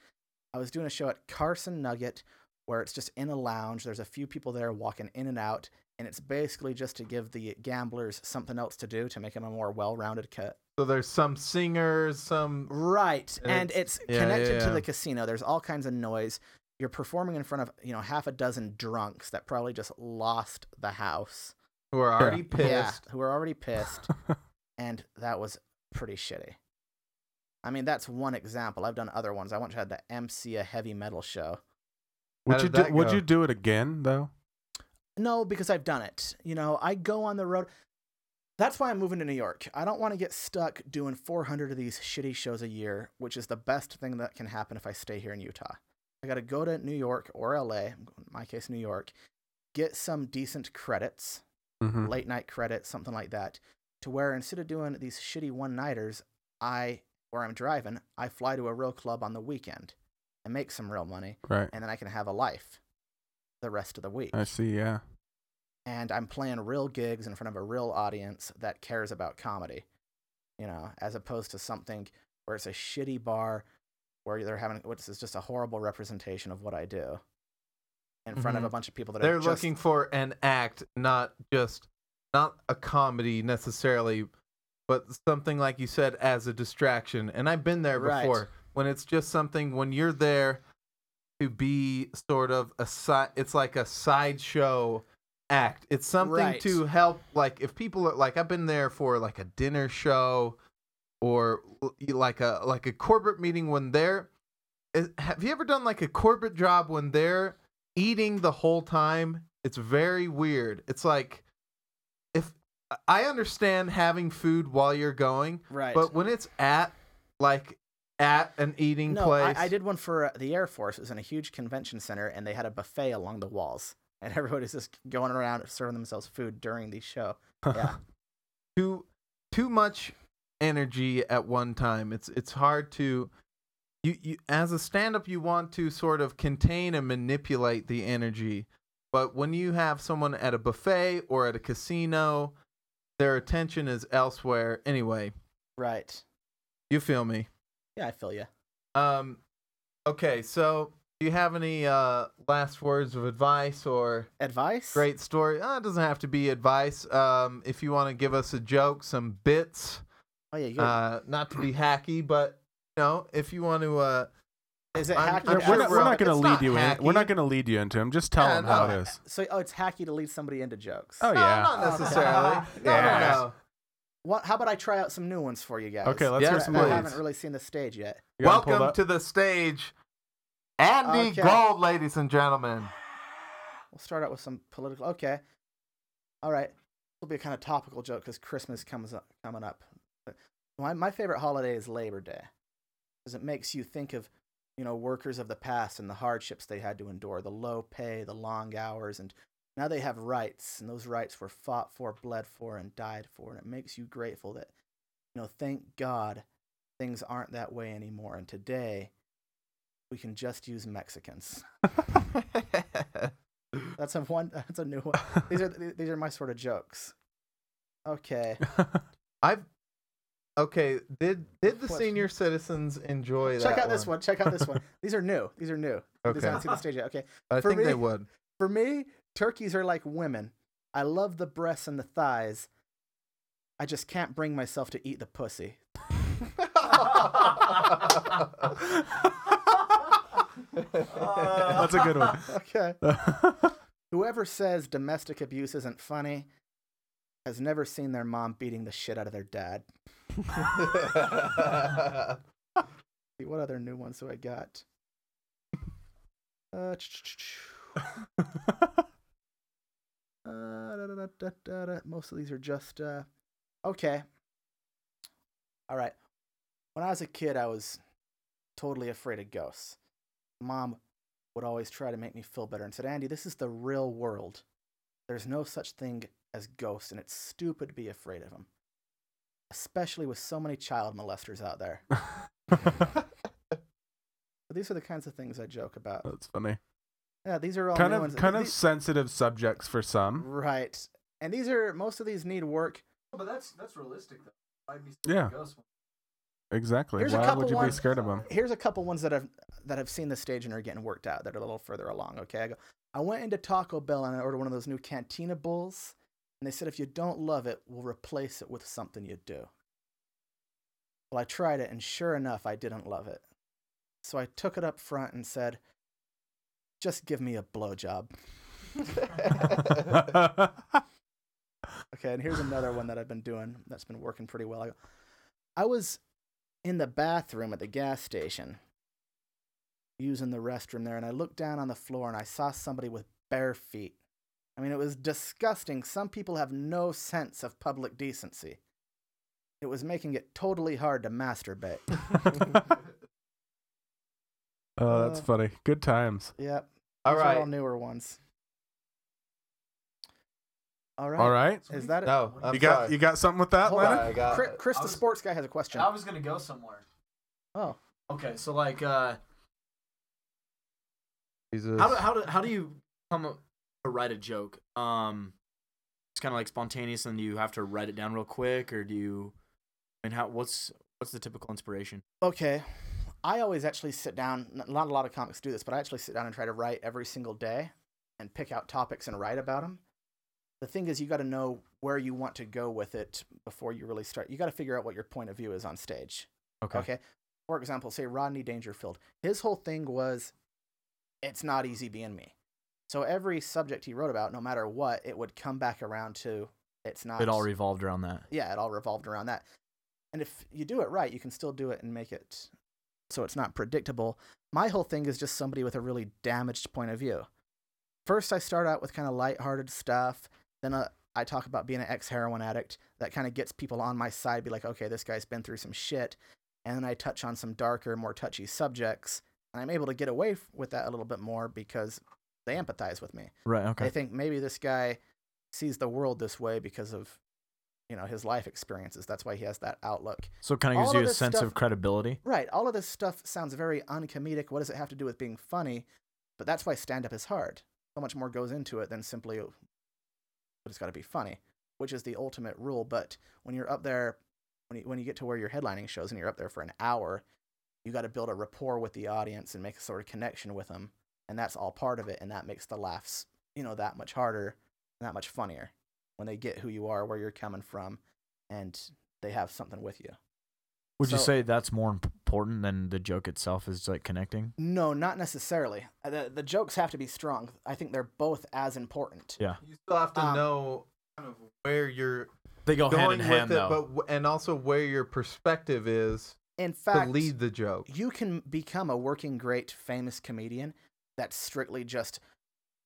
S3: I was doing a show at Carson Nugget where it's just in a lounge. There's a few people there walking in and out, and it's basically just to give the gamblers something else to do to make them a more well rounded co-
S1: so there's some singers some
S3: right and it's connected to the
S1: casino.
S3: casino. There's all kinds of noise. You're performing in front of you know half a dozen drunks that probably just lost the house,
S1: who are already
S3: Yeah,
S1: pissed
S3: who are already pissed, and that was pretty shitty. I mean, that's one example. I've done other ones. I once had to MC a heavy metal show.
S2: Would you
S1: did
S2: do,
S1: that
S2: Would
S1: go?
S2: you do it again though?
S3: No, because I've done it. You know, I go on the road. That's why I'm moving to New York. I don't want to get stuck doing 400 of these shitty shows a year, which is the best thing that can happen if I stay here in Utah. I got to go to New York or LA, in my case, New York, get some decent credits,
S2: Mhm.
S3: late night credits, something like that, to where instead of doing these shitty one nighters, I, where I'm driving, I fly to a real club on the weekend and make some real money.
S2: Right.
S3: And then I can have a life the rest of the week
S2: I see. Yeah.
S3: and I'm playing real gigs in front of a real audience that cares about comedy, you know, as opposed to something where it's a shitty bar where they're having which is just a horrible representation of what I do in front of a
S1: Mhm.
S3: bunch of people that
S1: they're
S3: are just,
S1: looking for an act not just not a comedy necessarily but something like you said as a distraction and i've been there
S3: Right.
S1: before when it's just something when you're there to be sort of a side it's like a sideshow act it's something
S3: Right.
S1: to help like if people are like i've been there for like a dinner show or l- like a like a corporate meeting when they're is- have you ever done like a corporate job when they're eating the whole time it's very weird it's like if i understand having food while you're going
S3: Right.
S1: but when it's at like at an eating
S3: no, I,
S1: place
S3: I did one for uh, the Air Force. It was in a huge convention center, and they had a buffet along the walls, and everybody's just going around serving themselves food during the show. Yeah,
S1: too too much energy at one time. It's it's hard to you, you as a stand up you want to sort of contain and manipulate the energy. But when you have someone at a buffet or at a casino, their attention is elsewhere anyway.
S3: right.
S1: You feel me?
S3: Yeah, I feel you.
S1: Um okay, so do you have any uh last words of advice or
S3: advice?
S1: Great story. Uh, it doesn't have to be advice. Um if you want to give us a joke, some bits,
S3: Oh yeah, you
S1: uh, not to be hacky, but you know, if you want to, uh,
S3: Is it hacky
S2: We're,
S3: to ask
S2: not, we're
S3: for-
S2: not going to
S3: It's
S2: lead
S3: not
S2: you. In, we're
S3: hacky.
S2: not going to lead you into him. Just tell
S3: Yeah,
S2: him how
S3: no.
S2: it is.
S3: So, oh, it's hacky to lead somebody into jokes.
S2: Oh, No, yeah.
S1: not necessarily. No, no, Yeah. no.
S3: What? How about I try out some new ones for you guys?
S2: Okay, let's Yes, hear some
S3: I
S2: please.
S3: haven't really seen the stage yet.
S2: You got 'em pulled
S1: welcome
S2: up?
S1: to the stage, Andy
S3: Okay.
S1: Gold, ladies and gentlemen.
S3: We'll start out with some political. Okay. All right. It'll be a kind of topical joke because Christmas comes up, coming up. But My, my favorite holiday is Labor Day because it makes you think of, you know, workers of the past and the hardships they had to endure, the low pay, the long hours, and now they have rights, and those rights were fought for, bled for, and died for, and it makes you grateful that, you know, thank God things aren't that way anymore, and today we can just use Mexicans. That's a one. That's a new one. These are th- these are my sort of jokes. Okay.
S1: I've okay. Did did the
S3: Question.
S1: senior citizens enjoy
S3: Check
S1: that?
S3: out this one. Check out this one. These are new. These are new. These
S1: Okay.
S3: haven't seen the stage yet. Okay.
S1: I
S3: For
S1: think
S3: me-
S1: they would.
S3: For me, turkeys are like women. I love the breasts and the thighs. I just can't bring myself to eat the pussy.
S2: That's a good one.
S3: okay. Whoever says domestic abuse isn't funny has never seen their mom beating the shit out of their dad. See, what other new ones do I got? Uh, Uh, da, da, da, da, da, da. Most of these are just uh, okay. All right. When I was a kid, I was totally afraid of ghosts. Mom would always try to make me feel better and said, "Andy, this is the real world. There's no such thing as ghosts, and it's stupid to be afraid of them, especially with so many child molesters out there." But these are the kinds of things I joke about.
S2: That's funny.
S3: Yeah, these are all
S2: kind
S3: new
S2: of
S3: ones.
S2: kind of
S3: These-
S2: sensitive subjects for some.
S3: Right. And these are most of these need work.
S4: But that's that's realistic though. I'd be scared
S2: Yeah.
S4: of ghosts.
S2: Exactly.
S3: Here's a
S2: Why
S3: couple
S2: would you be
S3: ones-
S2: scared of them?
S3: Here's a couple ones that have that have seen the stage and are getting worked out that are a little further along. Okay, I go. I went into Taco Bell and I ordered one of those new Cantina bowls, and they said if you don't love it, we'll replace it with something you do. Well, I tried it, and sure enough, I didn't love it. So I took it up front and said, "Just give me a blowjob." okay, and here's another one that I've been doing that's been working pretty well. I, I was in the bathroom at the gas station using the restroom there, and I looked down on the floor and I saw somebody with bare feet. I mean, it was disgusting. Some people have no sense of public decency. It was making it totally hard to masturbate.
S2: Oh, that's
S3: Uh,
S2: funny. Good times.
S3: yep.
S2: All
S3: These
S2: right.
S3: Are all newer ones. All right.
S2: All right.
S3: Is that it?
S2: you got you got something with that,
S3: Hold on.
S2: Leonard?
S1: uh,
S3: Chris, Chris the sports guy, has a question.
S15: I was gonna go somewhere.
S3: Oh.
S15: Okay, so like, uh,
S1: Jesus.
S15: how do how do how do you come up to write a joke? Um, it's kind of like spontaneous, and you have to write it down real quick, or do you? I mean, how what's what's the typical inspiration?
S3: Okay. I always actually sit down, n- not a lot of comics do this, but I actually sit down and try to write every single day and pick out topics and write about them. The thing is, you got to know where you want to go with it before you really start. You got to figure out what your point of view is on stage.
S15: Okay.
S3: Okay. For example, say Rodney Dangerfield. His whole thing was, it's not easy being me. So every subject he wrote about, no matter what, it would come back around to, it's not.
S9: It all revolved around that.
S3: yeah, it all revolved around that. And if you do it right, you can still do it and make it so it's not predictable. My whole thing is just somebody with a really damaged point of view. First, I start out with kind of lighthearted stuff. Then uh, I talk about being an ex heroin addict. That kind of gets people on my side, be like, okay, this guy's been through some shit. And then I touch on some darker, more touchy subjects. And I'm able to get away f- with that a little bit more because they empathize with me.
S9: Right, okay.
S3: They think maybe this guy sees the world this way because of you know his life experiences that's why he has that outlook
S9: So it kind of gives
S3: All
S9: you a
S3: this
S9: sense
S3: stuff-
S9: of credibility.
S3: right all of this stuff sounds very uncomedic what does it have to do with being funny but that's why stand up is hard so much more goes into it than simply "Oh, but it's got to be funny which is the ultimate rule but when you're up there when you, when you get to where you're headlining shows and you're up there for an hour you got to build a rapport with the audience and make a sort of connection with them and that's all part of it and that makes the laughs you know that much harder and that much funnier when they get who you are where you're coming from and they have something with you
S9: Would you
S3: So-
S9: say that's more imp- important than the joke itself is like connecting?
S3: no not necessarily Uh, the, the jokes have to be strong i think they're both as important
S9: Yeah.
S1: You still have to
S3: um,
S1: know kind of where you're
S9: They go hand
S1: going
S9: in
S1: with
S9: hand,
S1: it,
S9: though.
S1: but w- and also where your perspective is
S3: in fact
S1: to lead the joke.
S3: you can become a working great famous comedian that's strictly just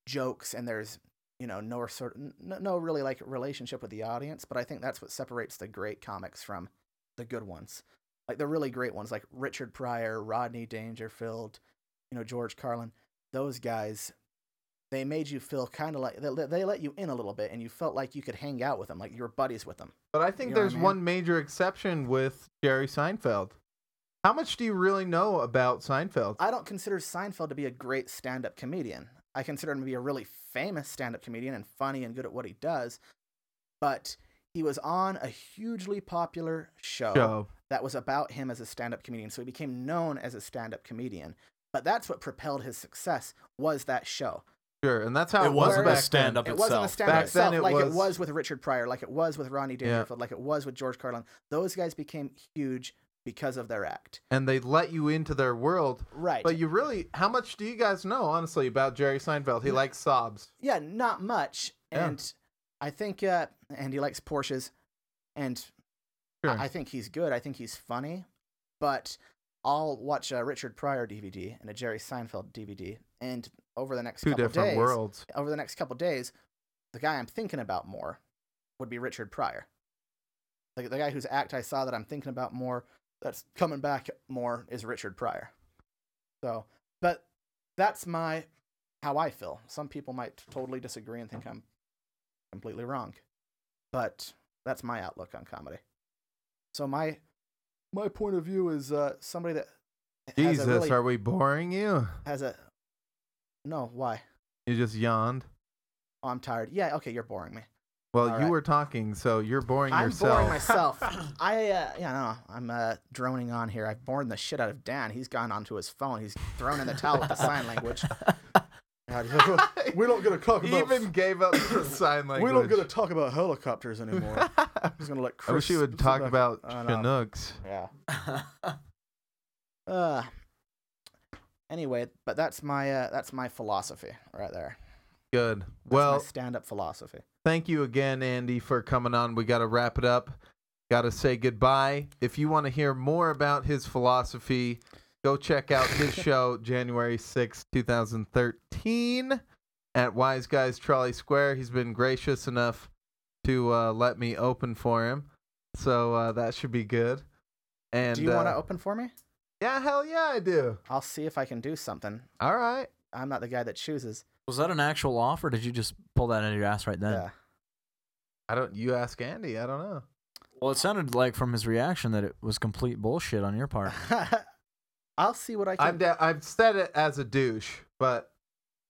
S3: jokes and there's you know no sort no, no really like relationship with the audience but i think that's what separates the great comics from the good ones like the really great ones like richard pryor rodney dangerfield you know george carlin those guys they made you feel kind of like they, they let you in a little bit and you felt like you could hang out with them like you were buddies with them
S1: But I think
S3: You know what I
S1: there's
S3: mean?
S1: one major exception with Jerry Seinfeld. How much do you really know about Seinfeld?
S3: I don't consider Seinfeld to be a great stand up comedian. I consider him to be a really famous stand up comedian and funny and good at what he does. But he was on a hugely popular show,
S1: Show.
S3: that was about him as a stand up comedian. So he became known as a stand up comedian. But that's what propelled his success was that show.
S1: Sure, and that's how
S9: It
S1: it, was
S9: wasn't a
S1: back
S9: stand-up
S1: then.
S3: It wasn't a stand up
S1: Back
S3: itself,
S1: then, it
S3: like
S1: was,
S3: it was with Richard Pryor, like it was with Ronnie
S1: Yeah.
S3: Dangerfield, like it was with George Carlin. Those guys became huge because of their act.
S1: and they let you into their world.
S3: Right.
S1: But you really, how much do you guys know, honestly, about Jerry Seinfeld? He likes sobs.
S3: Yeah, not much.
S1: Yeah.
S3: And I think uh, and he likes Porsches, and I-
S1: Sure.
S3: I, think he's good. I think he's funny, but I'll watch a Richard Pryor DVD and a Jerry Seinfeld DVD, and over the next
S1: Two
S3: couple
S1: different
S3: days,
S1: worlds.
S3: Over the next couple days, the guy I'm thinking about more would be Richard Pryor, the, the guy whose act I saw that I'm thinking about more. That's coming back more is Richard Pryor. So, but that's my how I feel. Some people might totally disagree and think I'm completely wrong, but that's my outlook on comedy. So my my point of view is uh, somebody that has
S1: Jesus,
S3: a really,
S1: are we boring you?
S3: has a no. Why?
S1: You just yawned.
S3: Oh, I'm tired. Yeah. Okay, you're boring me.
S1: Well,
S3: All
S1: you
S3: right.
S1: were talking, so you're boring
S3: I'm
S1: yourself.
S3: boring myself. I uh, yeah no, I'm uh, droning on here. I've bored the shit out of Dan. He's gone onto his phone. He's thrown in the towel with the sign language. we don't get to talk
S1: He even gave up the sign language.
S3: to talk about helicopters anymore. I'm just gonna let
S1: I wish you would
S3: sit
S1: talk
S3: back-
S1: about
S3: I know.
S1: Chinooks.
S3: Yeah. uh, anyway, but that's my uh, that's my philosophy right there.
S1: Good.
S3: That's my
S1: Well,
S3: stand-up philosophy.
S1: thank you again, Andy, for coming on. We got to wrap it up. Got to say goodbye. If you want to hear more about his philosophy, go check out his show January sixth, two 2013 at Wise Guys Trolley Square. He's been gracious enough to uh, let me open for him. So uh, that should be good. And
S3: do you want to
S1: uh,
S3: open for me?
S1: Yeah, hell yeah, I do.
S3: I'll see if I can do something.
S1: All right.
S3: I'm not the guy that chooses.
S9: Was that an actual offer? Or did you just pull that out of your ass right then?
S3: Yeah.
S1: I don't you ask Andy, I don't know.
S9: Well, it sounded like from his reaction that it was complete bullshit on your part.
S3: I'll see what I can.
S1: I'm da- I've said it as a douche, but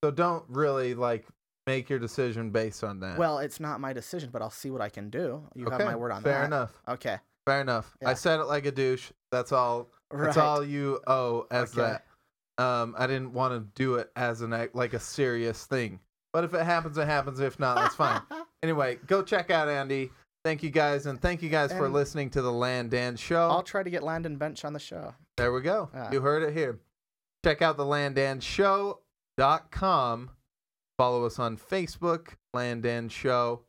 S1: so don't really like make your decision based on that.
S3: Well, it's not my decision, but I'll see what I can do. You have
S1: Uh. Okay,
S3: my word on that.
S1: fair enough.
S3: Okay.
S1: fair enough.
S3: Yeah.
S1: I said it like a douche. That's all. That's
S3: Right.
S1: all you owe as
S3: Okay.
S1: that. Um, I didn't want to do it as an act- like a serious thing, but if it happens, it happens. If not, that's fine. anyway, go check out Andy. Thank you guys, and thank you guys for
S3: And-
S1: listening to the Land Dan Show.
S3: I'll try to get Landon Bench on the show.
S1: There we go.
S3: Yeah.
S1: You heard it here. Check out the landanshow.com. Follow us on Facebook, Landan Show.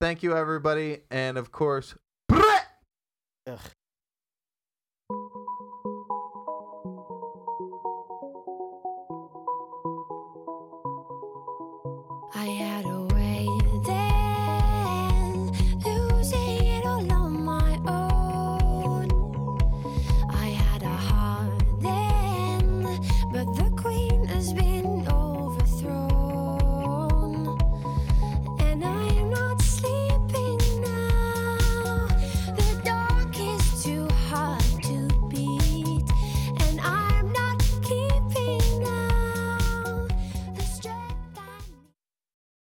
S1: Thank you, everybody. And of course,
S3: Ugh.
S16: I had a